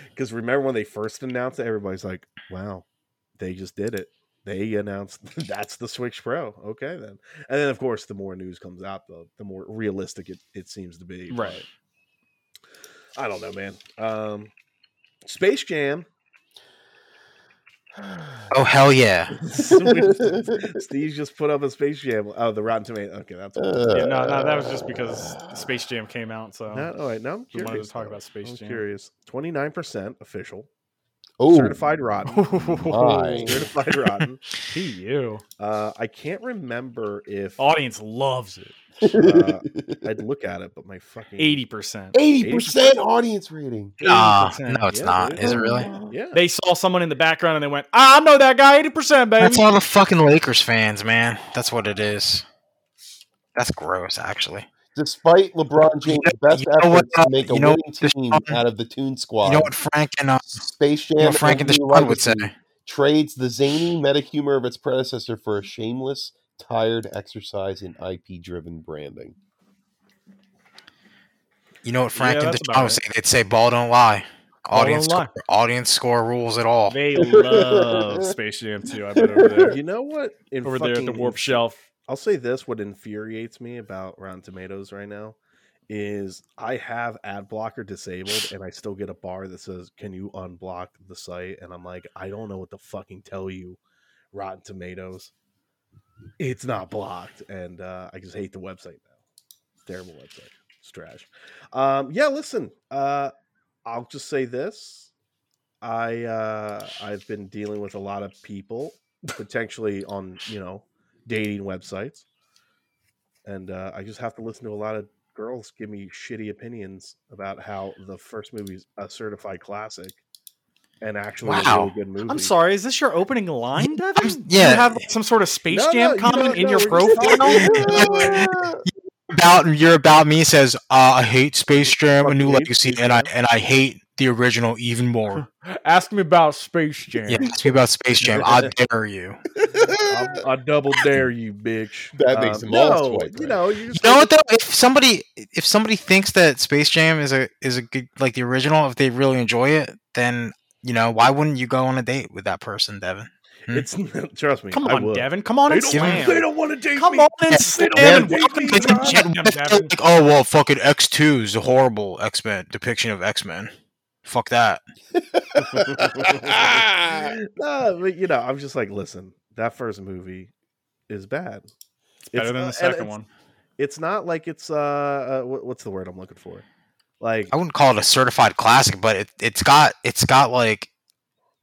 because remember when they first announced it, everybody's like, "Wow, they just did it." They announced that's the Switch Pro. Okay, then, and then of course, the more news comes out, the the more realistic it, it seems to be. Right. but I don't know, man. Um, Space Jam. Oh, hell yeah. Steve just put up a Space Jam. Oh, the Rotten Tomato. Okay, that's Uh, all. yeah, no, no, that was just because Space Jam came out, so No, all right, no, I'm we wanted curious. to talk though. about Space I'm Jam. curious. Twenty nine percent official, Oh, certified rotten. my. certified rotten. PU Uh, I can't remember if audience loves it. uh, I'd look at it, but my fucking Eighty percent. Eighty percent audience rating. Nah, Ah, Uh, no, it's Yeah, not. dude. Is it really? Yeah, They saw someone in the background and they went, "Ah, "I know that guy." Eighty percent, baby. That's all the fucking Lakers fans, man. That's what it is. That's gross, actually. Despite LeBron James' know- you best know what, uh, efforts to make a you know winning what, team Deshaun? out of the Toon Squad, You know what Frank and uh, Space Jam you know Frank and A New Deshaun would say. Legacy trades the zany meta humor of its predecessor for a shameless, tired exercise in IP-driven branding. You know what Frank Yeah, and that's Deshaun about would say? They'd say, "Ball don't lie." Ball don't Audience, lie. Score, audience score rules it all. They love Space Jam too. I bet over there, you know what? In over there at the fucking- warp shelf. I'll say this: what infuriates me about Rotten Tomatoes right now is I have ad blocker disabled, and I still get a bar that says, "Can you unblock the site?" And I'm like, I don't know what to fucking tell you, Rotten Tomatoes. It's not blocked, and uh, I just hate the website now. Terrible website. It's trash. Um, yeah, listen. Uh, I'll just say this: I uh, I've been dealing with a lot of people potentially on you know dating websites, and uh, I just have to listen to a lot of girls give me shitty opinions about how the first movie is a certified classic and actually a Wow. really good movie. I'm sorry. Is this your opening line, Devin? I'm- Do yeah. you have like, some sort of Space No, no, Jam you comment don't in know. your We're just talking- profile? About your about me says, uh, "I hate Space Jam: A Fucking New hate Legacy," Space and I Jam. and I hate the original even more. Ask me about Space Jam. Yeah, ask me about Space Jam. I dare you. I, I double dare you, bitch. Uh, That makes them all no, swipe You right. know, you You know what though? If somebody if somebody thinks that Space Jam is a is a good like the original, if they really enjoy it, then you know why wouldn't you go on a date with that person, Devin? Hmm? It's trust me. Come I on, would. Devin. Come on They and don't, Slam. they slam. don't want to date Come me. on and They slam. don't wanna Devin, date me. It's John. just- Devin, it's just Devin. like, oh well, fucking X two is a horrible X Men depiction of X Men. Fuck that. no, but you know, I'm just like, listen, that first movie is bad. It's better than not- the and second it's- one. It's not like it's uh, uh wh- what's the word I'm looking for? Like I wouldn't call it a certified classic, but it it's got it's got like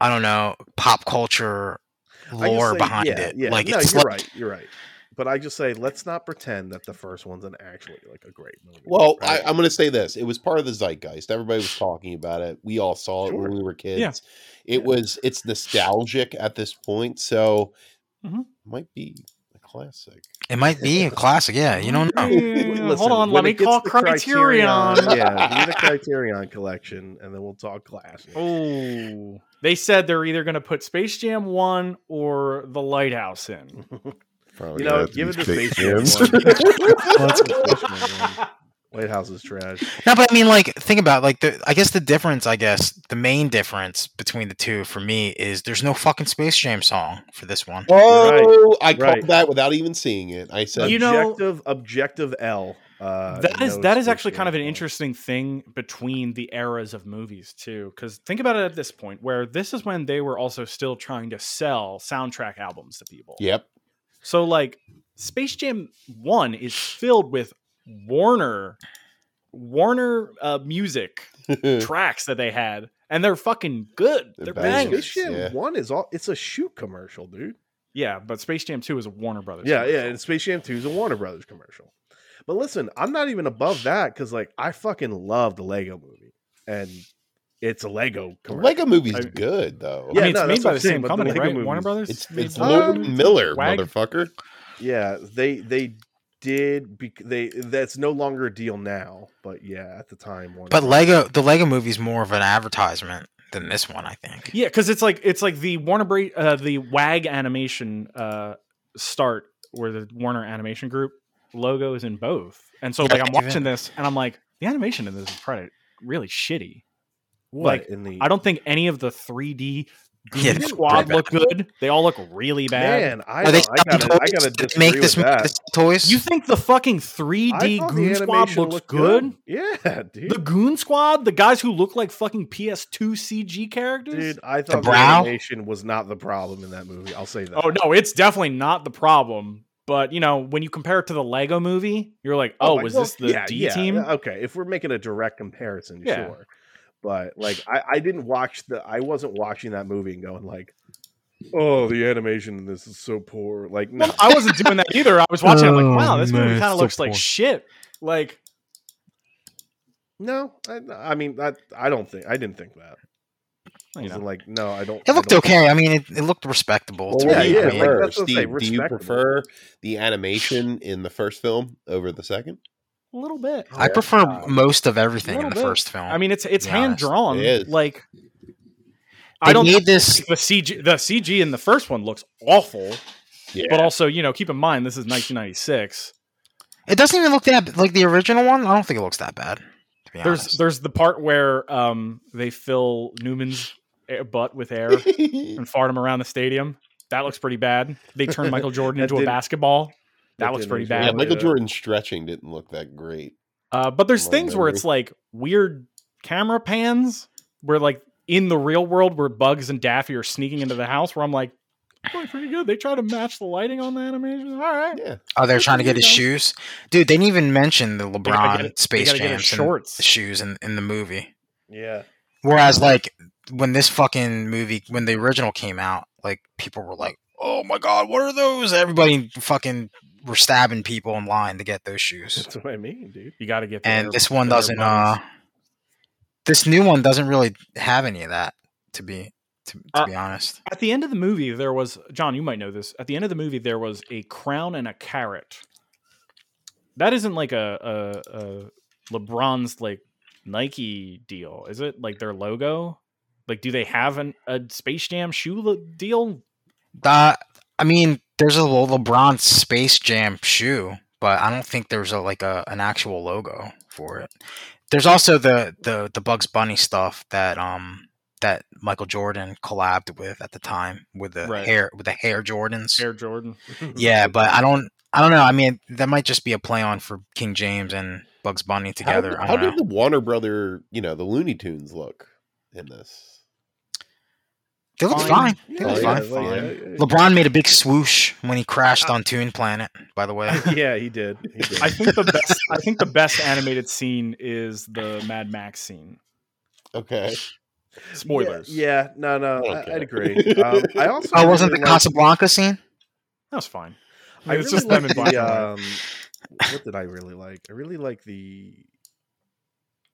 I don't know pop culture I just lore say- behind yeah, it. Yeah, Like no, it's you're like, right. You're right. But I just say let's not pretend that the first one's an actually like a great movie. Well, right? I, I'm going to say this: it was part of the zeitgeist. Everybody was talking about it. We all saw it when Sure. we were kids. It was it's nostalgic at this point, so Mm-hmm. Mhm. might be a classic. it might be a classic. Yeah, you don't Mm-hmm. know. Yeah, Listen, hold on, when let me it gets call to Criterion. yeah, give me the Criterion collection, and then we'll talk classic. Oh, they said they're either going to put Space Jam One or The Lighthouse in. you know, give it the Space Jam. one. White House is trash. No, but I mean, like, think about like the. I guess the difference, I guess, the main difference between the two for me is there's no fucking Space Jam song for this one. Oh, I called right. that without even seeing it. I said, You know- objective, objective L. Uh, that is no that is Space actually Jam kind of an song. interesting thing between the eras of movies too because think about it at this point where this is when they were also still trying to sell soundtrack albums to people "Yep, so like space jam 1 is filled with warner warner uh, music tracks that they had and they're fucking good They're they're bangers. bangers Space Jam Yeah. One is all. It's a shoot commercial, dude. yeah but space jam 2 is a warner brothers Yeah, yeah. commercial. And Space Jam Two is a Warner Brothers commercial. But listen, I'm not even above that because like I fucking love the Lego Movie, and it's a Lego commercial. Lego movie's I- good though. I Yeah, mean, it's no, made that's what by the I'm saying, same but the company, Lego right? movies- Warner Brothers. It's made it's that? Lord Um, Miller, Wag- motherfucker. Yeah, they they did. Bec- they that's no longer a deal now, but yeah, at the time. Warner But Brothers- Lego, the Lego movie's more of an advertisement than this one, I think. Yeah, because it's like it's like the Warner Bra- uh, the WAG animation uh, start where the Warner Animation Group logo is in both, and so Yeah, like I'm even- watching this and I'm like the animation in this is probably really shitty. What, like, in the I don't think any of the 3D Yeah, Goon they look squad pretty look good. They all look really bad. man, I, Are they don't- I selling gotta, I toys? Did gotta they disagree make this with movie that. to sell toys? You think the fucking I 3D thought Goon the squad animation looks looked good? Yeah, dude. The Goon Squad, the guys who look like fucking PS2 CG characters. Dude, I thought the, brow? animation was not the problem in that movie. I'll say that. Oh no, it's definitely not the problem. But you know, when you compare it to the Lego Movie, you're like, Oh, oh, my- was well, this the yeah, D yeah, team? Okay, if we're making a direct comparison, Yeah. sure. But like, I, I didn't watch the. I wasn't watching that movie and going like, "Oh, the animation in this is so poor." Like, no, Well, I wasn't doing that either. I was watching. it, I'm Oh, like, wow, this man, movie it's kind of so looks like poor. shit. Like, no. I, I mean, I, I don't think I didn't think that. I you was know, like, no, I don't. It I looked don't- okay. I mean, it, it looked respectable. Well, to what yeah, me. do you yeah, like, prefer, that's what I'm saying, Steve? Do you respectable. prefer the animation in the first film over the second? a little bit. I prefer most of everything in Oh, Little the bit. first film. I mean, it's it's Yeah, hand drawn. it is. Like, They I don't need this. think the CG. The CG in the first one looks awful. Yeah. But also, you know, keep in mind this is 1996. It doesn't even look that like the original one. I don't think it looks that bad. To be There's honest. there's the part where um they fill Newman's air- butt with air. and fart him around the stadium. That looks pretty bad. They turned Michael Jordan That into a did- basketball. That, that looks did pretty look bad. yeah, badly, Michael yeah. Jordan stretching didn't look that great. Uh, but there's Long things where memory. it's like weird camera pans, where like in the real world, where Bugs and Daffy are sneaking into the house, where I'm like, "Boy, pretty good. They try to match the lighting on the animation. All right, Yeah, oh, they're trying to get his shoes, dude. They didn't even mention the gotta LeBron get it- they Space gotta get his Jam shorts. shoes in, in the movie. Yeah, Whereas, like when this fucking movie, when the original came out, like people were like, "Oh my god, what are those?" Everybody fucking were stabbing people in line to get those shoes. that's what I mean, dude. You got to get. and their- this one their doesn't uh minds. this new one doesn't really have any of that to be to, to Uh, be honest At the end of the movie, there was John. You might know this. At the end of the movie, there was a crown and a carrot. That isn't like a, a, a LeBron's like Nike deal, is it? Like their logo. Like, do they have an, a Space Jam shoe lo- deal? that i mean there's a little lebron space jam shoe but i don't think there's a like a an actual logo for it there's also the the the bugs bunny stuff that um that michael jordan collabed with at the time with the Right. hair with the hair jordans Air Jordan. yeah but i don't i don't know i mean that might just be a play on for king james and bugs bunny together How, I how don't know. did the Warner Brother, you know, the Looney Tunes look in this? They looked fine. Fine. They looked Yeah, fine. LeBron made a big swoosh when he crashed on Toon Planet. By the way, Oh, yeah, he did. He did. I think the best. I think the best animated scene is the Mad Max scene. Okay. Spoilers. Yeah, yeah, no, no, don't I, care. would agree. Um, I also oh, wasn't the really liked- Casablanca scene? that was fine. I it's really just them liked in black the, and white. um, What did I really like? I really like the.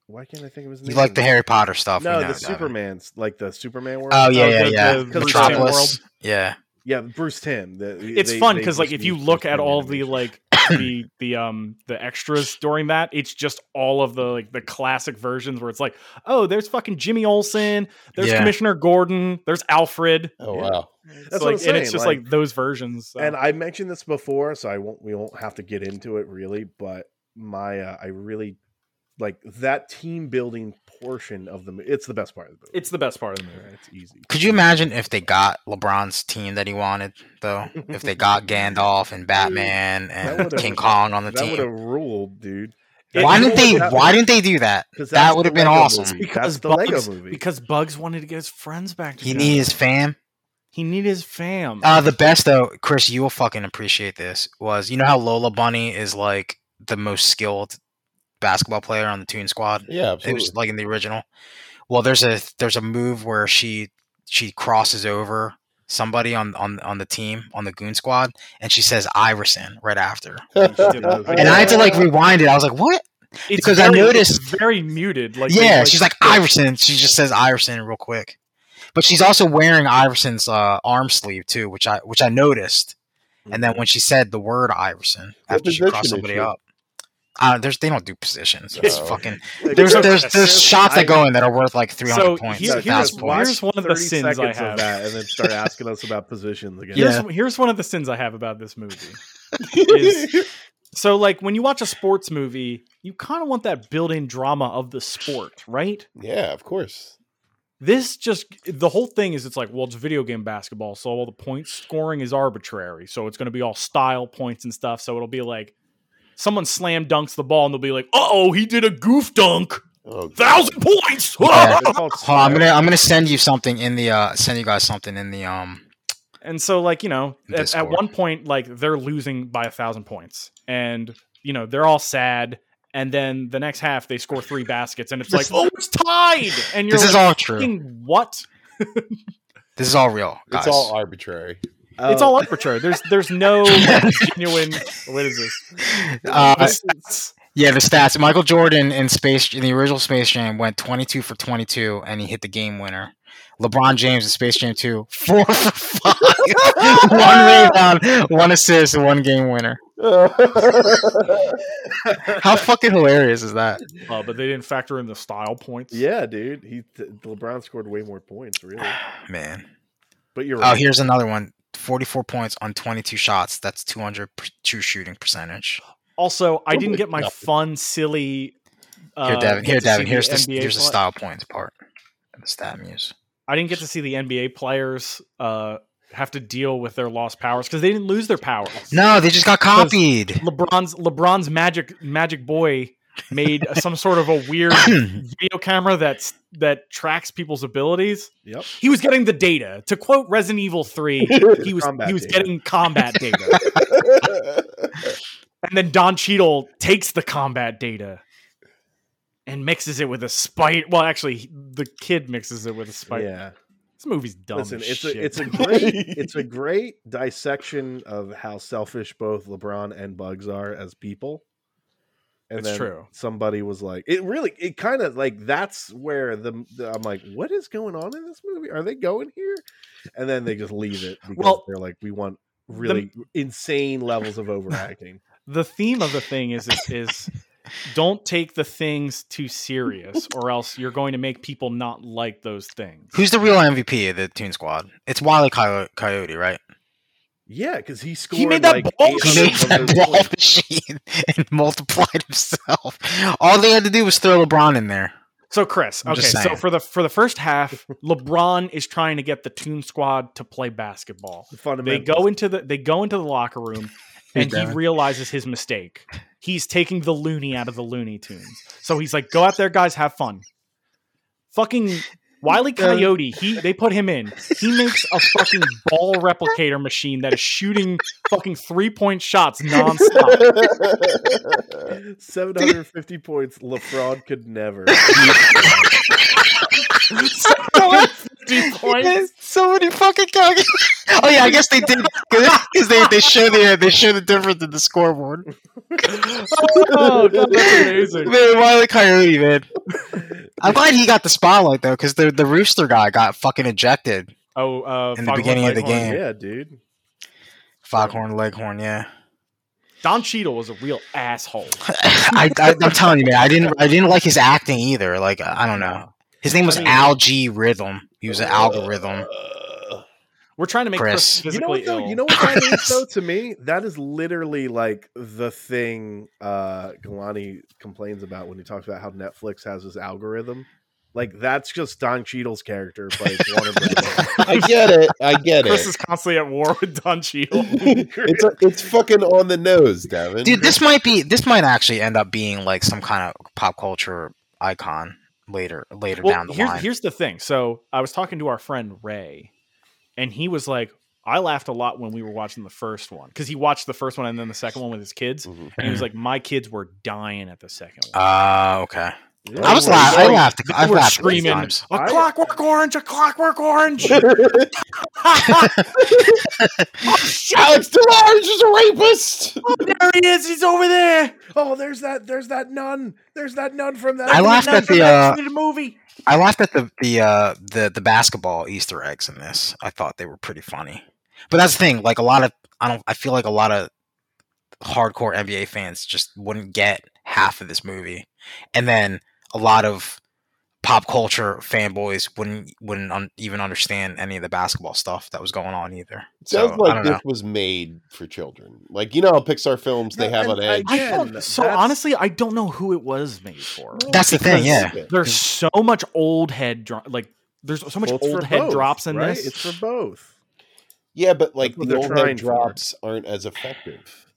Why can't I think of his name? You like the Harry Potter stuff? we No, know the that. uh, Superman's like the Superman world. Oh yeah, Oh, yeah, the- yeah. the- the Metropolis. world. Yeah, yeah, Bruce Tim. The, It's they- fun they because like just if you use look Bruce at Timm all the animation. like the the um the extras during that, it's just all of the like the classic versions where it's like, oh, there's fucking Jimmy Olsen, there's Yeah. Commissioner Gordon, there's Alfred. Oh Yeah. wow. It's That's what like- I'm and it's saying, just like- like, those versions. so. And I mentioned this before, so I won't. We won't have to get into it really. But my, uh, I really like that team building portion of the. mo- It's the best part of the movie. it's the best part of the movie. Yeah, it's easy. Could you imagine if they got LeBron's team that he wanted, though? If they got Gandalf and Batman and would've- King Kong on the That would have team, ruled, dude. why It- didn't they? that- Why didn't they do that? 'Cause That that's would have the been Lego awesome. movie. Because That's the Lego Bugs- movie. Because Bugs wanted to get his friends back He together. needed his fam. he needed his fam. Uh, the best though, Chris, you will fucking appreciate this. Was you know how Lola Bunny is like the most skilled basketball player on the Toon Squad? Yeah, It absolutely. was like in the original. Well, there's a there's a move where she she crosses over somebody on on on the team on the Goon Squad, and she says Iverson right after. And I had to like Oh. rewind it. I was like, what? It's because I very- noticed- it's very muted. Like yeah, they, she's like Iverson. She just says Iverson real quick, but she's also wearing Iverson's uh, arm sleeve too, which I which I noticed. And then when she said the word Iverson What after she crossed position somebody is she? up, uh, there's they don't do positions. It's Oh. fucking Like, there's so- there's there's shots that I- go in that are worth like 300 So points. here- a here's thousand why- points. here's one of the 30 sins I seconds of have. that, and then start asking us about positions again. Here's, Yeah. here's one of the sins I have about this movie. is- so, like, when you watch a sports movie, you kind of want that built-in drama of the sport, right? yeah, of course. This just the whole thing is it's like, well, it's video game basketball, so all the point scoring is arbitrary, so it's going to be all style points and stuff. So it'll be like someone slam dunks the ball, and they'll be like, "Uh oh, he did a goof dunk, Oh, Thousand points. Yeah. It's Hold called on, I'm Slack. gonna I'm gonna send you something in the uh, send you guys something in the um And so, like, you know, at, at Discord. one point, like, they're losing by a thousand points. And, you know, they're all sad. And then the next half, they score three baskets. And it's like, This- oh, it's tied. And you're this is like, all true. "Fucking what? This is all real, guys. it's all arbitrary. Oh. It's all arbitrary. There's there's no like, genuine. What is this? uh, It's- Yeah, the stats. Michael Jordan in space in the original Space Jam went 22 for 22 and he hit the game winner. LeBron James in Space Jam 2, 4 for 5. one rebound, one assist, one game winner. Oh. How fucking hilarious is that? uh, but they didn't factor in the style points. yeah, dude. He th- LeBron scored way more points, really. Man. But you're Oh, right. here's another one. 44 points on 22 shots. That's 200 per- true shooting percentage. Also, I didn't Totally get my nothing. fun, silly. Uh, Here, Devin. Here, get to see Devin. Here's the, NBA here's the play- style points part. The stat muse. I didn't get to see the NBA players uh, have to deal with their lost powers because they didn't lose their powers. No, they just got copied. LeBron's LeBron's magic magic boy made some sort of a weird video camera that's that tracks people's abilities. Yep. He was getting the data. To quote Resident Evil 3, he was Combat he was data. getting combat data. and then Don Cheadle takes the combat data and mixes it with a spite. Well, actually, he- the kid mixes it with a spite. yeah. This movie's dumb. Listen, as it's shit. a it's a great it's a great dissection of how selfish both LeBron and Bugs are as people. And It's then true. Somebody was like, it really, it kind of like that's where the, the- I'm like, what is going on in this movie? Are they going here? And then they just leave it because Well, they're like, we want really insane levels of overacting. the theme of the thing is is, is don't take the things too serious or else you're going to make people not like those things Who's the real MVP of the Toon Squad? It's Wiley Coyote, Coyote right? yeah, because he scored. made like, that ball He 800 Because made of that those ball points. machine and multiplied himself. All they had to do was throw LeBron in there. so chris I'm okay just so saying. for the for the first half lebron is trying to get the toon squad to play basketball The they fundamentals. go into the they go into the locker room and he Devin. realizes his mistake he's taking the loony out of the looney tunes so he's like go out there guys have fun fucking Wiley Coyote, he they put him in. He makes a fucking ball replicator machine that is shooting fucking three point shots nonstop. 750 points. LaFraud could never. Fifty points. There's so many fucking calculators. Oh yeah, I guess they did because they, they show the they show the difference in the scoreboard. Oh, God, that's amazing. Man, Wiley Coyote, man. I'm glad he got the spotlight though, because the the rooster guy got fucking ejected. Oh, uh, In the Foghorn beginning of the Leghorn. game. yeah, dude. Foghorn Leghorn, yeah. Don Cheadle was a real asshole. I, I I'm telling you, man, I didn't I didn't like his acting either. Like I don't know. His name was I mean- Al Oh. G Rhythm. He was an algorithm. We're trying to make Chris. Chris, You know physically what though? ill. You know what that is though to me? That is literally like the thing uh Galani complains about when he talks about how Netflix has this algorithm. Like that's just Don Cheadle's character, but it's Warner Brothers. I get it. I get Chris it. is constantly at war with Don Cheadle. it's it's fucking on the nose, Devin. Dude, this might be this might actually end up being like some kind of pop culture icon later later down the here's, line. Here's the thing. So I was talking to our friend Ray, and he was like, I laughed a lot when we were watching the first one because he watched the first one and then the second one with his kids. Mhm. And he was like, My kids were dying at the second one. Ah, okay. Yeah, I was we're laugh- I like- laughed. They I were laughed both screaming, times. A I- clockwork orange, a clockwork orange. Alex Delarge is a rapist. there he is. He's over there. Oh, there's that there's that nun. There's that nun from that I laughed None at from the that uh, shit movie. I laughed at the the uh, the the basketball Easter eggs in this. I thought they were pretty funny. But that's the thing. Like a lot of I don't. I feel like a lot of hardcore NBA fans just wouldn't get half of this movie, and then a lot of pop culture fanboys wouldn't wouldn't un- even understand any of the basketball stuff that was going on either. So Sounds I like don't this know. was made for children. Like you know how Pixar films they No, have and an edge. I- I don't- Again, so that's- honestly, I don't know who it was made for. That's the thing. Yeah. There's so much old head, dro- like there's so much Well, it's old for head both, drops in right? this. It's for both. Yeah, but like That's what the they're old trying head for. drops aren't as effective.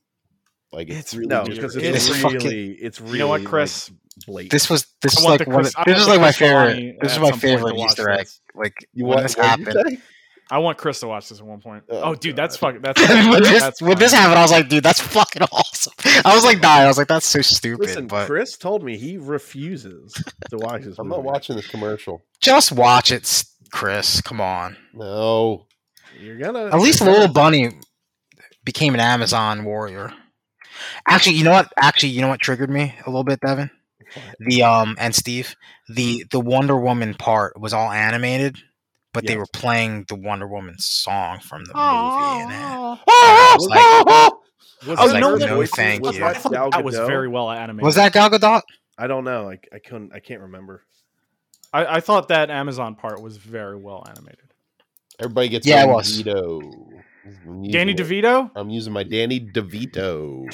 Like it's, It's- really No, just- because weird. it's, It is really, fucking- it's really you know what, Chris? like, blatant. This was this I is want like the one. Chris- Of, I this want is the like my Chris favorite. Delaney This is at my some point favorite to watch Easter egg. this. Like you when want this what did you happened. say? I want Chris to watch this at one point. Oh, Oh, dude, that's God. fucking. That's, when that's, this that's when this fine. happened, I was like, dude, that's fucking awesome. I was like, dying. I was like, that's so stupid. Listen, but Chris told me he refuses to watch this. I'm not movie. watching this commercial. just watch it, s- Chris. Come on. No. You're gonna At least you're gonna- Little Bunny became an Amazon warrior. Actually, you know what? Actually, you know what triggered me a little bit, Devin. The um and Steve, the the Wonder Woman part was all animated, but they Yes. were playing the Wonder Woman song from the movie. And Oh, I was like- Was I was that like, her no, voice? thank Was you. that I thought Gal that was Gadot? very well animated. was that Gal Gadot? I don't know. I, I couldn't. I can't remember. I, I thought that Amazon part was very well animated. Everybody gets Yeah, yeah, it was. DeVito. I'm using Danny it. DeVito. I'm using my Danny DeVito.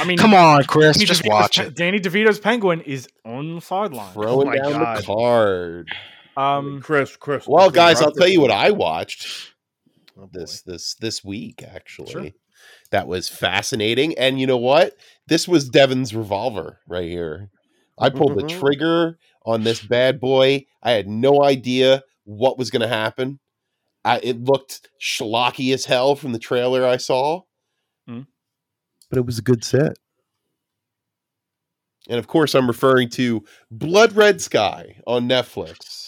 I mean, Come on, Chris, Danny just DeVito's watch pe- it. Danny DeVito's penguin is on the sideline. Throwing Oh my down the God. card. Um, Chris, Chris. Well, Chris guys, I'll Rock- tell you what I watched Oh, boy. this this this week actually. That was fascinating. And you know what? This was Devin's revolver right here. I pulled the trigger on this bad boy. I had no idea what was going to happen. I, it looked schlocky as hell from the trailer I saw. Hmm. Mm. But it was a good set. And of course, I'm referring to Blood Red Sky on Netflix.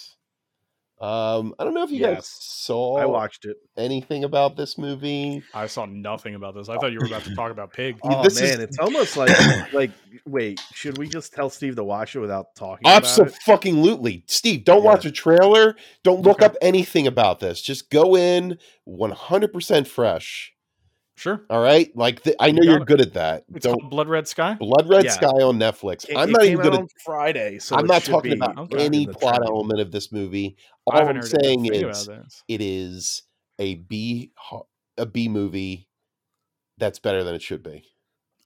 Um, I don't know if you guys Yes. saw I watched it. anything about this movie. I saw nothing about this. I thought you were about to talk about Pig. Dude, Oh this is- man, it's almost like like. Wait, should we just tell Steve to watch it without talking about it? Absolutely. Steve, don't Yeah. watch a trailer. Don't look Okay. up anything about this. Just go in 100% fresh. Sure. All right? Like th- I know got you're it. good at that. It's don't called Blood Red Sky. Blood Red Yeah. Sky on Netflix. It- I'm it not came even good out at on Friday, so I'm it not should talking be about Okay. in any the plot trailer. element of this movie. All I haven't I'm heard saying anything is about this. it is a B ho- a B movie that's better than it should be.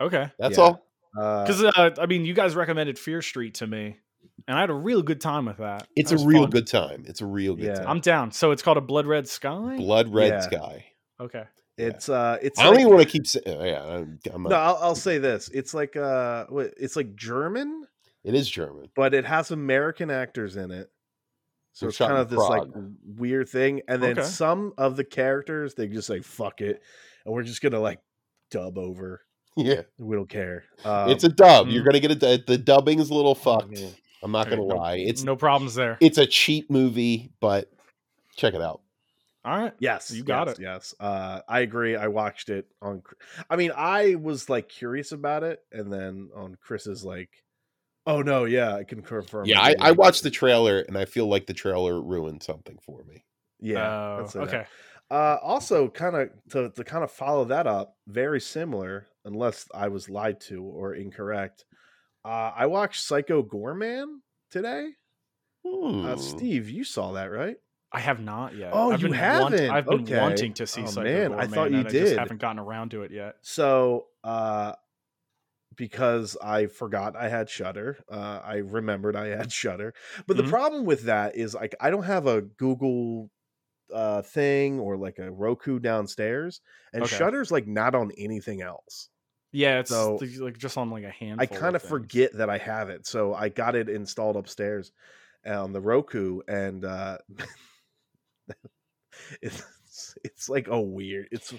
Okay. That's Yeah. all. Uh, Because uh, I mean, you guys recommended Fear Street to me, and I had a real good time with that. It's That a was real fun. good time. It's a real good Yeah. time. I'm down. So it's called a Blood Red Sky. Blood Red Yeah. Sky. Okay. it's uh, it's. I don't like- even want to keep saying. Oh, yeah, I'm, I'm no, not, I'll, I'll say this. It's like uh, what- it's like German, it is German. but it has American actors in it. So They're it's kind shot in of this like Prague. weird thing. And then Okay. some of the characters, they just like, fuck it. And we're just going to like dub over. Yeah, We don't care. Um, it's a dub. You're mm. Oh, gonna get a du- the dubbing is a little fucked. yeah. I'm not Okay, gonna no- lie. It's no problems there. it's a cheap movie, but check it out. All right. Yes, You got yes, it. Yes, uh, I agree. I watched it on. Chr- I mean, I was like curious about it, and then on Chris's like, "Oh no, yeah, I can confirm." Yeah, I, it." I watched the trailer and I feel like the trailer ruined something for me. Yeah, Oh, let's say that. okay. Uh, also, kind of to to kind of follow that up, very similar, unless I was lied to or incorrect. Uh, I watched Psycho Gorman today. Uh, Hmm. Steve, you saw that, right? I have not yet. Oh, I've you been haven't? I've been Okay. wanting to see Oh, Psycho man, I Gorman, thought you and I did. just haven't gotten around to it yet. So, uh, because I forgot I had Shutter, uh, I remembered I had Shutter. But Mhm. the problem with that is like I don't have a Google uh, thing or like a Roku downstairs, and Okay. Shutter's like not on anything else. Yeah, it's So, th- like just on like a handful. I kind of things. forget that I have it, so I got it installed upstairs on the Roku, and uh, it's it's like a weird. It's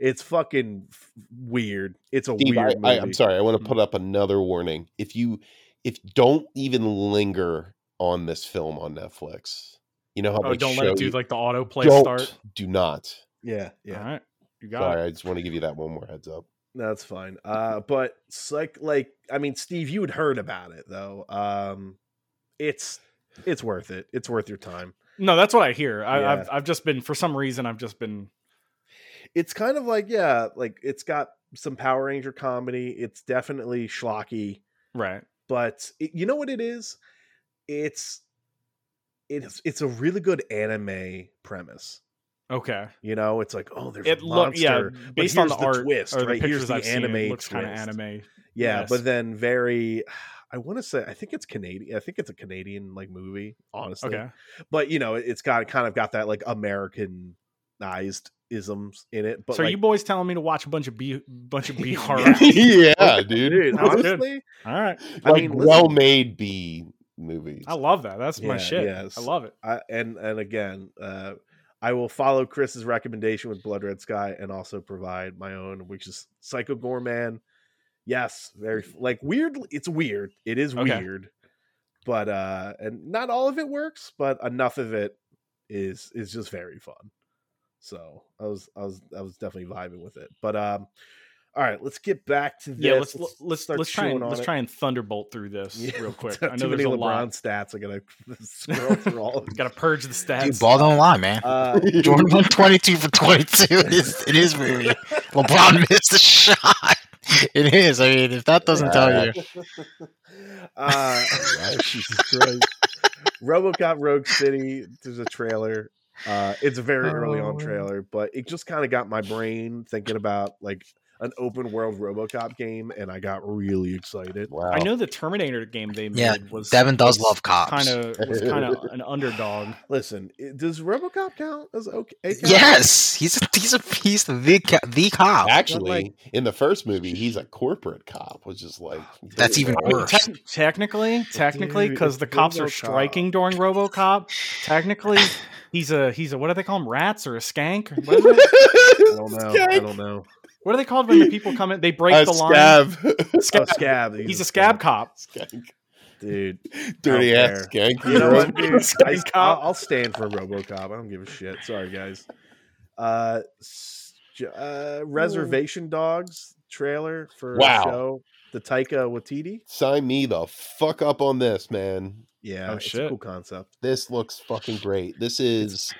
it's fucking f- weird. It's a Steve, I, weird. I, movie. I'm sorry. I want Mm. to put up another warning. If you if don't even linger on this film on Netflix, you know how Oh, they don't show let it do you- like the autoplay don't start. do not. Yeah, yeah. All right, you got Sorry, it. I just want to give you that one more heads up. That's fine. Uh, but psych, like, I mean, Steve, you had heard about it though. Um, it's it's worth it. It's worth your time. No, that's what I hear. I, Yeah. I've I've just been for some reason I've just been It's kind of like yeah, like it's got some Power Ranger comedy. It's definitely schlocky, right. but it, you know what it is? It's it's it's a really good anime premise. Okay, You know, it's like oh, there's it a look monster. yeah based on here's the, the art twist, or the right? Here's pictures the I've seen, it anime looks kind of twist. anime. Yeah, Yes. but then very. I want to say I think it's Canadian. I think it's a Canadian like movie, honestly. Okay, but you know it's got kind of got that like americanized isms in it but so are like, you boys telling me to watch a bunch of B bunch of B horror? yeah, dude. dude, Sounds good. honestly All right, I like mean, listen- well made B movies. I love that. That's my Yeah, shit. yes. I love it. I, and and again uh i will follow chris's recommendation with blood red sky and also provide my own which is psycho gorman yes very like weird it's weird it is Okay. weird but uh and not all of it works but enough of it is is just very fun so i was i was i was definitely vibing with it but um all right let's get back to this Yeah, let's let's let's, start try chewing and on let's it. try and thunderbolt through this Yeah, real quick. too I know many there's LeBron a lot. stats. I gotta scroll through all. Of Got to purge the stats. Dude, ball don't lie, man. Uh, Jordan went 22 for 22 in his, in his movie. LeBron missed a shot. It is. I mean, if that doesn't tell you. uh, Jesus Christ. RoboCop Rogue City. There's a trailer. Uh, it's a very early on Oh. trailer, but it just kind of got my brain thinking about like an open world RoboCop game, and I got really excited. Wow. I know the Terminator game they made Yeah, was Devin does love cops. kind of was kind of an underdog. Listen, it- does RoboCop count as okay? count? Yes, he's a, he's a he's the co- the cop. Actually, in the first movie, he's a corporate cop, which is like Oh, That's even I mean, worse. tec- technically, technically, Dude, because it's the cops are RoboCop. striking during RoboCop. Technically, he's a he's a what do they call him? Rats or a skank? What is it? I don't know. I don't know. What are they called when the people come in? They break a the line. scab, A Scab. Oh, scab. He's a scab cop. Skank. dude. dirty Out ass skank. You know what, dude? I, Scab cop. I'll, I'll stand for RoboCop. I don't give a shit. Sorry, guys. Uh, s- j- uh Hmm. Reservation Dogs trailer for Wow. a show. The Taika Waititi. Sign me the fuck up on this, man. Yeah, Oh, it's shit. a cool concept. This looks fucking great. This is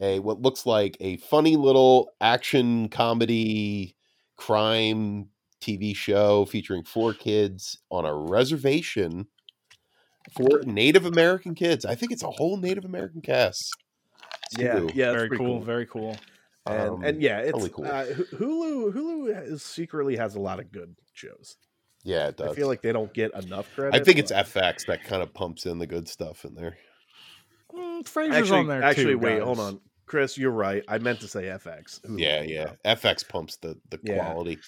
a what looks like a funny little action comedy crime TV show featuring four kids on a reservation for Native American kids. I think it's a whole Native American cast. Yeah, too. yeah, it's very pretty cool, Very cool. And, Um, and yeah, it's totally cool. uh, Hu- Hulu. Hulu is, secretly has a lot of good shows. yeah, it does. I feel like they don't get enough credit. I think it's but- FX that kind of pumps in the good stuff in there. Mm, Fraser's actually. on there too, actually, wait, guys. hold on, Chris. You're right. I meant to say FX. Hulu, Yeah, yeah. FX pumps the the Yeah. quality.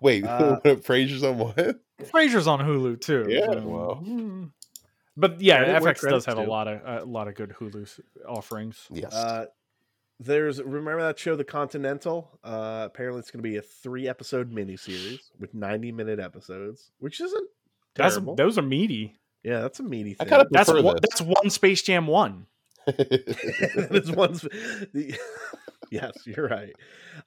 Wait, Uh, Frasier's on what? Frasier's on Hulu too. Yeah, Um, well. mm. But yeah, Credit where FX does credit's have a due. lot of a lot of good Hulu s- offerings. Yes. Uh, there's remember that show, The Continental. Uh, apparently, it's going to be a three episode miniseries with 90 minute episodes, which isn't That's terrible. those are meaty. yeah, that's a meaty I thing. kinda That's Prefer one, this. that's one Space Jam one. uh, this one's the- yes you're right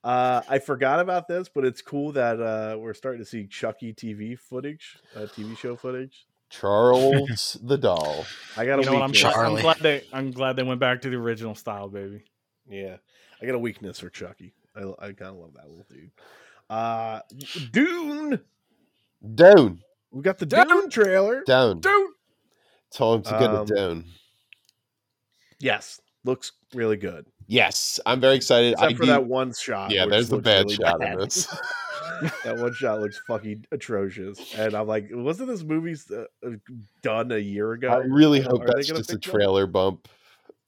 uh i forgot about this but it's cool that uh we're starting to see chucky tv footage uh tv show footage Charles the doll. i got a You know what? I'm, weakness glad- I'm Charlie. glad they I'm glad they went back to the original style, baby. yeah i got a weakness for chucky i, I kind of love that little dude uh dune Down. we got the dune, Dune! trailer Down. Dude, Time to get Um, it down. yes looks really good Yes. I'm very excited. except I for do- that one shot yeah, which there's the looks bad really shot bad. of this. that one shot looks fucking atrocious. And I'm like, wasn't this movie uh, done a year ago? I really Are hope they that's gonna just a fix that? trailer bump.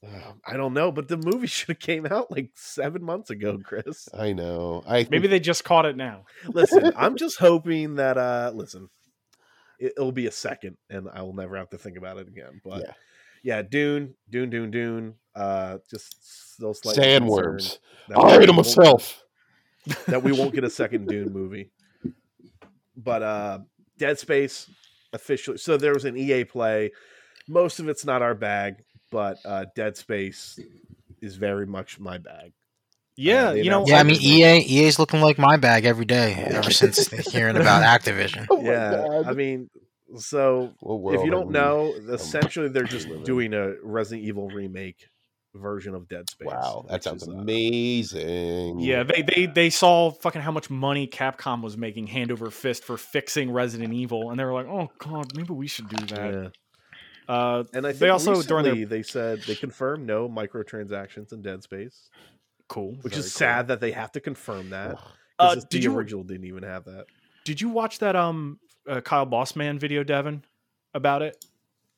Um, I don't know, but the movie should have came out like seven months ago, Chris. I know. I maybe they just caught it now. Listen, I'm just hoping that uh listen, it, it'll be a second and I will never have to think about it again. But yeah, Yeah. Dune, Dune, Dune, Dune. Uh just still slightly sandworms. concerned that I we ate them won't- myself. that we won't get a second Dune movie. But uh Dead Space officially so there was an EA play. Most of it's not our bag, but uh Dead Space is very much my bag. Yeah, they you know, announced I- Yeah, I mean E EA EA's looking like my bag every day ever since hearing about Activision. Oh my yeah, God. I mean, so What if world you are don't we- know, essentially they're we just live in. doing a Resident Evil remake version of Dead Space. Wow, which that sounds is, uh, amazing. yeah, they, they they saw fucking how much money Capcom was making hand over fist for fixing Resident Evil, and they were like, oh god, maybe we should do that. yeah. Uh, And I think They also, during their- recently they said they confirmed no microtransactions in Dead Space, cool, which very is cool. sad that they have to confirm that. Ugh. 'cause Uh, it's- did the you original didn't even have that. did you watch that um uh, Kyle Bossman video, Devin, about it?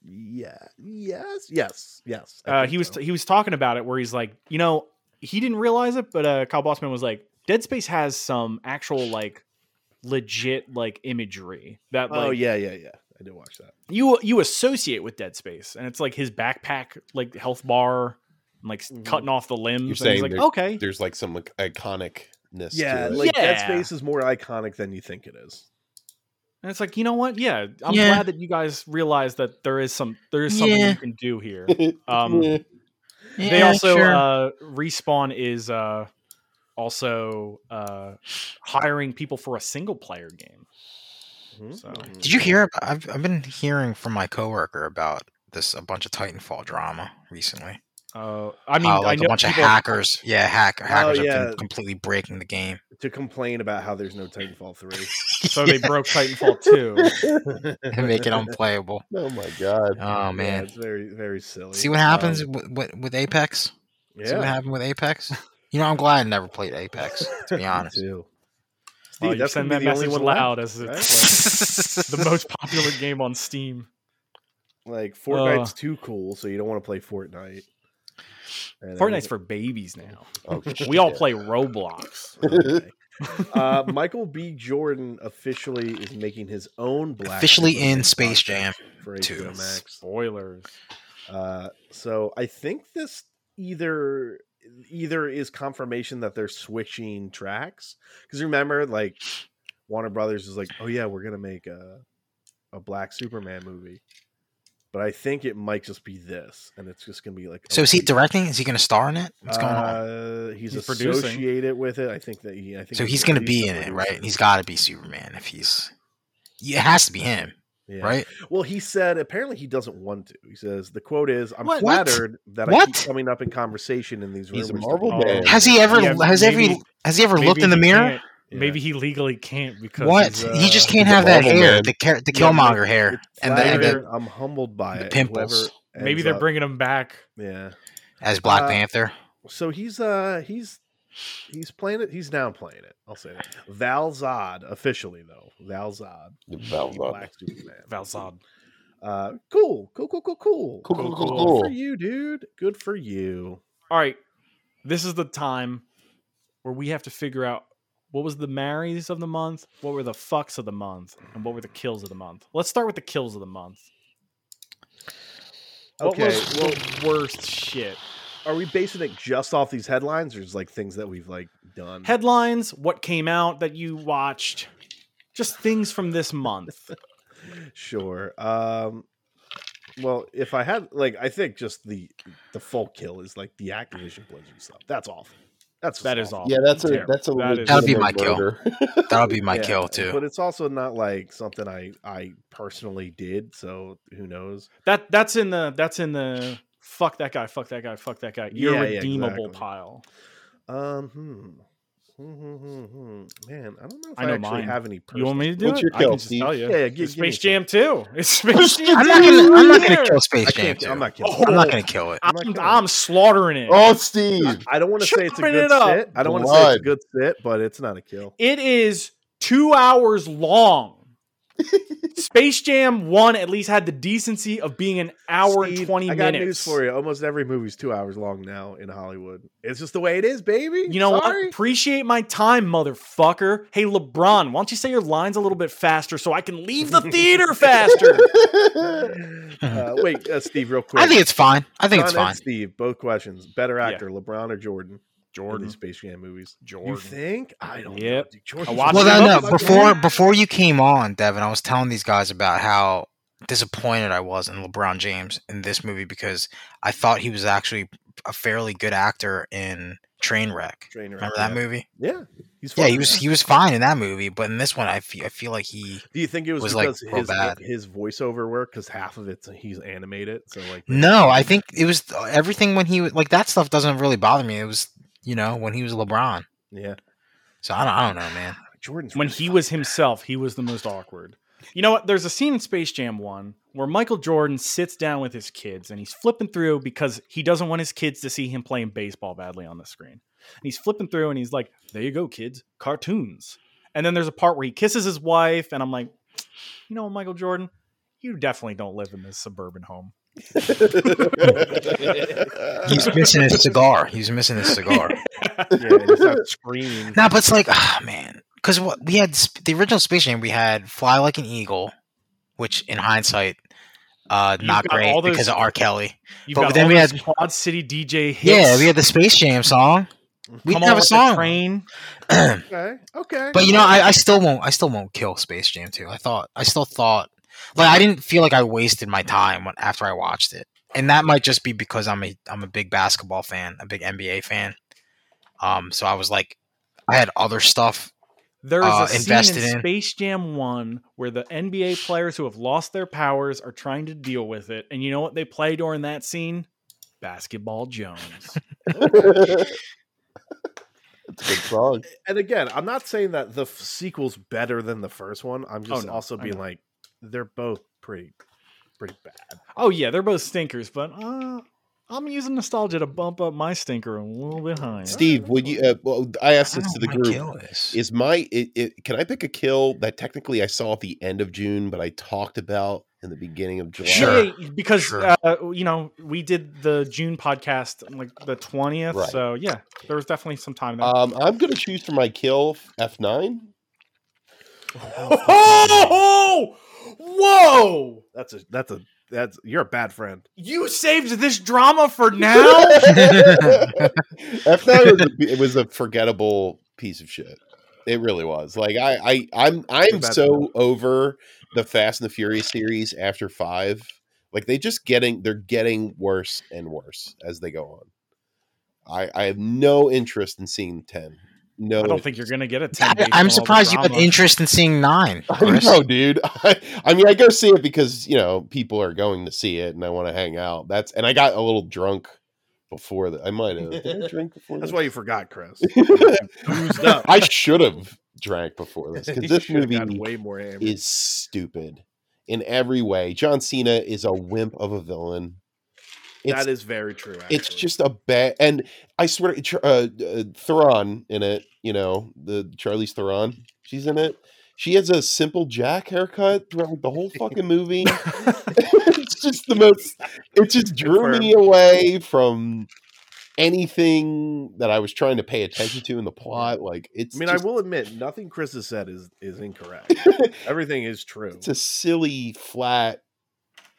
Yeah. Yes. Yes. Yes. I uh, think he was so. he was talking about it where he's like, you know, he didn't realize it, but uh, Kyle Bossman was like, Dead Space has some actual like legit like imagery that like oh yeah, yeah, yeah. I did watch that. you you associate with Dead Space, and it's like his backpack like health bar and like s- Mhm. cutting off the limbs. and he's saying like, there- okay, There's like some like, iconicness. Yeah, to it. like Dead Yeah. Space is more iconic than you think it is. and it's like you know what, yeah, I'm Yeah. glad that you guys realize that there is some there is something Yeah. you can do here. Um, um, they Yeah, also sure. uh respawn is uh also uh hiring people for a single player game Mm-hmm, so Did you hear? ab- I've I've been hearing from my coworker about this a bunch of Titanfall drama recently. uh, i mean How, i Oh, like know a bunch of people have- Oh, hackers, yeah, hack, hackers have yeah. been completely breaking the game. To complain about how there's no Titanfall three. so they broke titanfall 2 and make it unplayable. oh my god. Oh Yeah, man, it's very very silly. see what happens Um, with, with, with Apex. See what yeah. happened with Apex. You know, I'm glad I never played Apex. To be honest, Too. Well, Steve, Oh, you that's gonna send be that the only message one loud loud. as it's the the most popular game on steam Like Fortnite's too cool, so you don't want to play Fortnite. And fortnite's for babies now Oh, we all shit. play roblox everything- okay. uh, Michael B. Jordan officially is making his own black. officially Panther in Space Jam. podcast for HBO two. Max. spoilers Uh, so I think this either either is confirmation that they're switching tracks because remember like Warner Brothers is like, oh yeah, we're gonna make a a black Superman movie, but I think it might just be this, and it's just gonna be like. So a is he week. directing? Is he going to star in it? What's going on? Uh, he's, He's producing. associated with it. I think that he. I think So he's going to be in produced it, and right? produced He's got to be Superman if he's. It has to be him, Yeah. right? Well, he said apparently he doesn't want to. He says the quote is, "I'm What? What? flattered that I What? keep coming up in conversation in these rumors." He's a that Marvel you- man. Has he ever? Yeah, has every? maybe- Has he ever Maybe looked in the he mirror? can't- Yeah. maybe he legally can't because What? he's, he just uh, can't he's a have that Marvel hair, man. the char- the Yeah, but Killmonger hair, It's and the, and flattered, the- I'm humbled by the it. pimples. Whoever maybe ends they're up- bringing him back Yeah. as Black Uh, Panther. So he's uh he's he's playing it. He's now playing it. I'll say that. Val Zod officially though. Val Zod. Val the Zod. Black Superman. valzad Uh, cool, cool, cool, cool, cool, Cool, cool, cool, Good for cool. you, dude. Good for you. all right, this is the time where we have to figure out what was the marries of the month, what were the fucks of the month, and what were the kills of the month. Let's start with the kills of the month. What Okay. was the worst shit? Are we basing it just off these headlines, or is like things that we've like done? Headlines, what came out that you watched, just things from this month. sure. Um, well, if I had like, I think just the the full kill is like the Activision Blizzard stuff. That's awful. That's That just is awful. Yeah, that's a Terrible. that's a That is- That'll be my kill. legitimate murder. That'll be my Yeah, kill too. But it's also not like something I I personally did. So who knows? That that's in the that's in the fuck that guy, fuck that guy, fuck that guy. Your Yeah, yeah, redeemable exactly. pile. Um, hmm. Hmm, hmm, hmm, hmm. man, I don't know if I I, know actually mine. have any. You Personal. want me to do What's it? your I kill, can just Steve? tell you. Yeah, yeah, give- it's give me Space some. Jam 2. It's Space Jam 2. I'm not gonna, I'm not Yeah. gonna kill Space I Jam can't, 2. I'm not kidding. Oh, I'm not gonna kill it. I'm not I'm, kidding. I'm slaughtering it. oh, Steve. I don't want to say it's a Chopping good it up. sit. I don't want to say it's a Blood. good sit, but it's not a kill. It is two hours long. Space Jam 1 at least had the decency of being an hour and Steve, 20 I got minutes. news for you. Almost every movie's two hours long now in Hollywood. It's just the way it is, baby. You know Sorry. what? Appreciate my time, motherfucker. Hey, LeBron, why don't you say your lines a little bit faster so I can leave the theater faster? uh, wait, uh, Steve, real quick. I think it's fine. I think it's John and fine. Steve, both questions. Better Yeah. actor, LeBron or Jordan? In Jordan. these Space Jam movies. Jordan. You think? I don't Yep. know. dude. Jordan's I watched Well, it up no, if no. I Before can. before you came on, Devin, I was telling these guys about how disappointed I was in LeBron James in this movie because I thought he was actually a fairly good actor in Trainwreck. Trainer. Remember yeah. that movie? Yeah. He's Yeah, fucking he was awesome. he was fine in that movie, but in this one, I feel I feel like he Do you think it was, was, like, because real his bad. his voiceover work? Because half of it's uh, he's animated, so like they- No, I think it was everything when he was like that stuff doesn't really bother me. It was you know when he was LeBron. yeah, So I don't, I don't know, man. Jordan's when really he fucking was himself, he was the most awkward. You know what? There's a scene in Space Jam 1 where Michael Jordan sits down with his kids and he's flipping through because he doesn't want his kids to see him playing baseball badly on the screen. And he's flipping through and he's like, There you go, kids, cartoons. And then there's a part where he kisses his wife, and I'm like, You know what, Michael Jordan? You definitely don't live in this suburban home. He's missing his cigar. He's missing his cigar. yeah, he's not screaming. No, but it's like, ah, man, because what we had sp- the original Space Jam, we had Fly Like an Eagle, which in hindsight, uh, You've not got great all those- because of R. Kelly. You've But got then all we those had- Quad City DJ hits. Yeah, we had the Space Jam song. We Come didn't on have a with the song, Train. Okay, okay. but you know, I, I still won't. I still won't kill Space Jam too. I thought. I still thought. Like I didn't feel like I wasted my time when, after I watched it, and that might just be because I'm a I'm a big basketball fan, a big NBA fan. Um, so I was like, I had other stuff There is uh, a scene invested in, in. Space Jam 1 where the NBA players who have lost their powers are trying to deal with it. And you know what they play during that scene? Basketball Jones. That's a good song. and again, I'm not saying that the f- sequel's better than the first one. I'm just Oh, no, also I being know. like, they're both pretty, pretty bad. oh, yeah, they're both stinkers, but uh, I'm using nostalgia to bump up my stinker a little bit higher. Steve, would you? Uh, well, I asked this to the wanna group. kill this. Is my it, it, can I pick a kill that technically I saw at the end of June, but I talked about in the beginning of July? Sure. Yeah, because, Sure. uh, you know, we did the June podcast on, like the 20th. Right. So, yeah, there was definitely some time Uh, there. Um, I'm going to choose for my kill F nine. oh! Whoa! Oh! That's a that's a that's you're a bad friend. You saved this drama for now? F nine was a, it was a forgettable piece of shit. It really was. Like I, I I'm I'm bad so over the Fast and the Furious series after five. Like they just getting they're getting worse and worse as they go on. I I have no interest in seeing ten. No, I don't think you're gonna get a 10. I, based on all I'm the surprised you had drama. interest in seeing nine. I Chris. know, dude. I, I mean, I go see it because you know people are going to see it, and I want to hang out. That's and I got a little drunk before that. I might have did I drink before. That's this? why you forgot, Chris. boozed up. I should have drank before this You because this should've movie gotten way more hammered. is stupid in every way. John Cena is a wimp of a villain. It's, that is very true. Actually. it's just a bad, and I swear, Ch- uh, uh, Theron in it. You know, the Charlize Theron. She's in it. She has a simple Jack haircut throughout the whole fucking movie. it's just the most. It just drew me away from anything that I was trying to pay attention to in the plot. Like it's. I mean, just- I will admit, nothing Chris has said is is incorrect. Everything is true. it's a silly, flat,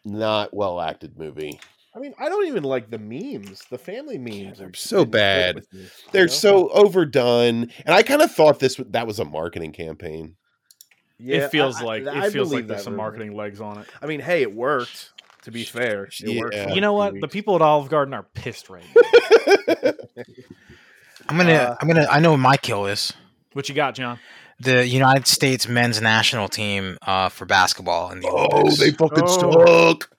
not well acted movie. I mean, I don't even like the memes. The family memes they're are so getting good bad. with me, you They're know? so overdone, and I kind of thought this w- that was a marketing campaign. Yeah, I- it feels I- like I it feels like believe there's that some rumor. marketing legs on it. I mean, hey, it worked. To be fair, it worked. Yeah. for You know a what? few The weeks. people at Olive Garden are pissed right now. I'm gonna. Uh, I'm gonna. I know what my kill is what you got, John? the United States men's national team uh, for basketball in the oh, Olympics. they They, fucking Oh. suck.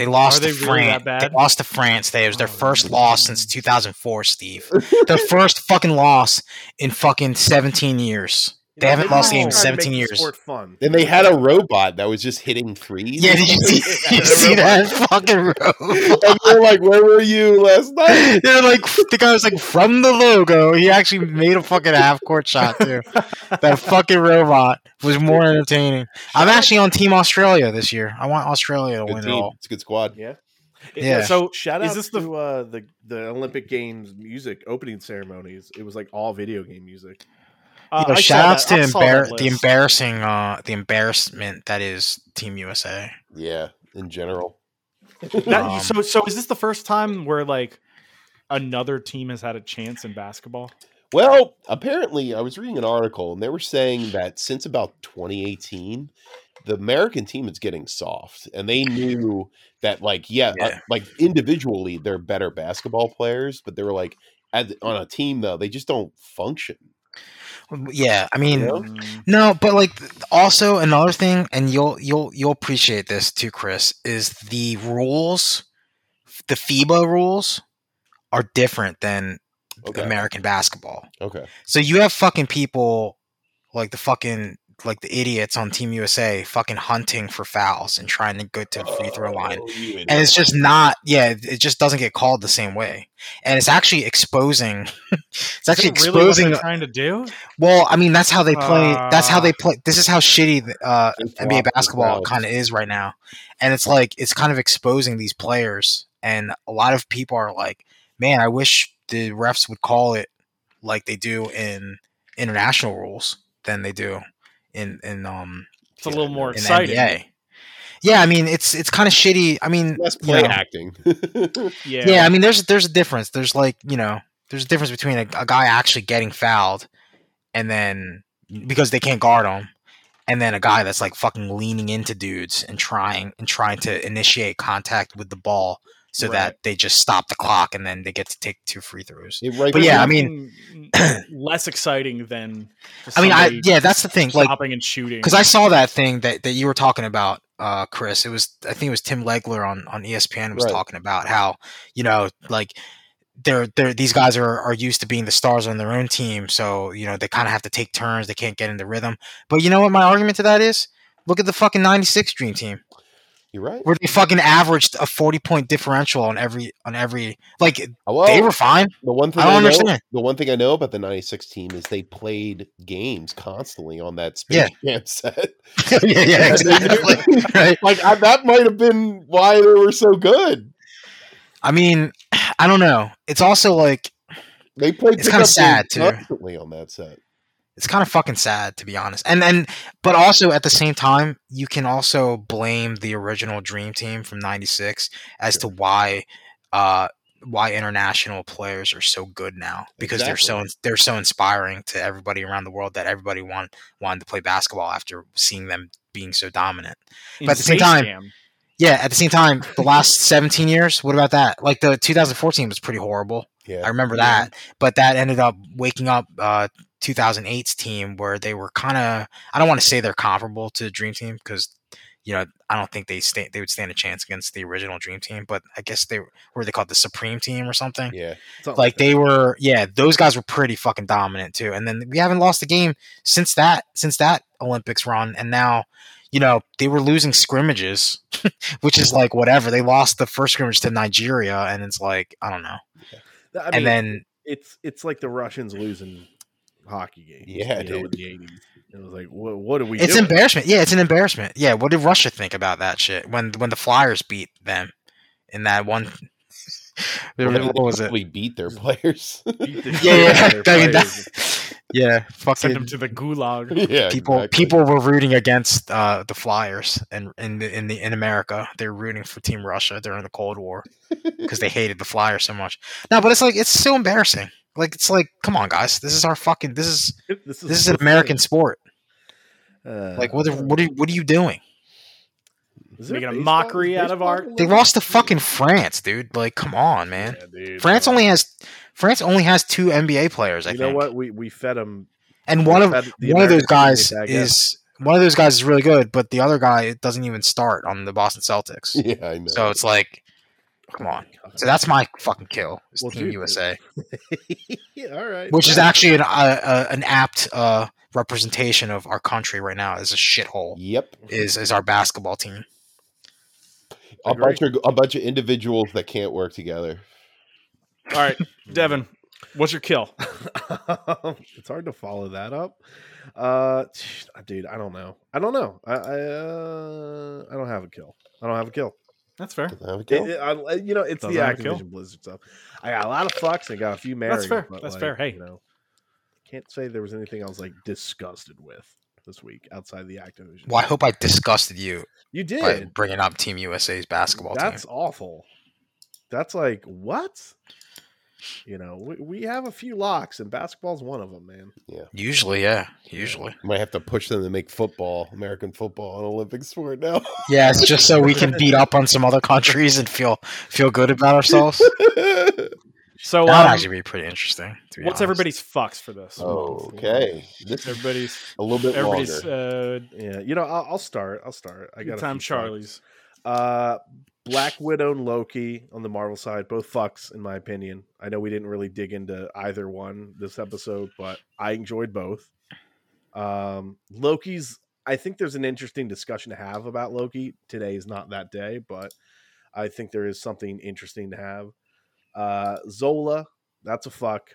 lost Are they to really France. that bad? They lost to France. They it was their Oh, first no. loss since 2004. Steve, their first fucking loss in fucking 17 years. You they haven't lost a just game in tried to make 17 the years. Sport fun. And they had a robot that was just hitting threes. Yeah, did you see, Yeah, you see robot. that fucking row? and they're like, "Where were you last night?" They're like the guy was like from the logo. He actually made a fucking half court shot too. That fucking robot was more entertaining. I'm actually on Team Australia this year. I want Australia to Good win it team. all. It's a good squad. Yeah. Yeah. So Shout Is out this the- to uh, the the Olympic Games music opening ceremonies. It was like all video game music. uh, Yo, I saw shout outs to that- I saw that embar- the list. embarrassing uh, the embarrassment that is Team USA. Yeah, in general. That- Um, so so is this the first time where like another team has had a chance in basketball? Well, apparently, I was reading an article, and they were saying that since about 2018, the American team is getting soft, and they knew that, like, yeah, uh, Yeah. like individually, they're better basketball players, but they were like, as, on a team though, they just don't function. Yeah, I mean, Yeah. Mm. No, but like th- also another thing, and you'll you'll you'll appreciate this too, Chris, is the rules, the FIBA rules, are different than Okay, American basketball. okay, So you have fucking people like the fucking like the idiots on Team USA fucking hunting for fouls and trying to go to the free throw line. Oh, And you idiot. it's just not, yeah, it it just doesn't get called the same way. And it's actually exposing, it's Is actually it really what exposing they're trying to do? well, I mean, that's how they play. that's how they Ah. play. This is how shitty the, uh, They NBA flop basketball themselves. kind of is right now, and it's like it's kind of exposing these players, and a lot of people are like, "Man, I wish the refs would call it like they do in international rules than they do in in um It's a little more in exciting. NBA." Yeah, I mean, it's it's kind of shitty. I mean, Less you play know, acting. Yeah. yeah. I mean, there's there's a difference. There's like you know, there's a difference between a, a guy actually getting fouled, and then because they can't guard him, and then a guy that's like fucking leaning into dudes and trying and trying to initiate contact with the ball so Right. that they just stop the clock and then they get to take two free throws. It right But there. yeah, I mean- Nothing less exciting than just I mean, I somebody yeah, that's the thing. Like, stopping and shooting. because I saw that thing that, that you were talking about, uh, Chris. It was I think it was Tim Legler on on E ESPN was Right. talking about how you know like they're they're these guys are are used to being the stars on their own team, so you know they kind of have to take turns. They can't get into rhythm. But you know what my argument to that is? Look at the fucking '96 Dream Team, you're right. where they fucking averaged a forty point differential on every on every like Well, they were fine. The one thing I I, don't know, understand. the one thing I know about the '96 team is they played games constantly on that Yeah. Space Jam set. yeah, yeah, exactly. right. Like I, that might have been why they were so good. I mean, I don't know. It's also like They played. It's kinda pickup sad, games too. Constantly on that set. it's kind of fucking sad to be honest. And and but also at the same time, you can also blame the original Dream Team from '96 as to why uh, why international players are so good now because they're so they're so inspiring to everybody around the world that everybody want, wanted to play basketball after seeing them being so dominant. in but at the same Space time- Jam. Yeah, at the same time, the last 17 years, what about that? Like the 2014 was pretty horrible. I Yeah, remember Yeah. that. But that ended up waking up uh, 2008's team, where they were kind of. I don't want to say they're comparable to the Dream Team because, you know, I don't think they sta- they would stand a chance against the original Dream Team. But I guess they were they called the Supreme Team or something. yeah. Something Like that. they were, yeah, those guys were pretty fucking dominant too. And then we haven't lost a game since that since that Olympics run, and now. You know they were losing scrimmages, which is like whatever. They lost the first scrimmage to Nigeria, and it's like I don't know. I mean, and then it's it's like the Russians losing hockey games. Yeah, you know, in dude. the eighties. It was like, what, what are we? It's doing? embarrassment. Yeah, it's an embarrassment. Yeah, what did Russia think about that shit when when the Flyers beat them in that one? what Well, they was it? probably beat their players. Beat the Yeah, shit out yeah. of their I mean, players. that, yeah, Send fucking him to the gulag. yeah, people. exactly. People were rooting against uh, the Flyers and in the, in the in America. They're rooting for Team Russia during the Cold War because they hated the Flyers so much. No, but it's like it's so embarrassing. Like it's like, come on, guys, this is our fucking. This is this this is an American sport. Uh, Like what? are- What are what are you doing? Making a mockery out of our- They lost to fucking France, dude. Like, come on, man. France only has France only has two NBA players. I You think. know what? We we fed them. And one of fed the one of those American team guys with that guy. is one of those guys is really good, but the other guy it doesn't even start on the Boston Celtics. Yeah, I know. So it's like, come on. So that's my fucking kill. Is Well, Team dude, USA, yeah, all right. which is actually an uh, uh, an apt uh, representation of our country right now. Is a shithole. yep, Is is our basketball team? a Agree. bunch of a bunch of individuals that can't work together. All right, Devin, what's your kill? um, it's hard to follow that up. Uh, dude, I don't know. I don't know. I I, uh, I don't have a kill. I don't have a kill. That's fair. Doesn't have a It- kill. it- I- you know, it's Doesn't the have a kill. Activision Blizzard stuff. I got a lot of fucks. I got a few marries. fair. but, That's like, fair. Hey. you know, can't say there was anything I was like disgusted with this week outside the Activision. Well, I hope I disgusted you you by did. bringing up Team USA's basketball That's team. awful. That's like what? You know, we, we have a few locks, and basketball's one of them, man. Usually, yeah, usually. Might have to push them to make football, American football, an Olympic sport now. Yeah, it's just so we can beat up on some other countries and feel feel good about ourselves. So, That'd um, actually be pretty interesting. to be what's honest. everybody's fucks for this? okay, this is Everybody's a little bit everybody's longer. uh, Yeah, you know, I'll, I'll start. I'll start. I got good a few time fucks. Charlie's. Uh, Black Widow and Loki on the Marvel side, both fucks in my opinion. I know we didn't really dig into either one this episode, but I enjoyed both. Um, Loki's. I think there's an interesting discussion to have about Loki. Today is not that day, but I think there is something interesting to have. Uh, Zola, that's a fuck.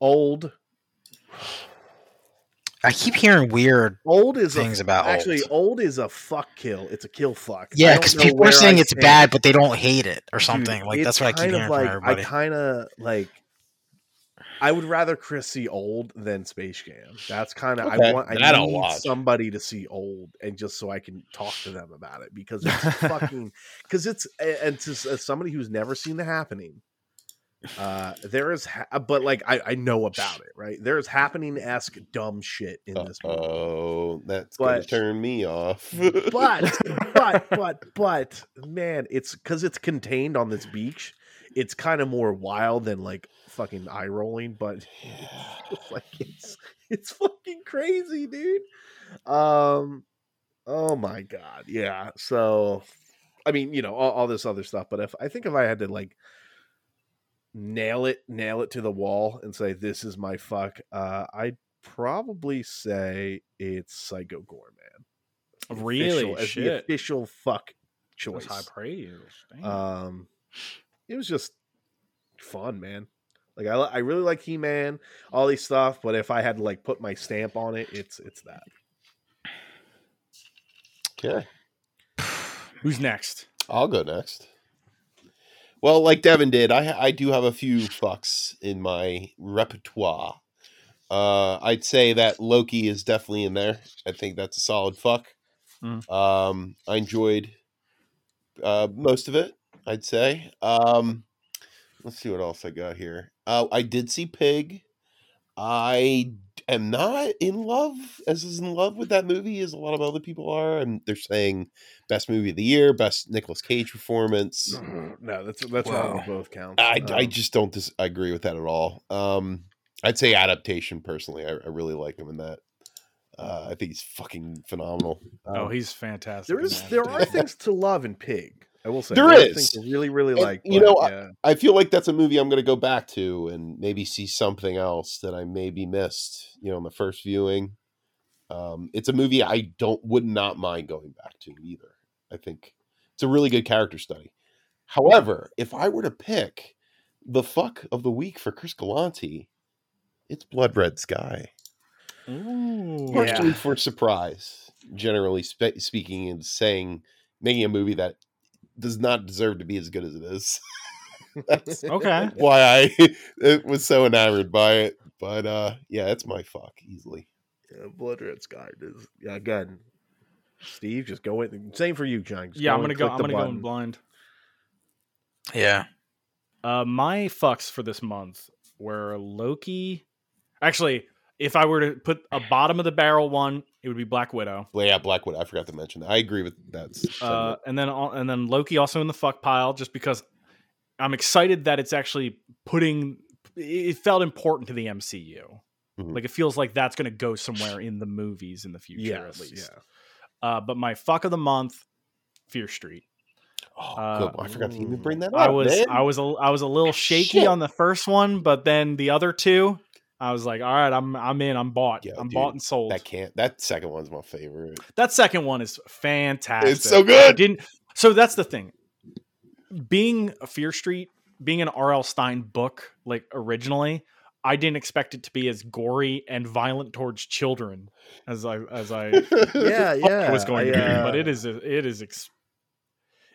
Old, I keep hearing weird. old is Things a, about old. actually old. is a fuck kill. It's a kill fuck. I Yeah, don't because know people where I are saying it's stand. bad, but they don't hate it or Dude, something. like that's it's what I keep kind hearing of like, from everybody. I kind of like. I would rather Chris see old than Space Jam. That's kind of I Okay, want. I that I'll need watch. somebody to see old, and just so I can talk to them about it because it's fucking because it's a- and to, s- as somebody who's never seen the happening, uh, there is ha- but like I I know about it right. There is happening esque dumb shit in this movie Uh Oh, that's gonna But- turn me off. but but but but man, it's because it's contained on this beach. It's kind of more wild than like fucking eye rolling, but it's like it's it's fucking crazy, dude. Um, oh my god, yeah. So, I mean, you know, all, all this other stuff, but if I think if I had to like nail it, nail it to the wall, and say this is my fuck, uh, I'd probably say it's Psycho Gore, man Really? official- as the Shit. official fuck That's choice. high praise. Damn. Um, it was just fun, man. Like I, li- I really like He Man, all these stuff. But if I had to like put my stamp on it, it's it's that. okay, Who's next? I'll go next. Well, like Devin did, I I do have a few fucks in my repertoire. Uh, I'd say that Loki is definitely in there. I think that's a solid fuck. Mm. Um, I enjoyed uh, most of it. I'd say. Um, let's see what else I got here. Uh, I did see Pig. I am not in love as is in love with that movie as a lot of other people are, and they're saying best movie of the year, best Nicolas Cage performance. No, that's that's wrong Wow. with both counts. I, I Um, just don't dis- agree with that at all. Um, I'd say adaptation personally. I, I really like him in that. Uh, I think he's fucking phenomenal. oh, Um, he's fantastic. there in is that. there are things to love in Pig. I will say There are is. things to really really And, like. you but know, I- yeah. I feel like that's a movie I'm going to go back to and maybe see something else that I maybe missed. You know, in the first viewing, um, it's a movie I don't would not mind going back to either. I think it's a really good character study. However, if I were to pick the fuck of the week for Chris Galante, it's Blood Red Sky. Ooh. Yeah. Partially for surprise, generally spe- speaking, and saying making a movie that does not deserve to be as good as it is. That's- Okay. why I it was so enamored by it. But uh, yeah, it's my fuck easily. Yeah, Blood Red Sky is yeah, again. Steve, just go in. Same for you, John. Just yeah, I'm in, gonna go. click I'm the gonna go in button. blind. Yeah. Uh, my fucks for this month were Loki. Actually, if I were to put a bottom of the barrel one, it would be Black Widow. Well, yeah, Blackwood. I forgot to mention. that. I agree with that. s- Uh, sentiment. and then al- and then Loki also in the fuck pile, just because I'm excited that it's actually putting. It felt important to the MCU. Mhm. Like it feels like that's going to go somewhere in the movies in the future, at Yes, least. yeah. Uh, but my fuck of the month, Fear Street. oh, uh, good. I forgot to even mm, bring that up. I was man. Ah, I was a, I was a little shaky Shit. on the first one, but then the other two, I was like, all right, I'm I'm in, I'm bought, Yeah, I'm dude, bought and sold. that That, can't. That second one's my favorite. second one is fantastic. It's so I good. didn't. So that's the thing. Being a Fear Street, being an R.L. Stein book, like originally, I didn't expect it to be as gory and violent towards children as I as I yeah, yeah. yeah, was going I, to be, but uh, it is it is ex-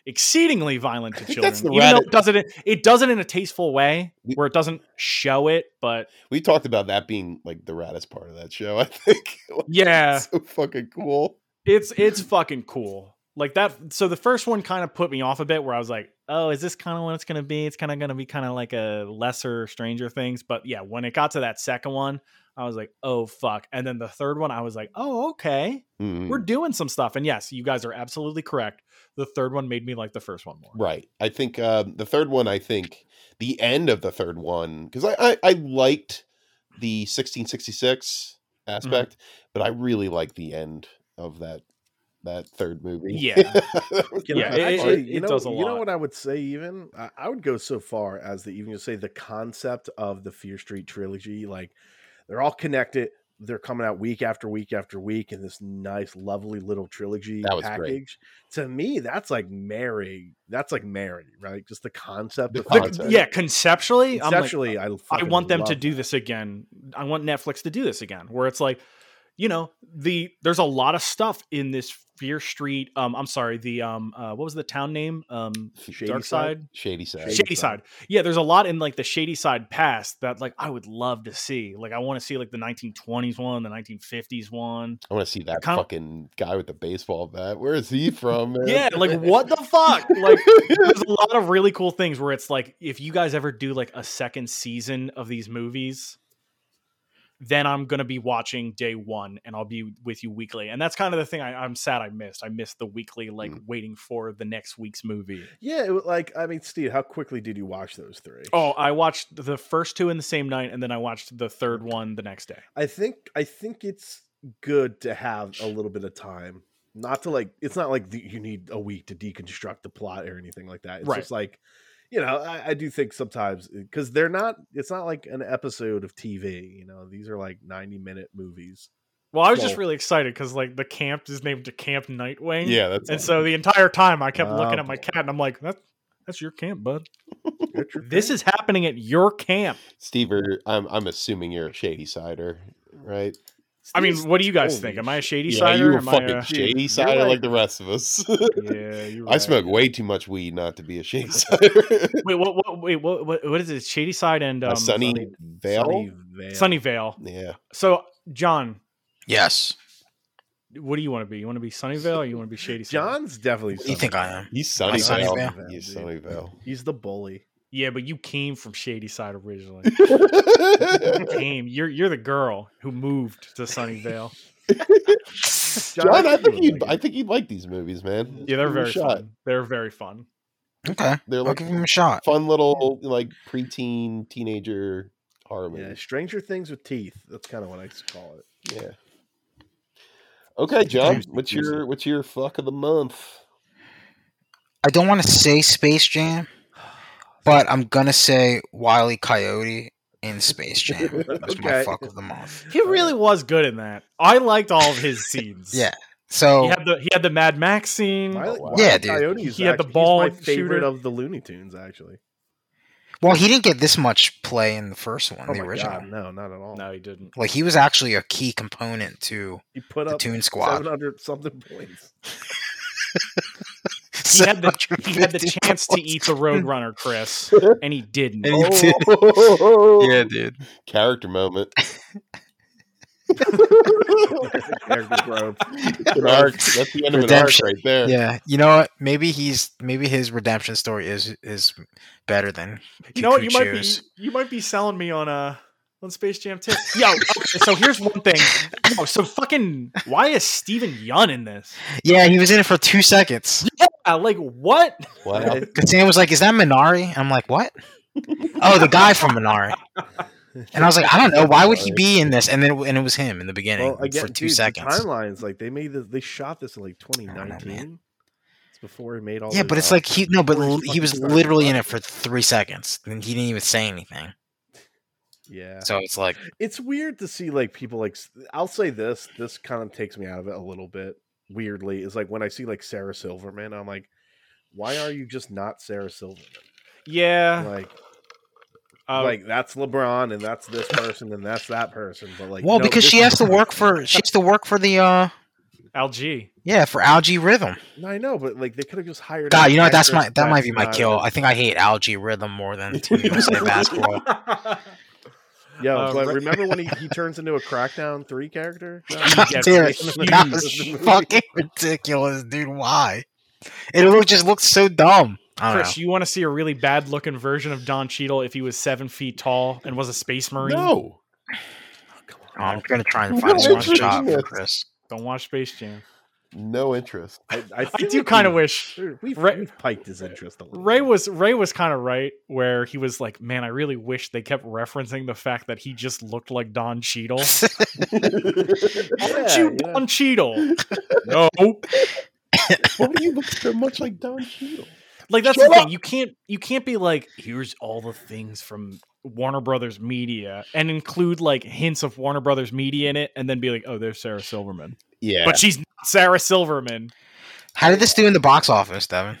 exceedingly violent to I think children. that's the Even though Reddit. it does it in, it does it in a tasteful way We- where it doesn't show it, but We talked about that being like the raddest part of that show. I think. Like, yeah, so fucking cool. it's it's fucking cool. Like that so the first one kind of put me off a bit where I was like, "Oh, is this kind of what it's going to be? It's kind of going to be kind of like a lesser Stranger Things." But yeah, when it got to that second one, I was like, "Oh fuck." And then the third one, I was like, "Oh, okay. Mhm. We're doing some stuff." And yes, you guys are absolutely correct. The third one made me like the first one more. Right. I think um, the third one. I think the end of the third one because I, I I liked the 1666 Mm-hmm. aspect, but I really like the end of that that third movie. Yeah. That was Can I- Yeah, the it- best it- part. actually, you it know, does a you know lot. what I would say? Even I, I would go so far as to even just say the concept of the Fear Street trilogy, like they're all connected. They're coming out week after week after week in this nice, lovely little trilogy That was great. package. To me, that's like Mary. That's like Mary, right? Just the concept. The of The- concept. yeah, conceptually, conceptually, I'm I like, I fucking want them to love do that. this again. I want Netflix to do this again, where it's like, you know, the there's a lot of stuff in this Fear Street. Um, I'm sorry, the um, uh, what was the town name? Um, Shady Dark Side? Side, Shady Side. Shady Shady Side. Side. Yeah, there's a lot in like the Shady Side past that like I would love to see. Like I want to see like the 1920s one, the 1950s one. I want to see that Kind of- fucking guy with the baseball bat. Where is he from? Man? Yeah, like what the fuck? Like there's a lot of really cool things where it's like if you guys ever do like a second season of these movies, then I'm gonna be watching day one and I'll be with you weekly. And that's kind of the thing I, I'm sad I missed. I missed the weekly, like waiting for the next week's movie. Yeah, it was like I mean, Steve, how quickly did you watch those three? Oh, I watched the first two in the same night, and then I watched the third one the next day. I think I think it's good to have a little bit of time. Not to like it's not like the, you need a week to deconstruct the plot or anything like that. It's Right. just like you know, I, I do think sometimes because they're not it's not like an episode of TV, you know, these are like 90 minute movies. Well, I was just Well- really excited because like the camp is named to Camp Nightwing. Yeah, that's And so the entire time I kept Oh, looking at my boy. cat and I'm like, that, that's your camp, bud. That's your This thing. is happening at your camp. Steve. are- I'm I'm assuming you're a Shady Sider, right? I mean, Steve's- what do you guys holy think? Am I a shady yeah, side? you were Am fucking I a... Shady Dude, Sider you're like, like- the rest of us. Yeah, you're I right. smoke way too much weed not to be a Shady Sider. Wait, what? What? Wait, what? What, what is it? Shady side and um, a sunny Sunny- veil. Sunnyvale. Sunnyvale. Yeah, So, John, Yes. what do you want to be? You want to be Sunnyvale or you want to be Shady Side? John's definitely What do you think I am? he's Am I sunny veil. Sunnyvale? He's Sunnyvale, sunny veil. He's the bully. Yeah, but you came from Shady Side originally. You came. You're you're the girl who moved to Sunnyvale. John, I think would you'd like I it. think you'd like these movies, man. Yeah, Give 'em they're a very shot. fun. They're very fun. Okay. They're I'll like give him a shot. fun little like preteen teenager horror Yeah, movies. Stranger Things with teeth. That's kind of what I call it. Yeah. Okay, John, Juicy, what's juicy. your what's your fuck of the month? I don't want to say Space Jam, but I'm gonna say Wiley Coyote in Space Jam. That's my Okay. fuck of the month. He really was good in that. I liked all of his scenes. Yeah. So He had the he had the Mad Max scene. Miley, wow. Yeah, yeah, dude. Coyote's Mm. He had the actually- he's ball my favorite shooter. of the Looney Tunes, actually. well, he didn't get this much play in the first one, Oh the my original. god, no, not at all. No, he didn't. Like he was actually a key component to He put the up Toon Squad. seven hundred something points. He had the, he had the 750 chance to points. eat the Roadrunner, Chris, and he didn't. And he did. Yeah, dude. Oh. Character moment. Character growth. An arc. That's the end of an arc Redemption. right there. Yeah, you know what? Maybe he's maybe his redemption story is is better than You know what? You might be Kikuchi's. you might be selling me on a on Space Jam 2. Yo, okay, so here's one thing. No, so fucking why is Steven Yun in this? Yeah, he was in it for two seconds. Uh, like what? Wow. Because Sam was like, "Is that Minari?" And I'm like, "What?" oh, the guy from Minari. And I was like, "I don't know. Why would he be in this?" And then and it was him in the beginning Well, again, for two dude, seconds. The timelines, like they made this, they shot this in like know, man. 2019. It's before he made all. Yeah, those, but it's uh, like he no, but before he l- he fucking was started literally in it production. for three seconds, and he didn't even say anything. yeah. So it's like, it's weird to see like people like s- I'll say this this kind of takes me out of it a little bit weirdly is like when I see like Sarah Silverman I'm like why are you just not Sarah Silverman Yeah. like Oh. uh, like that's LeBron and that's this person and that's that person but like well, no, because this she is has to her. work for she has to work for the uh LG. yeah for Algae Rhythm. No, I know but like they could have just hired God, an you know what? That's my actress that might that's be my not kill. a- I think I hate Algae Rhythm more than Team USA basketball. Yo, Uh, but Ra- remember when he, he turns into a Crackdown three character? No. God Yeah, damn it. it's That was huge. fucking ridiculous, dude. Why? It looked, just looked so dumb. I don't Chris, you want to see a really bad looking version of Don Cheadle if he was seven feet tall and was a space marine? No. know. I'm gonna try and What find is one shot this? for Chris. Don't watch Space Jam. No interest. I, I feel do like kind of we- wish we've, Ra- we've piked his interest a little. Ray bit. was Ray was kind of right where he was like, man, I really wish they kept referencing the fact that he just looked like Don Cheadle. Aren't Aren't you Don Cheadle? no, you look so much like Don Cheadle? like that's Shut the thing. up. You can't you can't be like, here's all the things from Warner Brothers Media and include like hints of Warner Brothers Media in it, and then be like, oh, there's Sarah Silverman, Yeah. but she's not Sarah Silverman. How did this do in the box office, Devin?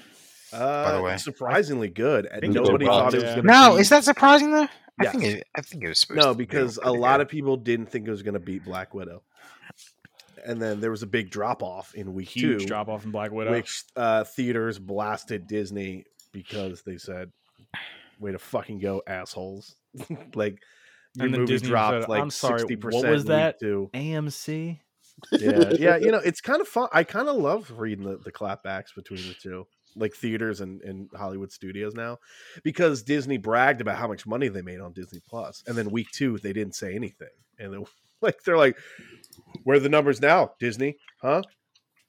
uh, the way. surprisingly good, and think it nobody was thought it yeah. was going to. No, is that surprising though? I Yes. think it, I think it was supposed no to be because a pretty lot good. of people didn't think it was going to beat Black Widow, and then there was a big drop off in week Huge two, drop off in Black Widow. which uh, theaters blasted Disney because they said, "Way to fucking go, assholes!" like your And then movie Disney dropped said, like "I'm sorry, what sixty was percent. in week that?" Two. AMC. yeah, yeah. You know, it's kind of fun. I kind of love reading the, the clapbacks between the two, like theaters and, and Hollywood studios now, because Disney bragged about how much money they made on Disney Plus, and then week two they didn't say anything, and then like they're like, "Where are the numbers now, Disney? Huh?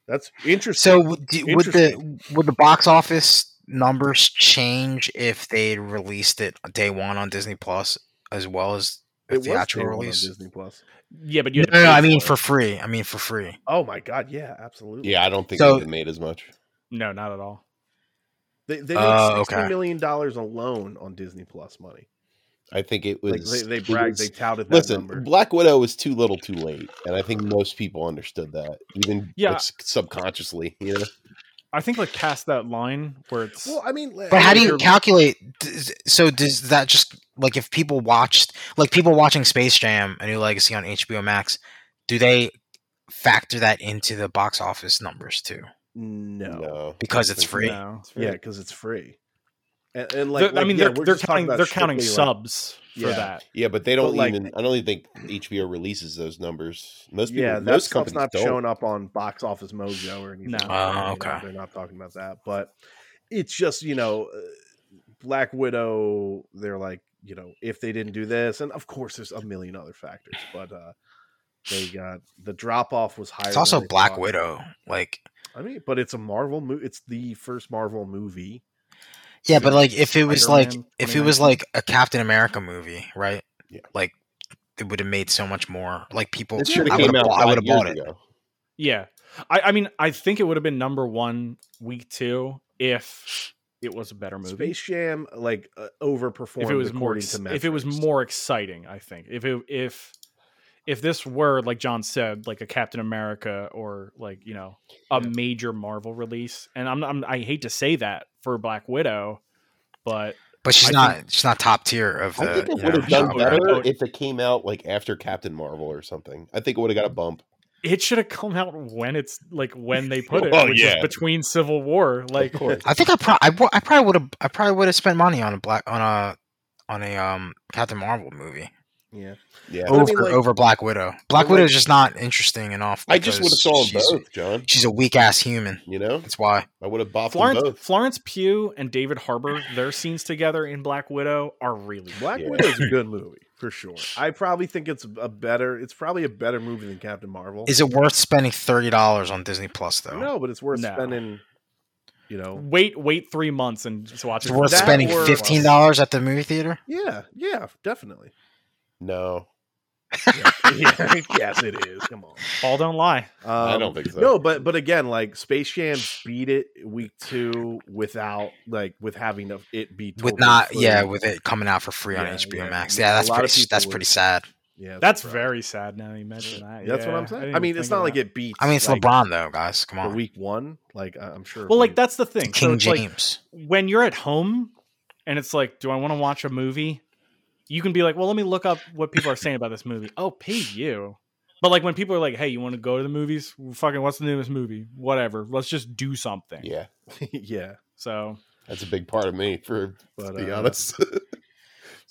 That's interesting." So would, do- would the would the box office numbers change if they released it day one on Disney Plus as well as a it was day theatrical one on release? Disney Plus. Yeah, but No, you had to no, no, pay I mean it. for free. I mean for free. Oh my god, yeah, absolutely. Yeah, I don't think So- it would have made as much. no, not at all. they, they made Oh, sixty okay. million dollars alone on Disney Plus money. I think it was. Like they, they it bragged, was- they touted that listen, number. Black Widow was too little, too late, and I think most people understood that, even Yeah. like, s- subconsciously. You know, I think like past that line where it's Well, I mean, But how do you you're- calculate? does- So does that just like if people watched like people watching Space Jam: A New Legacy on HBO Max, do they factor that into the box office numbers too? no. Because it's free. no. Yeah, because it's free. And, and They're- like, I like, mean, yeah, they're, we're they're just talking counting about they're counting strictly, like- subs for Yeah. that. Yeah, but they don't like- even. I don't even think HBO releases those numbers. Most people, yeah, that most stuff's companies not don't. showing up on Box Office Mojo or anything. No. like Oh, that, you know, okay. they're not talking about that. But it's just you know, uh, Black Widow. They're like you know, if they didn't do this, and of course there's a million other factors, but uh they got the drop off was higher. It's than also they Black thought. Widow. Like I mean, but it's a Marvel movie. It's the first Marvel movie. yeah, but like if it was like Spider-Man if it was 2019. like a Captain America movie, right? Yeah. Like it would have made so much more. Like people, It I should would have have came out. bought, I five would have years bought it. ago. Yeah, I, I mean, I think it would have been number one week two if it was a better movie. Space Jam like uh, overperformed. if it was more according ex- to if it was metrics. more exciting, I think if it if if this were like John said, like a Captain America or like you know a Yeah. major Marvel release, and I'm, I'm I hate to say that for Black Widow, but But she's I not she's not top tier of I the. think it you would know, have done genre. better Oh. if it came out like after Captain Marvel or something. I think it would have got a bump. it should have come out when it's like when they put it, Well, which is yeah. between Civil War. Like, of course. I think I, pro- I, wa- I probably would have I probably would have spent money on a black on a on a um Captain Marvel movie Yeah. Yeah. But I over mean, like- over Black Widow. Black like- Widow is just not interesting enough. I just would have because saw them she's, both, John. She's a weak ass human. You know, That's why. I would have bopped Florence them both. Florence Pugh and David Harbour, their scenes together in Black Widow are really Black Yeah. Widow's a good movie for sure. I probably think it's a better. It's probably a better movie than Captain Marvel. Is it worth spending thirty dollars on Disney Plus though? no, but it's worth No. spending. You know. wait wait three months and just watch It's it. worth That spending or- fifteen dollars at the movie theater. Yeah. Yeah. Definitely. No, Yeah, yes, it is. Come on. All don't lie. Um, I don't think so. No, but but again, like Space Jam beat it week two without like with having to, it be With totally not free. yeah, with it coming out for free on Yeah, HBO yeah. Max. Yeah, Yeah, a that's lot of pretty s- people that's would- pretty sad. yeah, That's a problem. very sad. Now you mention that. That's what Yeah, I'm saying. didn't I, even mean, it's think not of like that. it beats. I mean, it's like, LeBron though, guys. Come for on, week one. Like I- I'm sure. Well, like we- that's the thing. King so it's like James. when you're at home and it's like, do I want to watch a movie? You can be like, well, let me look up what people are saying about this movie. Oh, PU. But like when people are like, hey, you want to go to the movies? Fucking, what's the newest movie? Whatever. Let's just do something. yeah, yeah. So that's a big part of me. For But, to be uh, honest, so-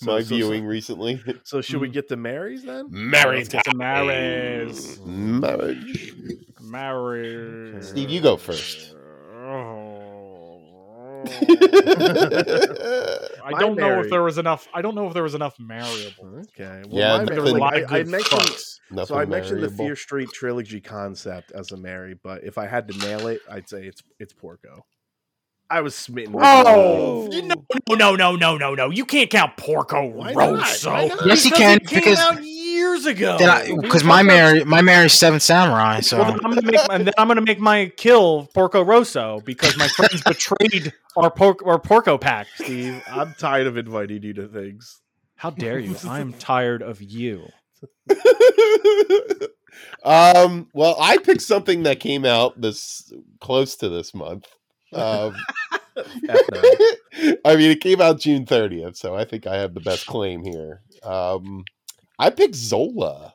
my so- so- viewing recently. So should we Mm. Mhm. get the Marys then? Marriage. Let's get to Marys. Marriage. Marys. Steve, you go first. Oh. yeah, I My don't know if Mary. there was enough. I don't know if there was enough marriable. Okay. Yeah, my nothing- Mary- Lot I, of I good mentioned fucks. so I mentioned the Fear Street trilogy concept as a Mary, but if I had to nail it, I'd say it's it's Porco. I was smitten. with Oh, no, no, no, no, no, no! You can't count Porco Why not? Why Rosso. not? Yes, you can, It came because- out years ago. Then I because my Mary my Mary's Seven Samurai, so Well, then I'm gonna make and then I'm gonna make my kill Porco Rosso because my friends betrayed our porc our Porco pack. that, Steve, I'm tired of inviting you to things. How dare you? I'm tired of you. um, well, I picked something that came out this close to this month. Um, F nine. I mean, it came out June 30th, so I think I have the best claim here. Um, I picked Zola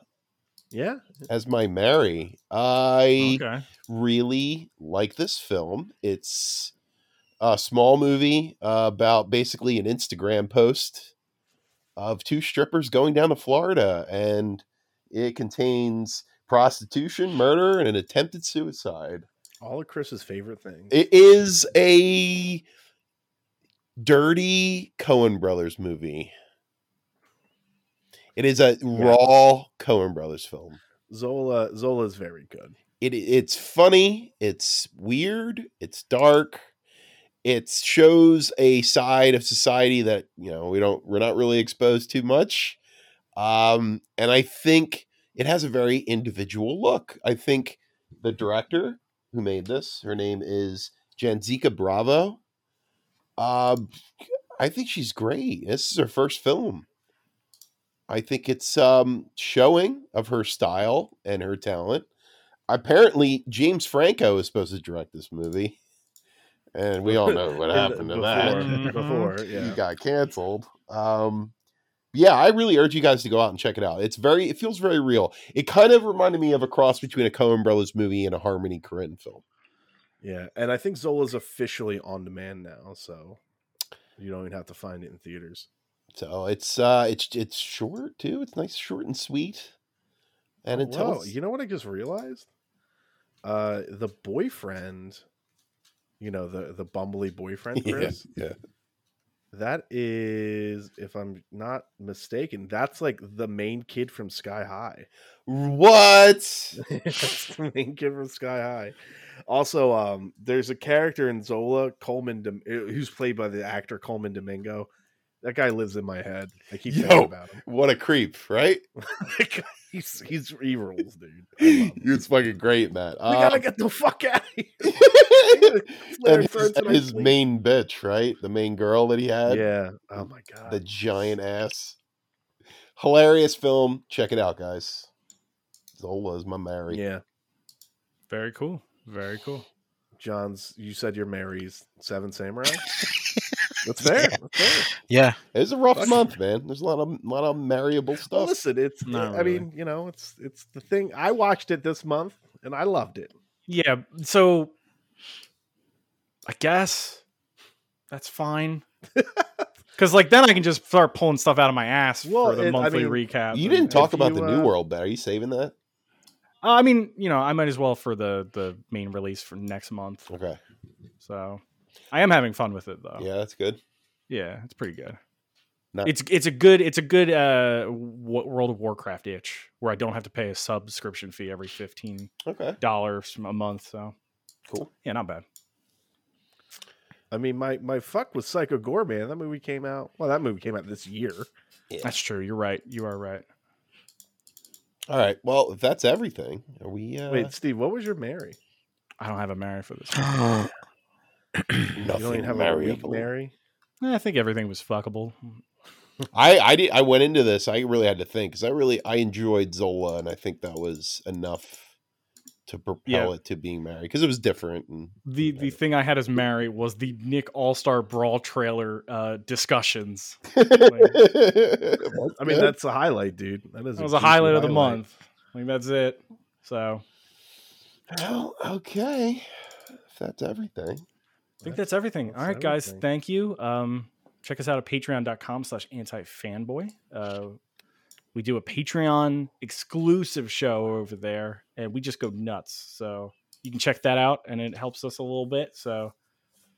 yeah. as my Mary. I Okay. really like this film. It's a small movie uh, about basically an Instagram post of two strippers going down to Florida, and it contains prostitution, murder, and an attempted suicide. All of Chris's favorite things. It is a dirty Cohen Brothers movie. It is a raw Cohen Brothers film. Zola Zola's very good. It it's funny, it's weird, it's dark. It shows a side of society that, you know, we don't we're not really exposed to much. Um and I think it has a very individual look. I think the director who made this, her name is Janzika Bravo. Um I think she's great. This is her first film. I think it's um showing of her style and her talent apparently James Franco is supposed to direct this movie, and we all know what In- happened to before, that. Mm-hmm. Mhm. Before, He yeah. got canceled. Um, yeah, I really urge you guys to go out and check it out. It's very, it feels very real. It kind of reminded me of a cross between a Coen Brothers movie and a Harmony Korine film. Yeah, and I think Zola's officially on demand now, so you don't even have to find it in theaters. So it's uh, it's it's short too. It's nice, short and sweet, and it Whoa, tells Oh, you know what I just realized? Uh the boyfriend, you know, the the bumbly boyfriend Yeah, Chris. yeah. That is if I'm not mistaken, that's like the main kid from Sky High. what That's the main kid from Sky High. Also, um, there's a character in Zola Coleman, Dom- who's played by the actor Coleman Domingo. That guy lives in my head. I keep Yo. thinking about him. what a creep, right? he's he's he rules, dude. I love him. Um, It's fucking great, Matt. Um, we gotta get the fuck out of here. Flair and his, turns and my his sleep. main bitch, right? The main girl that he had, yeah. Oh my god. the giant ass. Hilarious film. Check it out, guys. Zola is my Mary. yeah. Very cool. Very cool. John's. You said your Mary's Seven Samurai. That's fair. Yeah. That's fair. Yeah. It was a rough Fuck. month, man. There's a lot of lot of marryable Well, stuff. listen, it's. Not I really. mean, you know, it's it's the thing. I watched it this month and I loved it. Yeah, so I guess that's fine. Cause like then I can just start pulling stuff out of my ass Well, for the it- I monthly mean, recap. you and- didn't talk if about you, the New uh, World, but are you saving that? Uh, I mean, you know, I might as well for the the main release for next month. Okay, So I am having fun with it Oh. though. yeah, that's good. Yeah, it's pretty good. Nice. It's it's a good it's a good uh w- World of Warcraft itch where I don't have to pay a subscription fee every fifteen Okay, dollars a month. So cool. yeah, not bad. I mean, my my fuck was Psycho Gore, man. That movie came out. Well, that movie came out this year. That's true. You're right. You are right. All right. Well, if that's everything, are we? Uh, Wait, Steve, what was your Mary? I don't have a Mary for this. You don't nothing even have a weak marryable. Mary. Eh, I think everything was fuckable. I I did I went into this. I really had to think because I really I enjoyed Zola, and I think that was enough to propel Yeah. it to being married because it was different. And The the thing I had as Mary was the Nick All Star Brawl trailer uh, discussions. I mean, that's a highlight, dude. That is That was a a highlight juicy of the month. I think that's it. So well, okay. If that's everything. I think that's everything. That's All right, guys, everything. thank you. Um, check us out at patreon.com slash anti-fanboy. Uh, we do a Patreon exclusive show over there, and we just go nuts. So you can check that out, and it helps us a little bit. So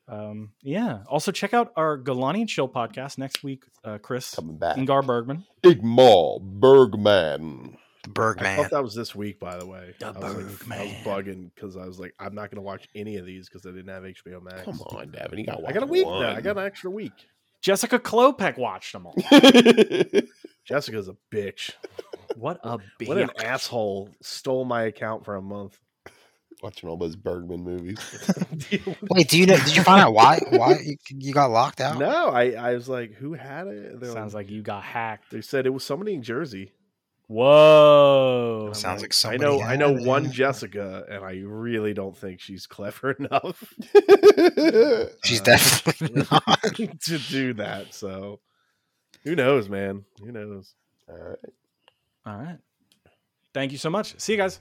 um, yeah. Also, check out our Galani and Chill podcast next week. Uh, Chris Coming back. Ingar Bergman. Igmar Bergman. I Bergman. thought that was this week, by the way. The I was, like, I was Bergman. bugging because I was like, I'm not going to watch any of these because I didn't have HBO Max. Come on, Devin. You got I got a week now. I got an extra week. Jessica Klopek watched them all. a. Jessica's a bitch. what a bitch. What an asshole stole my account for a month. Watching all those Bergman movies. Wait, do you know? Did you find out why why you, you got locked out? No, I, I was like, who had it? They're Sounds like, like you got hacked. they said it was somebody in Jersey. Whoa. I'm Oh, Sounds like I somebody. know I had know it. one Jessica, and I really don't think she's clever enough She's uh, definitely not. to do that. So who knows, man? Who knows? all right. All right. Thank you so much. See you guys.